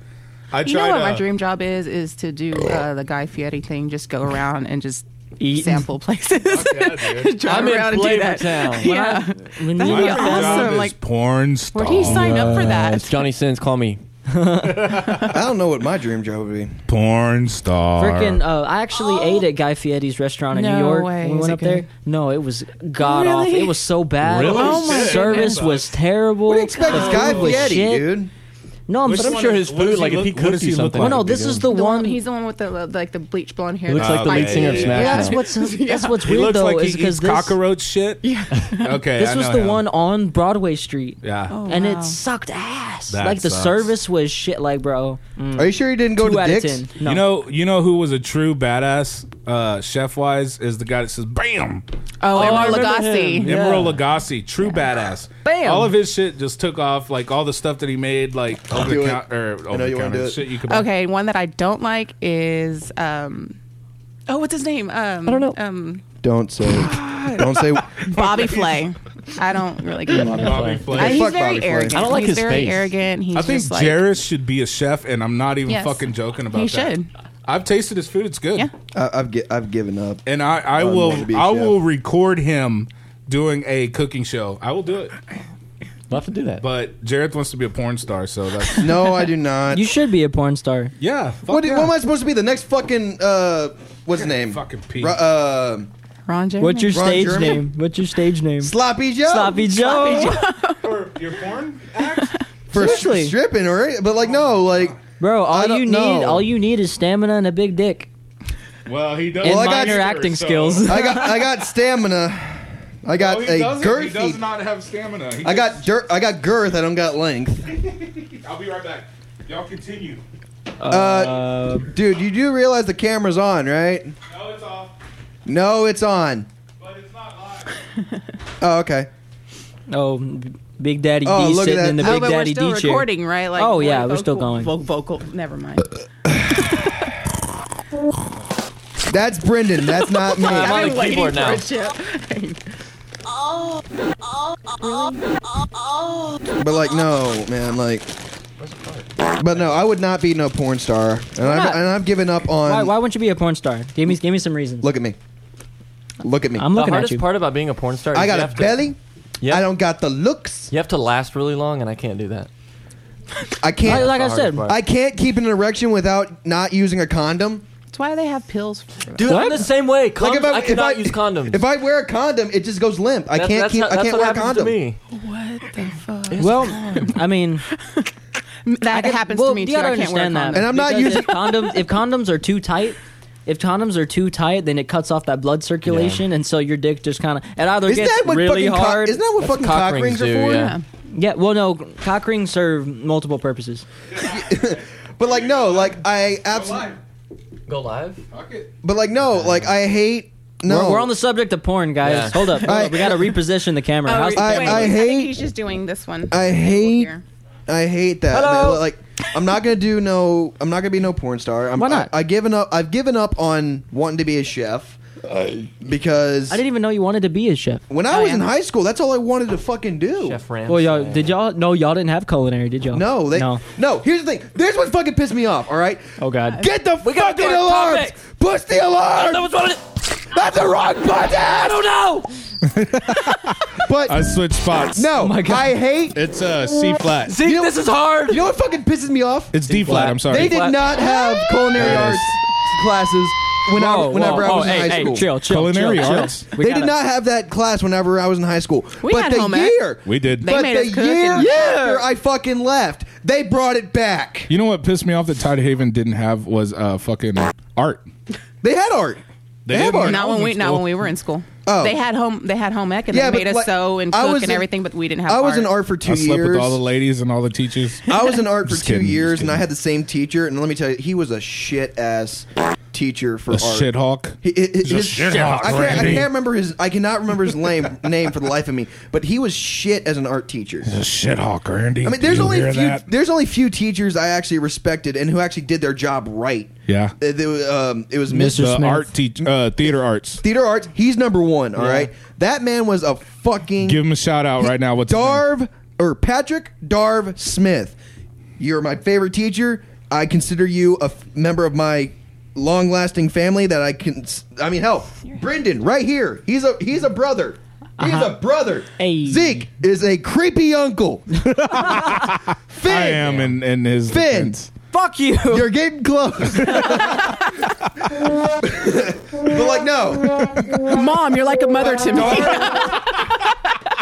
S3: I
S4: You know
S3: tried.
S4: what my
S3: uh,
S4: dream job is? Is to do uh, the Guy Fieri thing. Just go around and just
S5: Eat.
S4: sample places.
S3: yeah, dude.
S4: Drive
S6: I'm in
S4: around and do
S6: Flavor
S4: that.
S6: Town.
S4: Yeah.
S5: When
S4: That'd
S3: My
S4: be
S5: you-
S3: dream job
S4: awesome,
S3: is
S4: like-
S3: porn star.
S4: Where do you
S6: Oh,
S4: sign up for
S6: It's
S4: that?
S6: Johnny Sins. Call me.
S1: I don't know what my dream job would be.
S3: porn star.
S5: Freaking! Uh, I actually ate at Guy Fieri's restaurant in
S4: No
S5: New York.
S4: way.
S5: when We
S4: Is
S5: went
S4: it
S5: up there.
S4: good?
S5: No, it was god awful.
S4: Really?
S5: It was so bad.
S6: Really?
S4: Oh my
S5: Service
S4: goodness.
S5: was terrible.
S1: What do you expect? It's Guy
S5: It was
S1: Fieri,
S5: shit.
S1: dude.
S5: No, I'm.
S3: Which
S6: But I'm
S3: one
S6: sure
S3: is-
S6: his
S3: what does
S6: food, like
S3: he
S6: if he
S3: look- what
S6: cooked
S3: does
S6: you
S3: he look
S6: something.
S3: like?
S5: Well, no, this is the
S4: The
S5: one.
S4: one, he's the one with the like the bleach blonde hair.
S6: He looks like
S4: that
S6: the lead
S4: fights
S6: singer of
S4: you.
S6: Smash
S5: yeah,
S6: Mouth.
S5: that's what's that's what's
S3: He
S5: weird
S3: looks
S5: though
S3: like
S5: is
S3: he eats
S5: because this
S3: cockroach shit. Yeah. Okay.
S5: this
S3: I
S5: was
S3: know
S5: the
S3: him.
S5: one on Broadway Street.
S3: Yeah.
S5: and
S4: wow.
S5: it sucked ass.
S3: That
S5: like the
S3: sucks.
S5: service was shit. Like bro, Mm,
S1: Are you sure he didn't go
S5: two
S1: to
S5: out
S1: Dick's?
S5: of ten. No.
S3: You know, you know who was a true badass uh, chef wise is the guy that says "Bam."
S4: Oh, Emeril
S6: remember him.
S4: Lagasse.
S6: Yeah.
S3: Emeril Lagasse, true badass.
S5: Bam.
S3: All of his shit just took off. Like all the stuff that he made, like over
S1: do
S3: the
S1: it.
S3: counter,
S1: I know
S3: over the
S1: you wanna do
S3: counter
S1: it.
S3: shit. You could buy.
S4: Okay, one that I don't like is um Oh, what's his name? Um I
S6: don't know.
S4: Um
S1: Don't say. Don't say.
S4: Bobby Flay. I don't really get Bobby.
S3: Bobby Flay.
S4: I, he's
S1: Fuck
S4: very
S1: Bobby Flay.
S4: arrogant.
S1: I
S6: don't like
S4: he's
S6: his
S4: very
S6: face.
S4: arrogant. He's
S3: I think
S4: just like,
S3: Jarrus should be a chef, and I'm not even
S4: Yes.
S3: fucking joking about
S4: He
S3: that.
S4: should.
S3: I've tasted his food; it's good.
S4: Yeah.
S1: I, I've gi- I've given up.
S3: And I, I
S1: I'm
S3: will,
S1: going to be a
S3: I
S1: chef.
S3: will record him doing a cooking show. I will do it.
S6: We'll have to do that.
S3: But Jareth wants to be a porn star, so that's
S1: No, I do not.
S5: you should be a porn star.
S3: yeah. Fuck
S1: what, do-
S3: yeah.
S1: what am I supposed to be? The next fucking uh, what's his name?
S3: fucking pee.
S1: Ru- uh,
S4: Ron Jeremy.
S5: What's your
S1: Ron
S5: stage
S1: Jeremy?
S5: name? What's your stage name?
S1: sloppy Joe.
S5: Sloppy Joe.
S3: Or your porn act?
S1: for s-
S5: Seriously.
S1: stripping, all right? But like, no, like,
S5: Bro,
S1: I
S5: all
S1: don't
S5: you need,
S1: know.
S5: all you need is stamina and a big dick
S3: Well, he does.
S5: and
S1: Well, I got
S5: minor
S1: yours,
S5: acting skills.
S1: I got I got stamina. I got
S3: Oh, he
S1: a
S3: doesn't. He does
S1: girthy.
S3: not have stamina. He
S1: I got
S3: just-
S1: dirt. I got girth. I don't got length.
S3: I'll be right back. Y'all continue.
S1: Uh, dude, you do realize the camera's on, right?
S3: No, it's off,
S1: No, it's on.
S3: but it's not live.
S1: Oh, okay.
S5: oh, Big Daddy
S1: Oh,
S5: D
S1: look at
S5: sitting
S1: that.
S5: in the
S4: Oh,
S5: Big
S4: but we're
S5: Daddy
S4: still
S5: D chair.
S4: recording, right? Like
S5: Oh, yeah, we're still
S4: vocal-
S5: going.
S4: vo- Vocal, never mind.
S1: That's Brendan. That's not me.
S6: on the
S4: waiting
S6: keyboard
S4: for
S6: now.
S4: a chip.
S1: But like, no, man, like. But no, I would not be no porn star, and I've,
S5: not?
S1: and I've given up on.
S5: Why, why wouldn't you be a porn star? Give me, give me some reasons.
S1: Look at me. Look at me.
S5: I'm
S6: the
S5: looking at
S6: hardest
S5: you.
S6: part about being a porn star is
S1: I
S6: you
S1: got
S6: have
S1: a
S6: to-
S1: belly.
S6: Yeah.
S1: I don't got the looks.
S6: You have to last really long, and I can't do that.
S1: I
S5: like,
S1: can't.
S5: like I
S6: the
S5: said,
S6: hardest
S1: I can't keep an erection without not using a condom.
S4: That's why they have pills for that.
S6: Dude, I'm the same way. Condoms,
S1: Like
S6: I, cannot use condoms.
S1: If I wear a condom, it just goes limp. I
S6: That's-
S1: can't
S6: that's
S1: keep.
S6: how-
S1: I
S6: that's
S1: can't
S6: what
S1: wear a
S6: happens
S1: condom.
S6: To me.
S4: What the fuck?
S5: well, I mean,
S4: That happens
S5: well,
S4: to me
S5: you
S4: too.
S5: gotta
S4: I can't wear
S5: understand that.
S1: And I'm not
S5: Because
S1: using-
S5: if condoms. If condoms are too tight. If condoms are too tight, then it cuts off that blood circulation, and so your dick just kind of it either
S1: Isn't
S5: gets
S1: that what fucking?
S5: really hard.
S1: Cock, isn't that what
S6: That's
S1: fucking cock rings, are for?
S6: yeah.
S5: yeah, well, no, cock rings serve multiple purposes.
S1: But like, no, like I absolutely.
S3: Live.
S6: Go live.
S3: Fuck it.
S1: But like, no, like I hate. No,
S5: We're, we're on the subject of porn, guys.
S6: Yeah.
S5: Hold up, hold
S1: I-
S5: up. we gotta reposition the camera. How's the
S1: I-
S5: camera?
S1: I
S4: think
S1: hate-
S4: He's just doing this one.
S1: I hate.
S4: Here.
S1: I hate that.
S5: Hello?
S1: man. Like, I'm not gonna do no. I'm not gonna be no porn star. I'm,
S5: Why not?
S1: I, I given up. I've given up on wanting to be a chef because
S5: I didn't even know you wanted to be a chef.
S1: when I
S4: Oh,
S1: was
S4: yeah.
S1: in high school, that's all I wanted to fucking do.
S6: Chef Ramsay.
S5: Well, y'all did y'all? No, y'all didn't have culinary, did y'all?
S3: Oh.
S1: No, they no.
S5: no.
S1: Here's the thing. There's what fucking pissed me off. All right.
S5: Oh God.
S1: Get the
S6: We gotta do
S1: fucking
S6: our
S1: alarms.
S6: topic.
S1: Push the alarm.
S6: That was what it.
S1: That's the wrong button.
S6: No.
S1: But
S3: I oh switched spots.
S1: no,
S5: God.
S1: I hate.
S3: It's uh, C flat.
S6: See, this is hard.
S1: You know what fucking pisses me off?
S3: It's D flat. I'm sorry.
S1: They did
S6: Flat.
S1: not have culinary
S3: There it is.
S1: arts classes when I,
S5: Whoa,
S1: whenever I
S5: whoa,
S1: was
S5: whoa,
S1: in
S5: hey,
S1: high
S5: hey,
S1: school.
S5: Chill, chill,
S3: Culinary
S5: chill,
S3: arts?
S5: Chill. We
S1: They
S5: gotta-
S1: did not have that class whenever I was in high school.
S4: We
S1: but
S4: had
S1: the
S4: home ec.
S1: year,
S3: We did.
S4: They
S1: but
S4: made
S1: the
S4: us cook
S1: year
S4: and-
S1: after I fucking left, they brought it back.
S3: you know what pissed me off that Tide Haven didn't have was uh, fucking art.
S1: They had art.
S3: They
S1: have
S3: didn't?
S1: art.
S4: Not when we not when we were in school.
S1: Oh.
S4: They had home they had home ec and
S1: Yeah, but
S4: they made us
S1: like,
S4: sew and
S1: I
S4: cook
S1: was
S4: and
S1: in-
S4: everything, but we didn't have
S1: I was in
S4: art.
S1: art for two
S3: I slept
S1: years.
S3: with all the ladies and all the teachers.
S1: I was in art for
S3: Just
S1: two
S3: kidding, just
S1: years, and I
S3: kidding.
S1: had the same teacher. And let me tell you, he was a shit ass teacher for
S3: A
S1: art.
S3: shit hawk.
S1: He- he-
S3: a
S1: his-
S3: shit hawk,
S1: I, can't, I
S3: Randy.
S1: can't remember his. I cannot remember his name, name for the life of me. But he was shit as an art teacher.
S3: A shit hawk, Randy.
S1: I mean, there's
S3: Do you
S1: only
S3: hear
S1: few,
S3: that?
S1: there's only few teachers I actually respected and who actually did their job right. Uh,
S3: Yeah.
S1: there was, um, it was Mr.
S3: the art teach uh, theater arts.
S1: Theater Arts. He's number one. All right, that man was a fucking
S3: Give him a shout out right now. Uh, What's his name?
S1: Darv or Patrick Darv Smith. You're my favorite teacher. I consider you a f- member of my long-lasting family that I can I mean hell, Brendan right here. He's a he's a brother. He's
S3: Uh-huh.
S1: a brother.
S7: Hey.
S1: Zeke is a creepy uncle. Finn,
S3: I am in, in his
S1: Finn,
S3: defense.
S7: Fuck you.
S1: you're getting close. but like no,
S4: Mom, you're like a mother to me.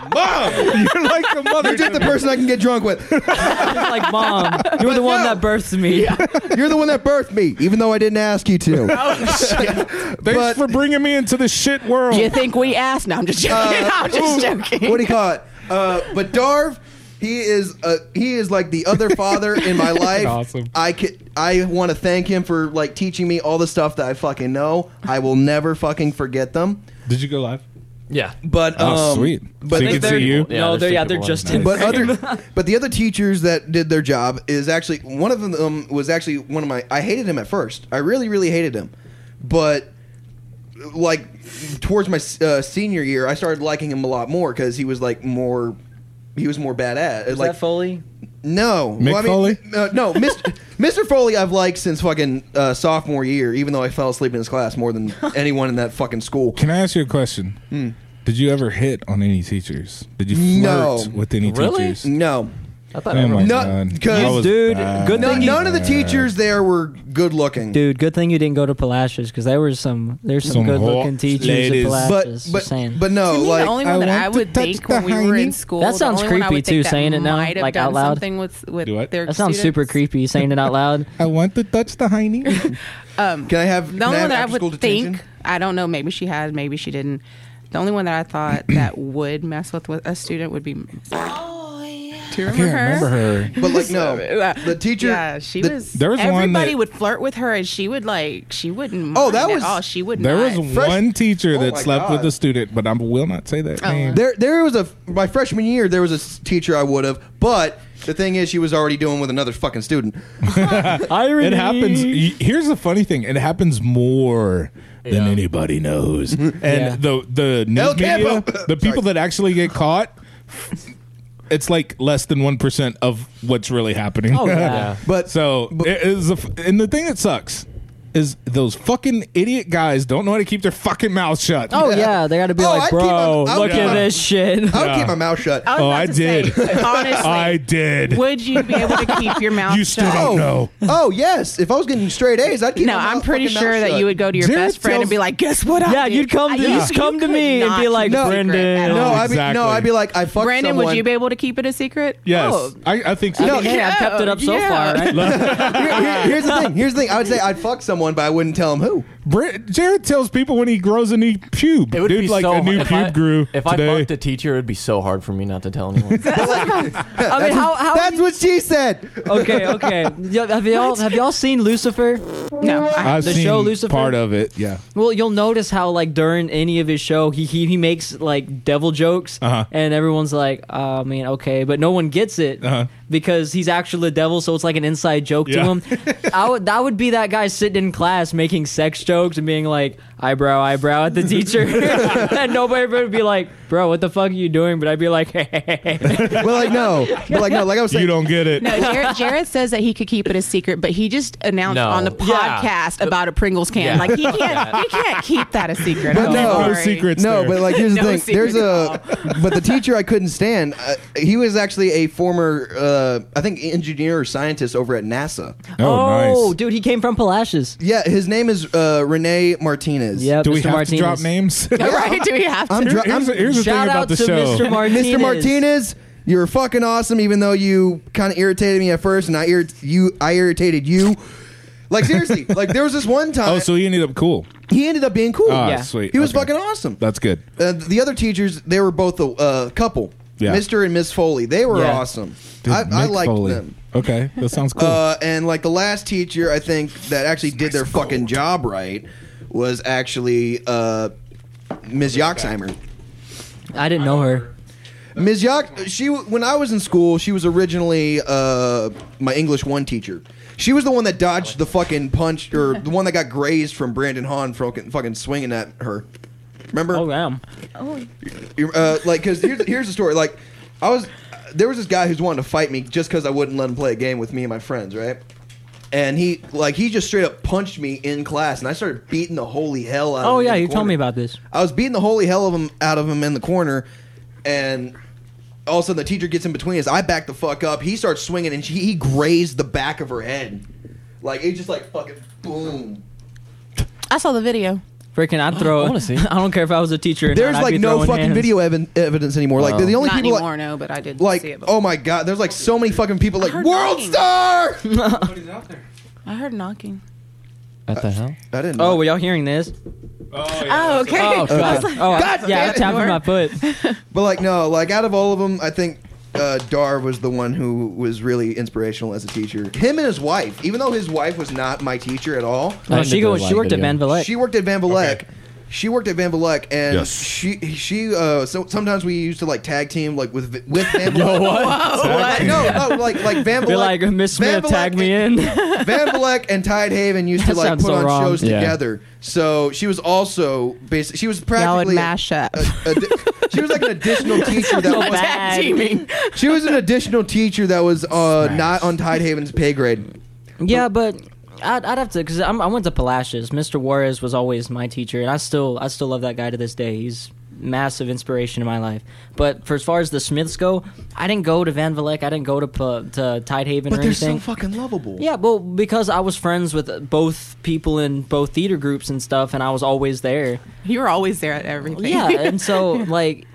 S3: Mom, you're like a mother.
S1: you're just the person I can get drunk with.
S7: like mom. You're the one
S1: no.
S7: that birthed me.
S1: You're the one that birthed me, even though I didn't ask you to.
S3: Oh, Thanks
S1: but-
S3: for bringing me into this shit world.
S4: you think we asked? No, I'm just joking. I'm just joking.
S1: Uh, what do you call it? Uh, but Darv, he is uh, he is like the other father in my life.
S3: Awesome.
S1: I could I want to thank him for like teaching me all the stuff that I fucking know. I will never fucking forget them.
S3: Did you go live?
S9: Yeah.
S1: But
S3: Oh,
S1: um,
S3: sweet.
S1: But
S3: so you can
S7: they're-
S3: see you.
S9: Yeah,
S7: no,
S9: there's
S7: they're
S9: two
S7: yeah, they're
S9: people
S7: just
S9: on
S7: in.
S1: but other but the other teachers that did their job is actually one of them was actually one of my I hated him at first. I really really hated him. But like towards my uh, senior year, I started liking him a lot more cuz he was like more he was more badass.
S5: Is
S1: like
S5: that Foley?
S1: no.
S3: Mick Foley?
S1: Uh, no, Mr. Mr. Foley I've liked since fucking uh, sophomore year even though I fell asleep in his class more than anyone in that fucking school.
S3: Can I ask you a question?
S1: Hmm.
S3: Did you ever hit on any teachers? Did you flirt
S1: No.
S3: with any
S9: Really?
S3: teachers?
S1: No.
S9: I thought
S3: Oh my
S1: No,
S3: God.
S1: 'cause-
S3: I was
S5: Dude, good
S1: No,
S5: thing you-
S1: none of the teachers there were good looking.
S5: Dude, good thing you didn't go to Palacios because there were some there's some,
S3: Some
S5: good looking
S3: hot
S5: teachers
S3: ladies.
S5: at
S3: But-
S1: but
S5: Palacios.
S1: but
S5: just saying.
S1: but
S4: To
S1: no,
S4: me,
S1: like
S4: the only one
S3: I
S4: that I
S3: want to
S4: would
S3: touch
S4: think
S3: the
S4: when we were in
S3: hiney.
S4: school.
S5: That
S4: the
S5: sounds
S4: only one I
S5: creepy,
S4: would
S5: too,
S4: think that
S5: saying it now,
S4: might have
S5: like,
S4: done
S5: out loud.
S4: Something with with
S3: Do what?
S4: their
S5: that sounds super
S4: students.
S5: creepy saying it out loud.
S3: I want to touch the hiney.
S1: Can I have can
S4: The only
S1: I have
S4: one that I
S1: after-school
S4: would
S1: detention?
S4: think, I don't know, maybe she had, maybe she didn't. The only one that I thought that would mess with with a student would be. Do you
S3: I can't
S4: remember her?
S3: remember her.
S1: But like no,
S4: Uh,
S1: the teacher.
S4: Yeah, she
S1: the-
S4: was.
S3: there was one
S4: everybody
S3: that-
S4: would flirt with her, and she would like. She wouldn't. Mind
S1: Oh, that was-
S4: at all. She would.
S3: There
S4: not.
S3: was one teacher
S1: Oh
S3: that
S1: my
S3: slept
S1: God.
S3: with a student, but I will not say that
S4: Oh.
S3: name.
S1: There, there was a my freshman year. There was a s- teacher I would have, but the thing is, she was already doing with another fucking student.
S2: Irony.
S3: It happens. y- Here's the funny thing: it happens more than anybody knows, and the the
S1: El
S3: news media,
S1: Campo.
S3: the people
S1: Sorry.
S3: that actually get caught, it's like less than one percent of what's really happening.
S7: Oh, yeah.
S1: But
S3: so it is, a f and the thing that sucks is those fucking idiot guys don't know how to keep their fucking mouth shut.
S7: oh yeah, they got to be
S1: Oh, I'd
S7: like,
S1: keep
S7: bro,
S1: on- I'd
S7: look
S1: keep
S7: at
S1: on-
S7: this shit.
S1: I would
S3: Yeah.
S1: keep my mouth shut.
S4: was
S3: Oh,
S4: about
S3: I
S4: to
S3: did.
S4: say, honestly,
S3: I did.
S4: would you be able to keep your mouth
S3: You still
S4: shut?
S3: don't know.
S1: oh yes, if I was getting straight A's, I'd keep.
S4: No,
S1: my mouth
S4: I'm pretty
S1: fucking
S4: sure
S1: mouth
S4: that
S1: shut.
S4: you would go to your
S3: Jared
S4: best friend
S3: tells-
S4: and be like, "Guess what? I
S7: Yeah,
S4: did?"
S7: you'd come to
S4: I-
S7: me-
S4: you-
S7: you'd come
S4: you
S7: to
S4: could
S7: me and
S4: not
S7: be like,
S4: keep a secret
S7: "Brendan."
S4: at
S1: No,
S4: all.
S1: I'd be
S3: Exactly.
S1: no, I'd be like I fucked
S4: Brandon,
S1: someone.
S4: would you be able to keep it a secret?
S3: Yes,
S4: Oh,
S3: I, I think so.
S7: I mean, hey, I've kept it up so
S4: Yeah.
S7: far. Right?
S1: Here- here- here's the thing. Here's the thing. I would say I'd fuck someone, but I wouldn't tell them who.
S3: Br- Jared tells people when he grows a new pube.
S9: It would
S3: Dude,
S9: be
S3: like
S9: so
S3: a new
S9: if
S3: pube
S9: I,
S3: grew
S9: If
S3: today.
S9: I fucked a teacher, it would be so hard for me not to tell anyone.
S7: I mean, how, how
S1: That's what she said.
S7: okay, okay. Yeah, Have y'all have y'all seen Lucifer?
S4: No, I-
S3: I've
S7: The
S3: seen
S7: show Lucifer?
S3: part of it. Yeah.
S7: Well, you'll notice how like during any of his show, he he, he makes like devil jokes,
S3: Uh-huh.
S7: and everyone's like, "I mean, okay," but no one gets it
S3: Uh-huh.
S7: because he's actually the devil, so it's like an inside joke
S3: Yeah.
S7: to him. I would that would be that guy sitting in class making sex jokes and being like eyebrow eyebrow at the teacher, and nobody would be like, "Bro, what the fuck are you doing?" But I'd be like,
S3: Oh,
S1: But like no, but like no, like I was saying,
S3: You don't get it.
S4: No, Jared, Jared says that he could keep it a secret, but he just announced
S9: No.
S4: on the
S9: Yeah.
S4: podcast about a Pringles can.
S9: Yeah.
S4: Like he can't, he can't keep that a secret.
S1: But
S4: I'm
S1: no.
S4: sorry.
S3: No secrets.
S1: No,
S3: there.
S1: but like here's the
S4: No
S1: thing.
S4: secret
S1: There's a but the teacher I couldn't stand. Uh, he was actually a former, uh, I think, engineer or scientist over at NASA.
S3: oh,
S7: "Oh,
S3: nice.
S7: dude, he came from Palacios."
S1: Yeah, his name is uh, Rene Martinez.
S7: Yeah,
S3: Do
S7: Mr.
S3: we have
S7: Martinez.
S3: to drop names?
S4: All right? Do we have to?
S1: I'm dro-
S3: here's, the- here's the thing
S7: Shout
S3: about
S7: out
S3: the
S7: to
S3: show.
S7: Mr. Martinez.
S1: Mr. Martinez, you're fucking awesome. Even though you kind of irritated me at first, and I irrit- you, I irritated you. Like seriously, like there was this one time.
S3: oh, so he ended up cool.
S1: He ended up being cool.
S3: Ah,
S5: Yeah.
S3: sweet.
S1: He was
S3: Okay.
S1: fucking awesome.
S3: That's good.
S1: Uh, the other teachers, they were both a uh, couple,
S3: Yeah.
S1: Mr. and Miss Foley. They were
S5: Yeah.
S1: awesome.
S3: Dude,
S1: I, I
S3: Mick
S1: liked
S3: Foley.
S1: them.
S3: Okay, that sounds cool.
S1: Uh, and like the last teacher, I think that actually did their fucking job right was actually uh, Ms. Yoxheimer.
S5: I didn't know her.
S1: Ms. Yock, she when I was in school, she was originally uh, my English one teacher. She was the one that dodged the fucking punch, or the one that got grazed from Brandon Hahn fucking fucking swinging at her. Remember?
S5: Oh, damn.
S1: You're, uh, like because here's, here's the story like i was there was this guy who's wanting to fight me just because i wouldn't let him play a game with me and my friends right and he like he just straight up punched me in class and i started beating the holy hell out
S5: Oh,
S1: of him
S5: yeah,
S1: in the
S5: you told
S1: corner.
S5: me about this.
S1: i was beating the holy hell of him out of him in the corner and all of a sudden the teacher gets in between us i back the fuck up he starts swinging and she, he grazed the back of her head like it just like fucking boom
S4: I saw the video.
S5: Freaking, I'd throw.
S9: I wanna see.
S5: I don't care if I was a teacher. Or
S1: there's
S5: not, I'd be
S1: like no
S5: throwing
S1: fucking
S5: hands. Oh.
S1: video ev- evidence anymore like the only
S4: Not
S1: people
S4: anymore,
S1: like,
S4: no, but I did
S1: like
S4: see it. before.
S1: oh my god there's like so many fucking people like
S4: heard
S1: world
S4: knocking.
S1: star i
S4: I heard knocking.
S9: At the hell?
S1: didn't
S5: Oh, were y'all hearing this?
S1: uh,
S4: Oh, okay.
S5: Oh,
S4: I
S5: God.
S4: was like,
S5: oh I-
S1: God
S5: yeah,
S1: damn
S5: I
S1: it, Mark.
S5: tapped my foot.
S1: but like no like out of all of them i think uh, Dar was the one who was really inspirational as a teacher. Him and his wife, even though his wife was not my teacher at all,
S5: No,
S9: didn't
S5: she
S9: do the
S5: goes. She
S9: live
S5: worked at
S9: video.
S5: Van Vleck.
S1: she worked at Van Vleck. She worked at Van Vleck, and
S3: Yes.
S1: she she uh, so sometimes we used to like tag team like with with Van Vleck.
S3: Zach?
S1: no, no, like like Van Vleck.
S5: They're like, Miss
S1: Van
S5: Smith, tag
S1: Vleck-
S5: me in.
S1: Van Vleck and Tide Haven used to
S5: That
S1: like
S5: sounds
S1: put
S5: so
S1: on
S5: wrong.
S1: shows
S9: Yeah.
S1: together. So she was also basically she was
S4: Y'all would
S1: practically
S4: mash up.
S1: a- a di- she was like an additional teacher that was
S5: bad.
S1: she was an additional teacher that was uh, not on Tide Haven's pay grade.
S5: Yeah, but I'd, I'd have to because I went to Palacios. Mr. Juarez was always my teacher, and I still I still love that guy to this day. He's massive inspiration in my life. But for as far as the Smiths go, I didn't go to Van Vleck. I didn't go to Pa- to Tide Haven
S1: But
S5: or
S1: they're
S5: anything.
S1: so fucking lovable.
S5: yeah, well, because I was friends with both people in both theater groups and stuff, and I was always there.
S4: You were always there at everything.
S5: Yeah, and so like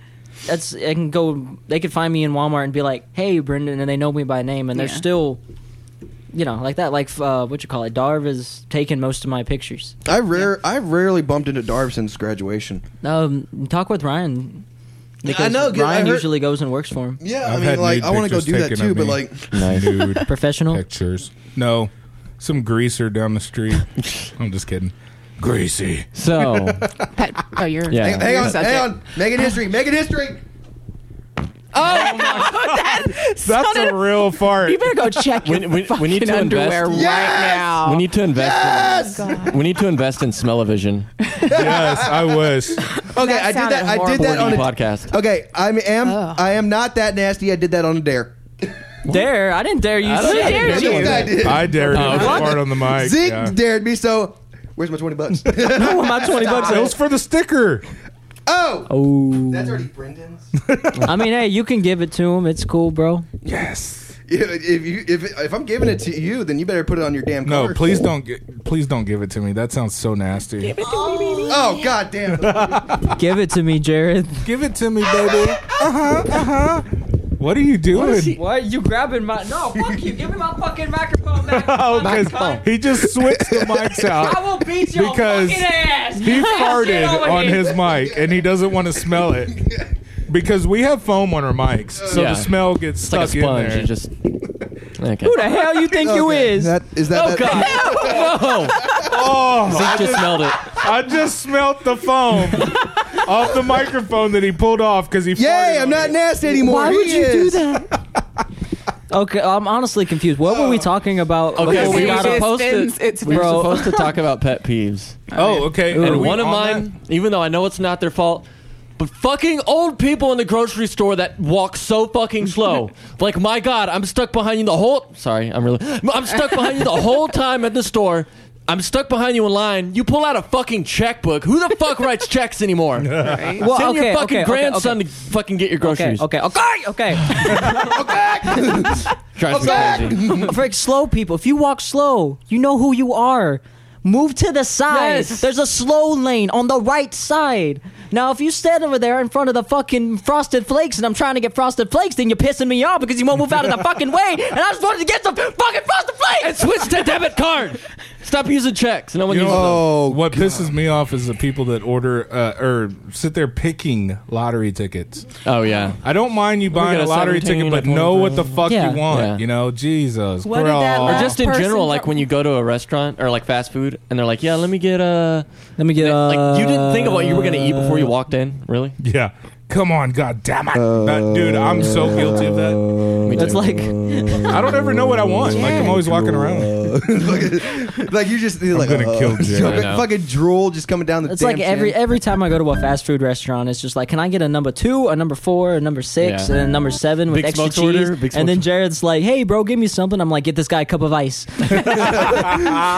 S5: that's I can go. They could find me in Walmart and be like, "Hey, Brendan," and they know me by name, and they're
S4: Yeah.
S5: still, you know, like that. Like f- uh, what you call it? Darv has taken most of my pictures.
S1: I rare I rarely bumped into Darv since graduation.
S5: Um, talk with Ryan. Because
S1: I know, 'cause I
S5: Ryan
S1: heard-
S5: usually goes and works for him.
S1: Yeah,
S3: I've
S1: I mean,
S3: had
S1: like
S3: nude
S1: I want to go
S3: pictures
S1: do that
S3: taken of
S1: too, but
S3: me.
S1: like
S3: Nude
S5: Professional.
S3: pictures. No, some greaser down the street. I'm just kidding. Greasy.
S9: So,
S4: Pat- oh, you're.
S9: Yeah.
S1: hang, hang
S4: you're
S1: on,
S4: such
S1: hang
S4: a-
S1: on, making history, making history.
S3: That's a real fart.
S4: You better go check your
S9: We- we- we need
S4: fucking
S9: to invest-
S4: underwear
S1: Yes!
S4: right now.
S9: we need to invest
S1: Yes.
S9: in, we need to invest in Smell-O-Vision.
S3: yes, I wish.
S1: Okay,
S4: That
S1: I did
S4: sounded
S1: that. I did
S4: horrible.
S1: that on a
S9: podcast.
S1: Okay, I am
S4: Ugh.
S1: I am not that nasty. I did that on a dare.
S5: Dare I didn't dare you.
S9: I don't
S5: shit.
S9: dare
S1: This
S9: you.
S1: guy did.
S3: I dare you to fart on the mic.
S1: Uh, Zeke
S3: yeah.
S1: dared me, so where's my twenty bucks?
S5: Where my twenty bucks.
S3: It
S5: at?
S3: was for the sticker.
S1: oh,
S5: Oh,
S1: that's already Brendan's.
S5: I mean, hey, you can give it to him. It's cool, bro.
S3: Yes.
S1: if you if if I'm giving it to you, then you better put it on your damn.
S3: No,
S1: cover.
S3: please don't. Get, please don't give it to me. That sounds so nasty.
S1: Oh god damn.
S5: Give it to me, Jared.
S3: Give it to me, baby. Uh huh. Uh huh. What are you doing?
S5: What you grabbing my? No, fuck you. Give me my fucking microphone back.
S3: Oh, 'cause he just switched the mics out.
S5: will beat
S3: your Because fucking
S5: ass.
S3: He farted on his mic and he doesn't want to smell it because we have foam on our mics, so
S9: Yeah.
S3: the smell gets
S9: It's like
S3: stuck
S9: a sponge.
S3: in
S9: It
S3: there.
S9: just okay.
S5: Who the hell you think you
S1: Okay,
S5: is?
S1: that is that?
S5: oh
S1: that-
S5: God!
S9: Whoa!
S3: Oh,
S9: I just smelled it.
S3: I just smelled the foam off the microphone that he pulled off because he.
S1: Yay!
S3: farted
S1: I'm
S3: on
S1: not
S3: it.
S1: nasty anymore.
S4: Why would
S1: He
S4: you do
S1: is.
S4: that?
S5: Okay, I'm honestly confused. What were we talking about
S9: Okay,
S5: before we
S9: we
S5: got
S9: just
S5: it posted?
S4: It's- it's
S9: We were
S5: Bro.
S9: supposed to talk about pet peeves,
S3: Oh, okay. Are
S9: and
S3: we
S9: one of
S3: on
S9: mine, even though I know it's not their fault, but fucking old people in the grocery store that walk so fucking slow. like my god, I'm stuck behind you the whole. Sorry, I'm really. I'm stuck behind you the whole time at the store. I'm stuck behind you in line. You pull out a fucking checkbook. Who the fuck writes checks anymore?
S5: Well,
S9: Send
S5: okay,
S9: your fucking
S5: okay, okay,
S9: grandson to fucking get your
S5: Okay,
S9: groceries.
S5: okay, okay, okay.
S9: Drives me crazy.
S5: Frick, slow people. If you walk slow, you know who you are. Move to the side.
S9: Yes.
S5: There's a slow lane on the right side. Now, if you stand over there in front of the fucking frosted flakes and I'm trying to get frosted flakes, then you're pissing me off because you won't move out of the fucking way. And I just wanted to get some fucking frosted flakes.
S9: Switch to debit card.
S6: Stop using checks. No one uses them.
S3: Oh, what pisses me off is the people that order uh, or sit there picking lottery tickets.
S6: Oh yeah.
S3: I don't mind you buying
S6: got
S3: a
S6: a
S3: lottery
S6: 17
S3: ticket, but
S6: at one
S3: know what the
S6: grand.
S3: fuck
S5: Yeah.
S3: you want.
S6: Yeah.
S3: You know, Jesus,
S10: What did
S3: bro.
S10: that
S6: Or
S10: last-
S6: just in
S10: person
S6: general,
S10: that-
S6: like when you go to a restaurant or like fast food, and they're like, "Yeah, let me get a." uh,
S5: Let me get.
S6: like you didn't think of what you were gonna eat before you walked in, really?
S3: yeah, come on, god damn it, That- dude. I'm so guilty of that.
S6: Me
S5: That's
S6: too.
S5: like
S3: I don't ever know what I want. Like I'm always walking around.
S1: like you just you're like
S3: gonna
S1: uh,
S3: kill Jared.
S1: fucking-
S6: I know.
S1: Fucking drool just coming down the.
S5: it's
S1: damn
S5: like every
S1: chin.
S5: every time I go to a fast food restaurant, it's just like, can I get a number two, a number four, a number six,
S6: Yeah.
S5: and a number seven with
S6: Big
S5: extra
S6: Smoke's
S5: cheese?
S6: order, Big
S5: and then
S6: Smoke's-
S5: Jared's like, hey, bro, give me something. I'm like, get this guy a cup of ice.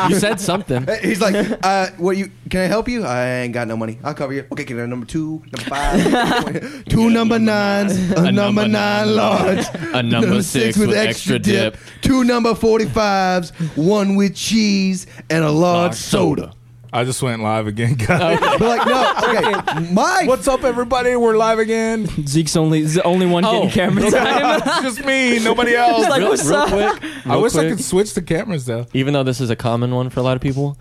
S6: you said something.
S1: He's like, uh, what you? Can I help you? I ain't got no money. I'll cover you. Okay, can I number two, number five, two number nines, a, number
S6: number
S1: nine
S6: nine.
S1: large,
S6: A number six with extra dip.
S1: two number forty fives, one with cheese, and a large soda.
S3: I just went live again,
S6: Oh.
S3: guys.
S1: But like, no, okay, my
S3: What's up, everybody? We're live again.
S5: Zeke's only is the only one
S6: Oh.
S5: getting camera time.
S3: it's just me, nobody else.
S5: He's like,
S6: real,
S5: what's
S6: real
S5: up?
S6: quick,
S3: I
S6: real
S3: wish I
S6: quick,
S3: could switch the cameras though.
S6: Even though this is a common one for a lot of people,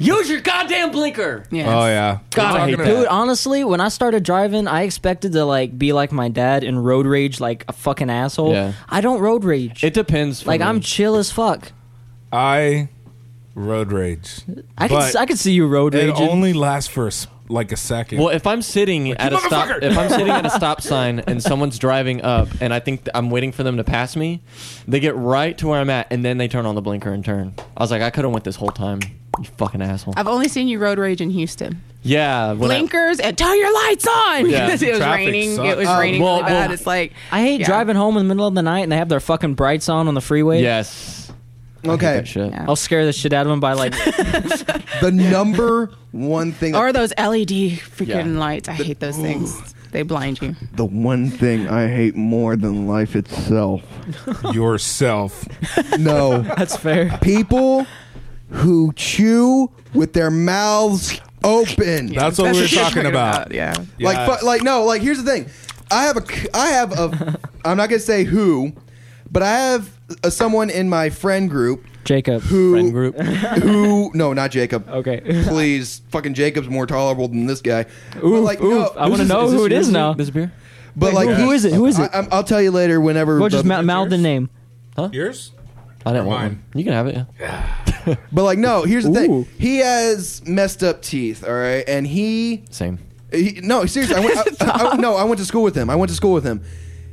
S6: use your goddamn blinker.
S4: Yes.
S3: Oh yeah,
S6: God, I hate
S3: Talking
S6: that.
S3: about-
S5: Dude, honestly, when I started driving, I expected to like be like my dad and road rage like a fucking asshole.
S6: Yeah.
S5: I don't road rage.
S6: It depends. for
S5: like I'm
S6: me.
S5: chill as fuck.
S3: I road rage.
S5: I could
S3: But
S5: I could see you road
S3: It
S5: raging.
S3: only lasts for a s- like a second.
S6: Well, if I'm sitting at a stop,
S3: motherfucker!
S6: if I'm sitting at a stop sign and someone's driving up, and I think th- I'm waiting for them to pass me, they get right to where I'm at, and then they turn on the blinker and turn. I was like, I could have went this whole time. You fucking asshole.
S4: I've only seen you road rage in Houston.
S6: yeah. when I-
S4: Blinkers and turn your lights on.
S6: Yeah.
S4: Because it was
S3: Traffic
S4: raining.
S3: sucks.
S4: It was
S3: Um,
S4: raining
S6: well,
S4: really bad.
S6: well-
S4: it's like
S5: I hate
S4: Yeah.
S5: driving home in the middle of the night and they have their fucking brights on on the freeway.
S6: yes.
S1: okay?
S6: That shit.
S4: Yeah.
S5: I'll scare the shit out of them by like
S1: The number one thing,
S4: Or those LED freaking
S6: Yeah.
S4: lights. I hate those things. They blind you.
S1: the one thing I hate more than life itself.
S3: yourself.
S1: No,
S5: that's fair.
S1: people who chew with their mouths open.
S3: That's what we were talking about.
S4: Yeah.
S3: Yeah.
S1: Like, fu- like no, like here's the thing. I have a, c- I have a, I'm not gonna say who, but I have a, someone in my friend group
S5: Jacob.
S1: who,
S6: Friend group.
S1: who, no, not Jacob.
S5: Okay.
S1: Please, fucking Jacob's more tolerable than this guy. But
S5: Oof,
S1: like,
S5: oof. I want to know who it is now.
S6: This beer.
S1: but like,
S5: who is it? Who is it?
S1: I, I'm- I'll tell you later. Whenever,
S5: Go just
S1: the-
S5: mouth, mouth the name.
S3: Yours?
S6: I didn't
S3: Or
S6: want
S3: mine.
S6: one. You can have it. Yeah.
S1: but like, no, here's the
S5: Ooh.
S1: thing. He has messed up teeth, all right, and he
S6: Same.
S1: He, no, seriously. I went, I- I- I- no, I went to school with him. I went to school with him.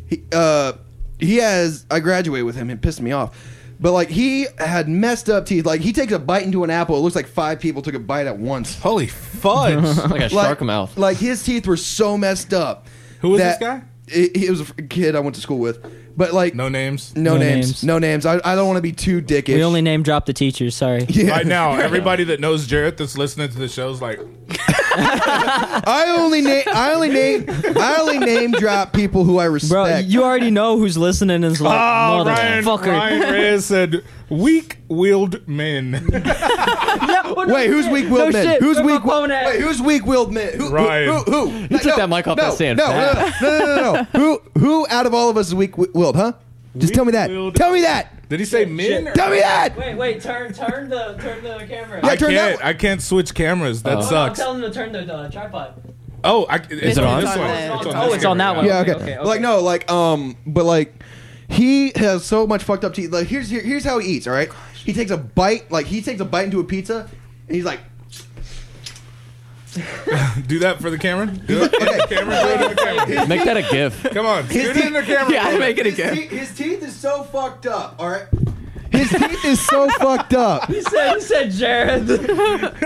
S1: He, uh, he has. I graduated with him. It pissed me off. But like he had messed up teeth. Like he takes a bite into an apple. It looks like five people took a bite at once.
S3: Holy fudge!
S6: Like a
S1: Like,
S6: shark mouth.
S1: Like his teeth were so messed up.
S3: Who was this
S1: that-
S3: guy?
S1: It, he was a fr- kid I went to school with. But like
S3: no names.
S1: no,
S5: No
S1: names.
S5: names.
S1: no names. I, I don't want to be too dickish.
S5: We only name dropped the teachers, sorry.
S3: Right now, everybody that knows Jarrett that's listening to the show's like,
S1: I only name. I only name. I only name drop people who I
S5: Bro,
S1: respect.
S5: you already know who's listening and is like,
S3: "Oh, Ryan,
S5: motherfucker.
S3: Ryan Reyes said weak-willed men."
S1: Wait, who's weak willed men?
S5: shit.
S1: Who's
S5: Where my
S1: weak?
S5: phone at?
S1: Wait, who's weak willed men? Who,
S3: Ryan.
S1: Who? who, who? You
S6: took that mic off
S1: no,
S6: that stand
S1: No, no,
S6: fast.
S1: no, no, no, no. who? Who out of all of us is weak willed? Huh? Just tell me that.
S3: Weak-willed-
S1: Tell me that.
S3: Did he say men? or-
S1: Tell me that.
S5: Wait, wait, turn, turn the, turn the camera.
S1: Yeah,
S3: I
S1: turn
S3: can't.
S1: that-
S3: I can't switch cameras. That
S5: Uh-huh.
S3: sucks.
S5: them to turn the uh, tripod.
S3: Oh, I, is
S4: it on? It's on the-
S5: oh, it's on that one.
S1: Yeah. Okay.
S5: Okay, okay, okay.
S1: Like no. Like um. But like. He has so much fucked up teeth. Like here's here, here's how he eats. All right, he takes a bite. Like he takes a bite into a pizza, and he's like,
S3: Do that for the camera. Do it.
S1: okay.
S3: Camera, do it in the camera.
S6: Make that a gif.
S3: Come on, shoot it in the camera.
S4: Yeah, make it
S1: his,
S4: again.
S1: te- his teeth is so fucked up. All right, his teeth is so fucked up.
S5: He said, he said Jared.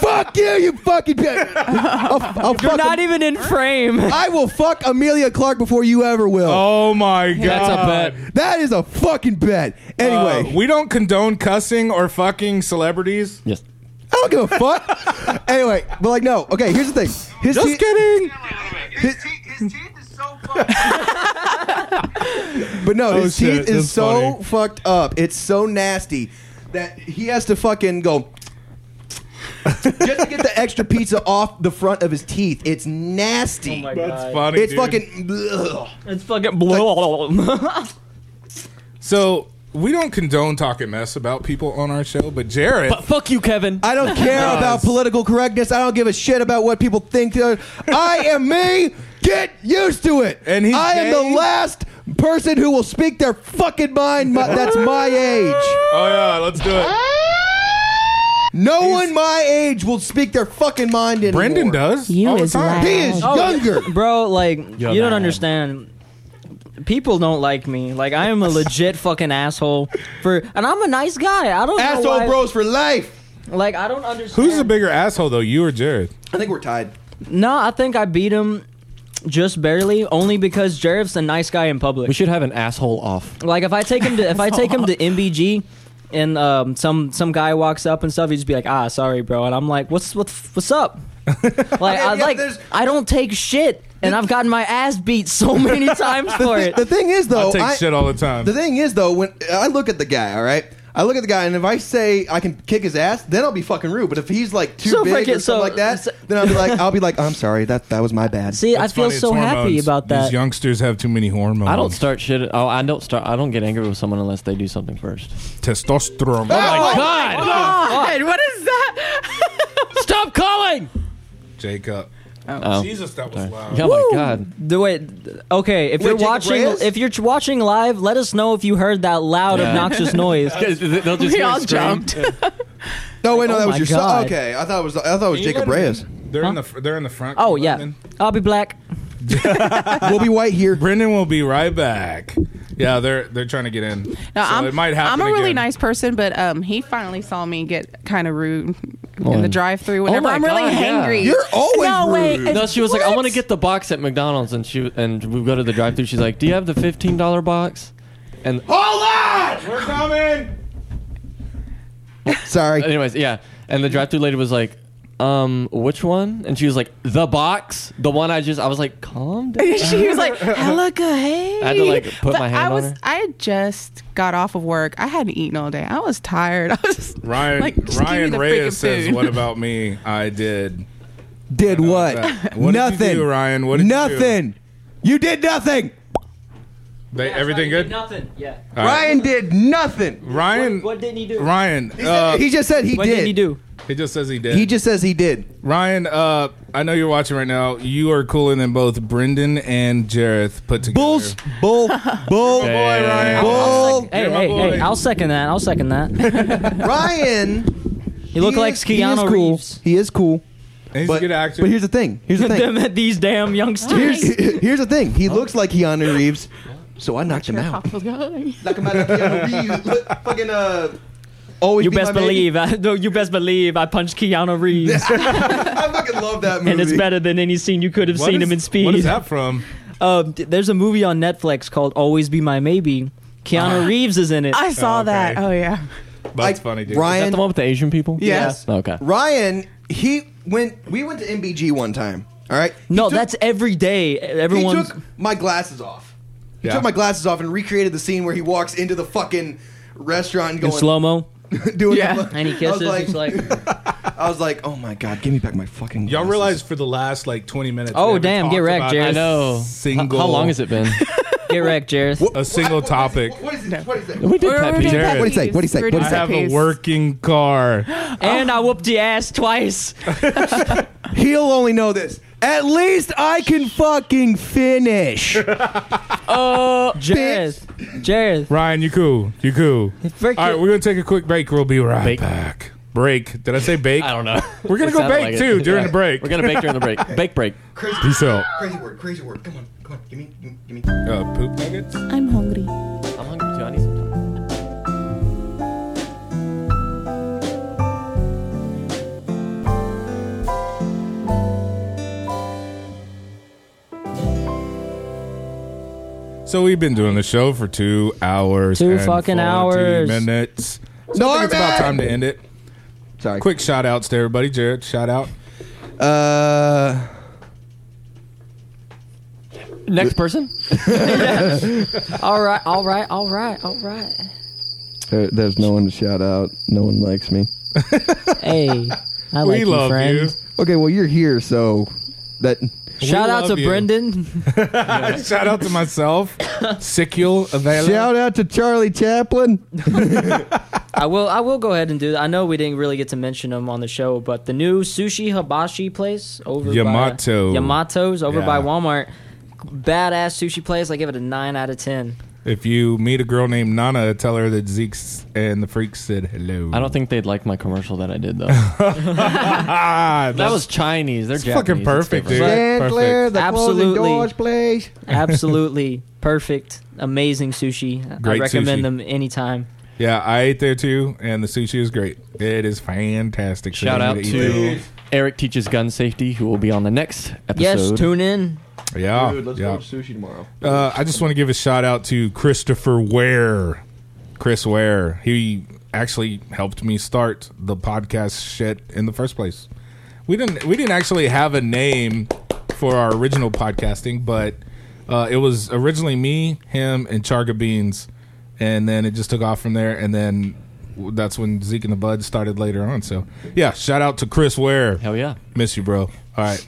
S1: Fuck you, you fucking. pi- I'll, I'll fuck
S5: Not even in frame.
S1: I will fuck Amelia Clark before you ever will.
S3: Oh my god,
S6: That's a bet.
S1: That is a fucking bet. Anyway,
S3: Uh, we don't condone cussing or fucking celebrities.
S6: Yes.
S1: I don't give a fuck. anyway, but like, no. Okay, here's the thing. His
S3: Just
S1: teeth-
S3: kidding.
S1: His, but no, his
S3: Oh, shit,
S1: teeth is
S3: that's
S1: so
S3: funny.
S1: fucked up. It's so nasty that he has to fucking go. just to get the extra pizza off the front of his teeth. It's
S3: Oh
S1: nasty.
S3: That's funny.
S1: it's
S3: dude.
S1: fucking. Ugh.
S5: It's fucking blue.
S3: So we don't condone talking mess about people on our show, but Jared,
S9: But fuck you, Kevin.
S1: I don't care about political correctness. I don't give a shit about what people think. Uh, I am me. Get used to it.
S3: And he's
S1: I am
S3: gay.
S1: the last person who will speak their fucking mind. My, that's my age.
S3: oh yeah, let's do it.
S1: No one my age will speak their fucking mind anymore.
S3: Brendan does.
S4: You
S3: all the
S4: is
S3: time.
S4: loud.
S1: He is
S5: Oh,
S1: younger.
S5: bro. Like
S9: You're
S5: you don't
S9: mad.
S5: understand. People don't like me. Like I am a legit fucking asshole. For and I'm a nice guy. I don't know
S1: Asshole
S5: why-
S1: bros for life.
S5: Like I don't understand.
S3: Who's the bigger asshole though, you or Jared?
S1: I think we're tied.
S5: No, I think I beat him just barely, only because Jareth's a nice guy in
S9: We
S5: public.
S9: should have an asshole off.
S5: Like if I take him to if I take him to MBG. And um, some some guy walks up and stuff. He'd just be like, "Ah, sorry, bro." And I'm like, "What's what's what's up?" Like
S1: yeah,
S5: I like
S1: there's-
S5: I don't take shit, and I've gotten my ass beat so many times for it.
S1: The thing is, though,
S3: I take
S1: Oh, I-
S3: shit all the time.
S1: The thing is, though, when I look at the guy, all right, I look at the guy, and if I say I can kick his ass, then I'll be fucking rude. But if he's like too
S5: So
S1: big or something
S5: freaking- so-
S1: like that,
S5: so-
S1: then I'll be like, I'll be like, I'm sorry, that that was my bad.
S5: See,
S3: It's
S5: I feel
S3: funny, it's
S5: so happy
S3: hormones.
S5: about
S3: These
S5: that.
S3: youngsters have too many hormones.
S9: I don't start shit. Oh, I don't start. I don't get angry with someone unless they do something first.
S3: testosterone.
S5: Oh!
S9: God!
S4: what is that?
S9: Stop calling!
S3: Jacob.
S9: Oh.
S3: Jesus, that was loud.
S9: Oh my God!
S5: Do it. Okay, if
S1: Wait,
S5: you're
S1: Jacob
S5: watching,
S1: Reyes?
S5: if you're watching live, let us know if you heard that loud,
S9: Yeah.
S5: obnoxious noise.
S9: They'll just
S4: We all jumped.
S1: no, wait, no,
S5: Oh
S1: that
S5: my
S1: was your son.
S5: God.
S1: Okay, I thought it was I thought it was
S3: Can you
S1: Jacob
S3: let him-
S1: Reyes.
S3: They're in the fr- they're in the front. Can
S5: Oh
S3: you let
S5: yeah,
S3: them in?
S5: I'll be black.
S1: we'll be white here.
S3: Brendan will be right back. Yeah, they're they're trying to get in.
S4: No,
S3: So
S4: I'm,
S3: it might happen.
S4: I'm a really
S3: again.
S4: nice person, but um, he finally saw me get kind of rude
S9: What?
S4: in the drive-through. Whenever
S9: Oh my
S4: I'm really
S9: God, yeah.
S4: hangry,
S1: You're always
S4: no way.
S1: rude.
S9: No, she was like, I
S4: What?
S9: want to get the box at McDonald's, and she and we go to the drive-through. She's like, Do you have the fifteen dollar box? And
S1: Hold
S3: We're coming.
S1: on.
S3: Uh,
S1: Sorry.
S9: anyways, yeah. And the drive-through lady was like, Um, which one? And she was like, The box, the one I just. I was like, Calm down.
S4: she was like, "Hella good, hey."
S9: I had to, like, put
S4: but
S9: my hand
S4: I
S9: on
S4: was,
S9: her.
S4: I had just got off of work. I hadn't eaten all day. I was tired. I was just,
S3: Ryan
S4: Like, just give me
S3: Ryan
S4: the
S3: Reyes
S4: freaking
S3: says,
S4: food.
S3: "What about me? I did
S1: Did what?
S3: What did you
S1: nothing.
S3: do, Ryan? What did you do?
S1: nothing. You did nothing.
S3: they, everything good."
S5: Nothing. Yeah.
S3: All right.
S1: Ryan did nothing.
S3: Ryan.
S5: What didn't he do?
S3: Ryan. Uh,
S1: he just said he
S5: What
S1: did.
S5: did. he do?
S3: he just says he did.
S1: He just says he did.
S3: Ryan. Uh, I know you're watching right now. You are cooler than both Brendan and Jareth put together.
S1: Bulls, bull, bull,
S3: Boy, Ryan.
S1: bull.
S5: Hey,
S3: You're my
S5: hey,
S3: boy.
S5: hey! I'll second that. I'll second that.
S1: Ryan.
S5: You look
S1: He
S5: like
S1: is- he is
S5: Keanu
S1: cool.
S5: Reeves.
S1: He is cool.
S3: And he's
S1: But,
S3: a good actor.
S1: but here's the thing. Here's the thing.
S5: Them, these damn youngsters.
S1: here's, here's the thing. He looks like Keanu Reeves, so I knocked him out. Knock him out like Keanu Reeves. Look, Fucking uh. Always
S5: You
S1: Be
S5: best
S1: My Maybe.
S5: believe. I, no, you best believe. I punched Keanu Reeves,
S1: I fucking love that movie.
S5: and it's better than any scene you could have
S3: What
S5: seen
S3: is-
S5: him in Speed.
S3: What is that from?
S5: Um, th- there's a movie on Netflix called Always Be My Maybe.
S1: Uh-huh.
S5: Keanu Reeves is in it.
S4: I saw
S3: okay.
S4: that. Oh yeah.
S3: That's
S1: Like,
S3: funny, dude.
S9: Is that
S1: Ryan.
S9: the one with the Asian people?
S1: Yes.
S9: Okay.
S1: Ryan. He went. We went to MBG one time. All right. He
S5: no,
S1: took-
S5: that's every day. Everyone's.
S1: He took my glasses off. He
S3: Yeah.
S1: took my glasses off and recreated the scene where he walks into the fucking restaurant and
S5: in
S1: going
S5: slow mo.
S1: doing
S4: Yeah.
S1: the-
S5: And he
S1: I was
S5: kisses.
S1: like,
S5: he's like,
S1: I was like, oh my god, give me back my fucking.
S3: Y'all
S1: glasses.
S3: realize for the last like 20 minutes.
S5: Oh,
S3: we haven't
S5: damn,
S3: talked
S5: get wrecked,
S3: about
S5: Jared.
S3: a
S9: I know. How-
S3: Single.
S9: How, long has it been?
S5: get wrecked, Jareth.
S1: What-
S3: A single
S1: what- what is it?
S3: topic.
S1: What is it? What is it?
S9: we did
S4: We're-
S9: pet
S4: we're
S9: peeves.
S4: doing pet
S3: Jared.
S1: What'd he say?
S4: peeves.
S1: What'd he say?
S4: We're
S1: What'd
S4: doing
S1: he It's say?
S3: I
S4: pet
S3: have a
S4: peeves.
S3: working car.
S5: And I whooped your ass twice.
S1: He'll only know this. At least I can fucking finish.
S5: Jareth. Jareth.
S3: Ryan, you cool. You cool. All
S5: Frick
S3: right,
S5: you.
S3: we're going to take a quick break. We'll be right
S9: Bake.
S3: back. Break. Did I say bake?
S9: I don't know.
S3: We're gonna
S9: It
S3: go
S9: sounded
S3: bake,
S9: it.
S3: too, during the break.
S9: We're gonna bake during the break. Bake break.
S1: crazy,
S3: Peace out.
S1: crazy word. Crazy word. Come on. Come on. Give me. give me- Give me.
S3: Uh, poop nuggets?
S4: I'm hungry.
S9: I'm hungry too. I need some. time.
S3: So we've been doing the show for two hours.
S5: Two
S3: and
S5: fucking
S3: 40
S5: hours.
S3: Minutes. So I think it's about time to end it.
S1: Sorry.
S3: Quick shout outs to everybody. Jared, shout out.
S1: Uh.
S9: Next person.
S5: All right, all right, all right, all right.
S1: there's no one to shout out. No one likes me.
S5: Hey, I
S3: We
S5: like you,
S3: love
S5: friend.
S3: you.
S1: Okay, well you're here, so that
S5: Shout out
S3: love
S5: to
S3: you.
S5: Brendan.
S3: Shout out to myself, Sikul Avela.
S1: Shout out to Charlie Chaplin.
S5: I will. I will go ahead and do that. I know we didn't really get to mention them on the show, but the new sushi hibachi place over
S3: Yamato.
S5: by Yamato's over
S3: Yeah.
S5: by Walmart. Badass sushi place. I give it a nine out of ten.
S3: If you meet a girl named Nana, tell her that Zeke's and the Freaks said hello.
S9: I don't think they'd like my commercial that I did though.
S3: Ah,
S9: that was Chinese. They're
S3: It's
S9: Japanese.
S3: fucking perfect,
S9: different.
S3: dude. Perfect.
S1: the
S5: Absolutely.
S1: closing doors, please.
S5: Absolutely perfect, amazing sushi.
S3: Great
S5: I recommend
S3: sushi.
S5: them anytime.
S3: Yeah, I ate there too, and the sushi is great. It is fantastic. So
S9: Shout
S3: you
S9: out
S3: need eat
S9: to Eric teaches gun safety, who will be on the next episode.
S5: Yes, tune in.
S3: there. yeah.
S1: Dude, let's
S3: yeah.
S1: go to sushi tomorrow.
S3: Uh, I just want to give a shout out to Christopher Ware. Chris Ware. He actually helped me start the podcast shit in the first place. We didn't we didn't actually have a name for our original podcasting, but uh, it was originally me, him, and Charga Beans, and then it just took off from there. And then w- that's when Zeke and the Bud started later on. So yeah, shout out to Chris Ware.
S9: Hell yeah.
S3: Miss you, bro. All right,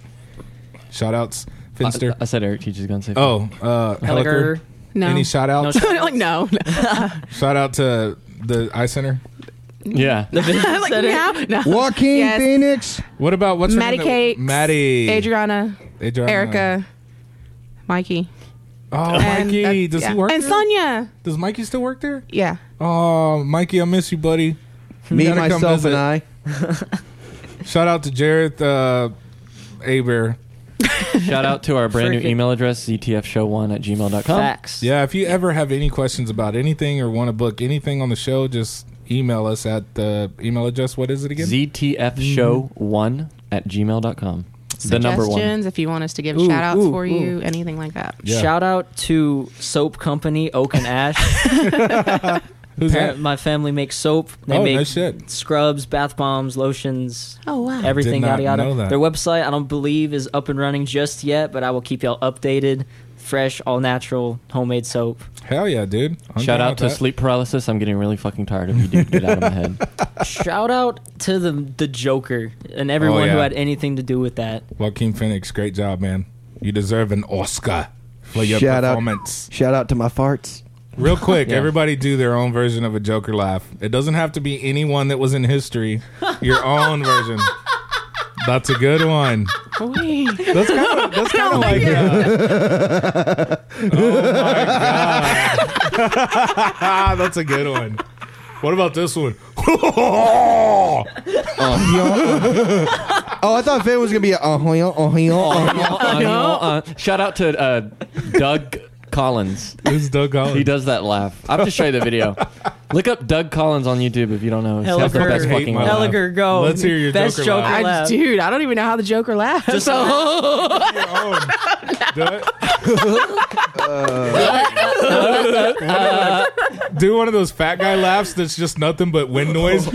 S3: shout outs, Finster.
S6: Uh,
S9: I, I said Eric teaches gun safety.
S3: Oh, uh, Elliker.
S4: No.
S3: Any shout outs?
S4: like no,
S3: shout out to the eye center.
S9: yeah.
S4: like now, no.
S1: Joaquin
S4: Yes.
S1: Phoenix.
S3: What about what's her
S4: Maddie
S3: name that-
S4: Cakes,
S3: Maddie, Uh-huh.
S4: Adriana,
S3: Adriana.
S4: Erica, Mikey,
S3: Oh,
S4: and
S3: Mikey,
S4: that's-
S3: does
S4: yeah.
S3: he work?
S4: and
S3: there?
S4: Sonia.
S3: Does Mikey still work there?
S4: Yeah,
S3: Oh, Mikey, I miss you, buddy.
S1: Me,
S3: Gotta come
S1: myself,
S3: visit.
S1: and I.
S3: Shout out to Jareth uh, Aber.
S9: Shout out to our brand
S5: Freaking-
S9: new email address, ztfshow1 at gmail.com.
S5: Facts.
S3: Yeah, if you ever have any questions about anything or want to book anything on the show, just email us at the email address. What is it again?
S9: ztfshow1 at gmail.com. The number one.
S4: suggestions if you want us to give
S5: Ooh,
S4: shout outs
S5: ooh,
S4: for
S5: ooh.
S4: you, anything like that.
S3: Yeah.
S5: Shout out to soap company Oak and Ash.
S3: Who's that?
S5: Parent- my family makes soap. They
S3: Oh,
S5: make
S3: no shit.
S5: scrubs, bath bombs, lotions,
S4: Oh wow,
S5: everything
S3: Did not
S5: yada yada.
S3: know that.
S5: Their website I don't believe is up and running just yet, but I will keep y'all updated. Fresh, all natural, homemade soap.
S3: Hell yeah, dude. I'm
S9: Shout
S3: down
S9: out
S3: with
S9: to
S3: that.
S9: sleep paralysis. I'm getting really fucking tired of you, dude. Get out of my head.
S5: Shout out to the the Joker and everyone who
S3: Oh, yeah.
S5: had anything to do with that.
S3: Joaquin Phoenix, great job, man. You deserve an Oscar for your
S1: Shout out.
S3: performance.
S1: Shout out to my farts.
S3: Real quick,
S9: Yeah.
S3: everybody do their own version of a Joker laugh. It doesn't have to be anyone that was in history. Your own version. That's a good one. That's kind of that's kind of like. uh, oh my god, that's a good one. What about this one?
S1: Oh, I thought Finn was gonna be a uh huh uh huh.
S9: Uh, you know, uh, shout out to uh, Doug Collins.
S3: This is Doug Collins.
S9: He does that laugh. I have to show you the video. Look up Doug Collins on YouTube if you don't know. He's got the
S5: Elliger.
S9: best fucking
S3: Hate my
S9: laugh.
S3: life.
S5: Elliger, go.
S3: Let's hear your
S5: Best
S3: Joker laugh.
S5: Joker
S4: I,
S5: laugh.
S4: dude, I don't even know how the Joker laughs. so
S3: Oh, do it. Do one of those fat guy laughs that's just nothing but wind noise.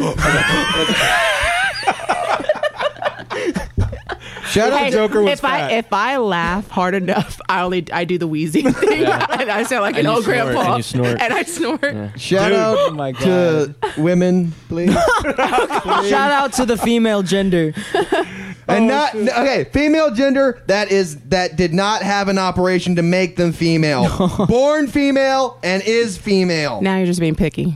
S1: Shout out
S4: Hey,
S1: to
S3: Joker was
S4: if I
S3: fat.
S4: if I laugh hard enough, I only I do the wheezy thing, and I sound like an
S9: you
S4: old
S9: snort,
S4: grandpa,
S9: and you snort.
S4: and I snort.
S1: shout out oh
S6: Oh
S5: my
S1: to women, please,
S5: Shout out to the female gender.
S1: and not okay. Female gender that is that did not have an operation to make them female. Born female and is female.
S4: Now you're just being picky.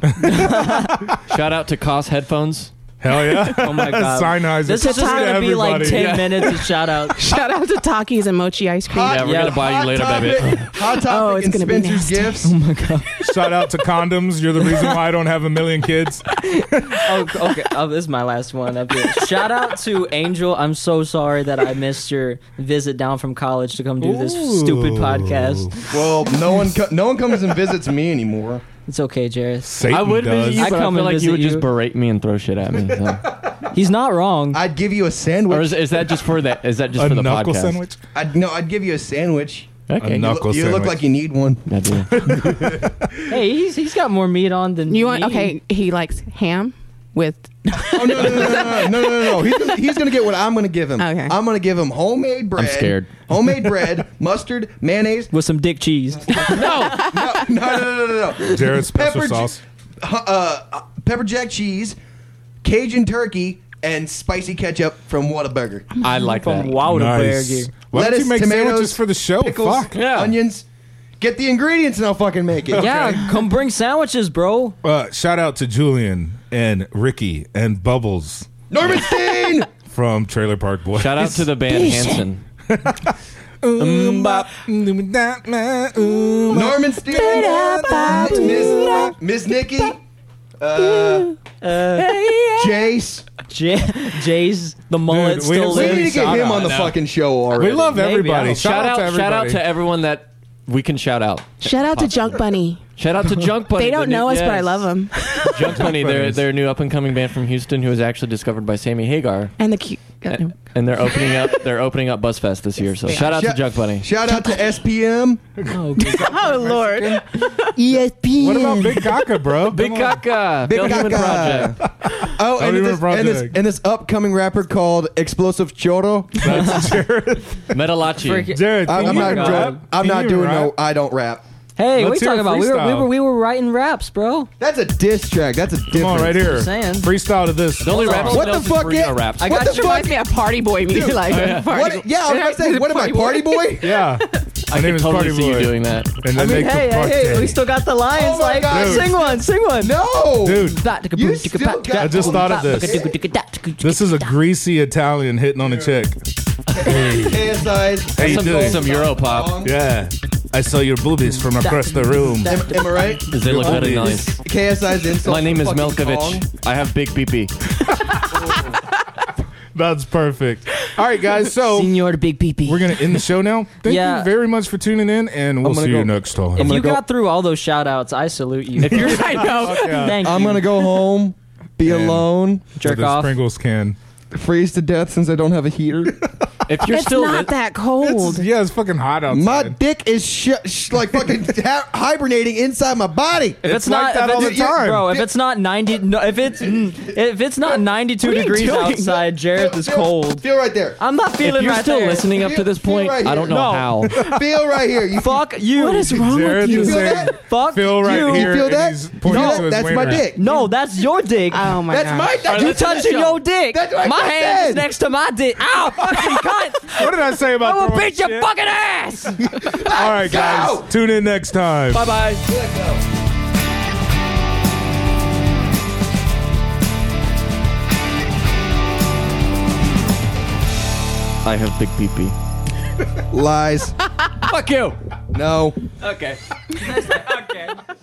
S9: Shout out to Cos Headphones.
S3: Hell yeah!
S5: Oh my god.
S3: Sennheiser.
S5: This is
S3: Just
S5: just
S3: to
S5: gonna be like
S3: everybody.
S5: ten
S3: Yeah.
S5: minutes of shout out.
S4: Shout out to Takis and Mochi ice cream.
S1: Hot-
S9: Yeah, we're
S5: Yeah.
S9: gonna buy you later,
S1: topic,
S9: baby.
S1: Hot topic
S4: Oh, it's
S1: and
S4: gonna be
S1: Spencer's
S4: nasty.
S1: gifts.
S3: Shout out to condoms. You're the reason why I don't have a million kids.
S5: Oh, okay. Oh, this is my last one. That'd be it. Shout out to Angel. I'm so sorry that I missed your visit down from college to come do this stupid
S3: Ooh.
S5: podcast.
S1: Well, no one co- no one comes and visits me anymore.
S5: It's okay, Jarris.
S3: Satan
S9: I would
S3: does.
S9: visit you,
S5: I
S9: but I,
S5: come
S9: feel
S5: and
S9: like
S5: visit
S9: you would
S5: you.
S9: just berate me and throw shit at me. so.
S5: He's not wrong.
S1: I'd give you a sandwich.
S9: Or is, is that just for that? Is that just
S3: a
S9: for the
S3: knuckle
S9: podcast?
S3: sandwich.
S1: I'd, no, I'd give you a sandwich.
S9: Okay.
S3: A
S1: You
S3: knuckle
S1: look- you look
S3: sandwich.
S1: like you need one.
S9: I do.
S5: hey, he's he's got more meat on than
S4: You want
S5: me.
S4: okay? He likes ham with
S1: Oh no no no no no no! no, no. He's, gonna, he's gonna get what I'm gonna give him.
S4: Okay.
S1: I'm gonna give him homemade bread.
S9: scared.
S1: Homemade bread, mustard, mayonnaise.
S5: with some dick cheese.
S1: No no no no no! no.
S3: Jared's special
S1: Pepper
S3: sauce.
S1: Uh, uh, pepper jack cheese, Cajun turkey, and spicy ketchup from Whataburger.
S9: I like that.
S5: From Whataburger.
S3: Nice. Why
S1: lettuce,
S3: don't you make
S1: tomatoes,
S3: sandwiches for the show?
S1: Pickles,
S3: Fuck.
S6: Yeah.
S1: onions. Get the ingredients and I'll fucking make it.
S5: Yeah, come bring sandwiches, bro.
S3: Uh, shout out to Julian and Ricky and Bubbles
S1: Norman Steen.
S3: from Trailer Park Boys.
S6: Shout out to the band Hanson.
S1: Norman Steen. Miss, Miss Nikki. Uh, Jace.
S5: J- Jay's the mullet
S3: Dude, we
S5: still
S3: have-
S1: We
S3: Dude,
S1: need to
S5: lives.
S1: get
S3: shout
S1: him
S3: out.
S1: on the
S3: No.
S1: fucking show already.
S3: We love
S5: Maybe, I
S3: everybody.
S5: don't-
S3: Shout, out to everybody.
S6: shout out to everyone that we can shout out.
S4: Shout out to Junk Bunny.
S6: Shout out to Junk Bunny.
S4: They
S6: the
S4: don't
S6: new-
S4: know us, but I
S6: yes.
S4: love them.
S6: Junk Bunny, they're,
S3: Bunnies.
S6: they're a new up and coming band from Houston who was actually discovered by Sammy Hagar.
S4: And the cute.
S6: And, and they're opening up they're opening up BuzzFest this year. So shout out to
S1: Shout-
S6: Junk Bunny.
S1: Shout out to SPM.
S4: Oh, Lord.
S1: ESPN.
S3: What about Big Kaka, bro?
S6: Big
S3: Come on.
S6: Kaka,
S1: Big
S6: Bill Human
S1: Kaka.
S6: Project.
S1: Oh,
S3: Don't
S1: and
S3: even
S1: this, and,
S3: project.
S1: this, and this upcoming rapper called Explosive Choro.
S3: That's Jared.
S6: Metalachi.
S5: Freaking-
S3: Jared,
S1: I'm,
S3: can
S1: I'm
S3: you
S1: not.
S3: rap?
S1: doing- I'm
S3: Can
S1: not
S3: you
S1: doing
S3: rap?
S1: no. I don't rap.
S5: Hey, what are
S3: Let's
S5: you talking
S3: hear a
S5: about? We were, we
S3: freestyle.
S5: were we were writing raps, bro.
S1: That's a diss track. That's a different.
S3: Come on, right here.
S5: saying.
S3: Freestyle to this.
S6: The only rap
S1: What the fuck
S6: Is Reno
S1: is-
S6: raps.
S1: I
S4: What
S1: got
S4: this
S1: you.
S4: reminds me of Party Boy music. Like, party
S1: What, yeah, I was
S4: Shout
S1: about to
S4: out
S1: say, what am I, Party Boy?
S3: Yeah. My
S6: I
S3: name
S6: can
S3: is
S6: totally
S3: Party
S6: see
S3: Boy.
S6: you doing that.
S3: And
S5: I
S3: then
S5: mean,
S3: make the
S5: hey, hey,
S3: party.
S5: hey, we still got the lions.
S1: Oh my
S5: like,
S1: God.
S5: sing one, sing one.
S1: No,
S3: Dude,
S1: You still got
S3: I just thought of this. This is a greasy Italian hitting on a chick.
S1: ASIs.
S3: How you
S6: Some,
S3: doing?
S6: some Europop.
S3: Yeah. I saw your boobies from across the room.
S1: Am, am I right?
S6: They look really
S3: Your
S6: nice.
S1: KSI's insult.
S6: My name is
S1: fucking song.
S6: Melkovich. I have big PP.
S3: That's perfect. All right, guys. So
S5: Senor Big PP.
S3: we're going to end the show now. Thank
S5: Yeah.
S3: you very much for tuning in, and we'll
S1: gonna
S3: see
S1: go-
S3: you next time.
S5: If you got through all those shout outs, I salute you.
S6: If you're I know.
S5: Thank
S1: I'm
S5: you.
S1: gonna go home, be
S3: Man.
S1: alone,
S5: jerk
S3: this
S5: off.
S3: Pringles can.
S1: freeze to death since I don't have a heater.
S6: If you're
S4: It's
S6: still
S4: not
S6: li-
S4: that
S3: It's,
S4: cold.
S3: yeah, it's fucking hot outside.
S1: My dick is sh- sh- like fucking ha- hibernating inside my body.
S5: If
S3: It's like that
S5: if
S3: all
S5: it's-
S3: the time.
S5: bro. If it's not ninety, no, if it's mm, if it's not ninety-two
S6: What are you
S5: degrees
S6: doing?
S5: outside, Jareth is
S1: Feel-
S5: cold.
S1: Feel right there.
S5: I'm not feeling
S6: if you're
S5: right
S6: still
S5: there.
S6: listening up to this
S1: Feel
S6: point,
S1: right
S6: I don't know
S1: here.
S6: how.
S1: Feel right here. You
S5: Fuck you.
S4: What is wrong
S3: Jared
S4: with you?
S3: is
S1: feel
S3: saying,
S1: that?
S5: Fuck
S3: feel right
S5: you.
S1: You
S3: here.
S1: feel
S3: and
S1: that?
S3: he's
S1: You
S3: pointing
S1: feel
S3: to
S1: that?
S3: his
S1: That's my
S3: wiener.
S1: dick.
S5: No, that's your dick.
S4: Oh, my
S1: That's
S4: God.
S1: my dick.
S5: you touching your dick.
S1: That's what I
S5: my
S1: just
S5: hand
S1: said.
S5: is next to my dick. Ow, fucking cunt.
S3: What did I say about
S5: I will
S3: throwing
S5: beat your
S3: shit?
S5: fucking ass.
S3: All right, guys. Tune in next time.
S6: bye bye. I have big PP.
S1: Lies.
S6: Fuck you.
S1: No.
S6: Okay.
S5: okay.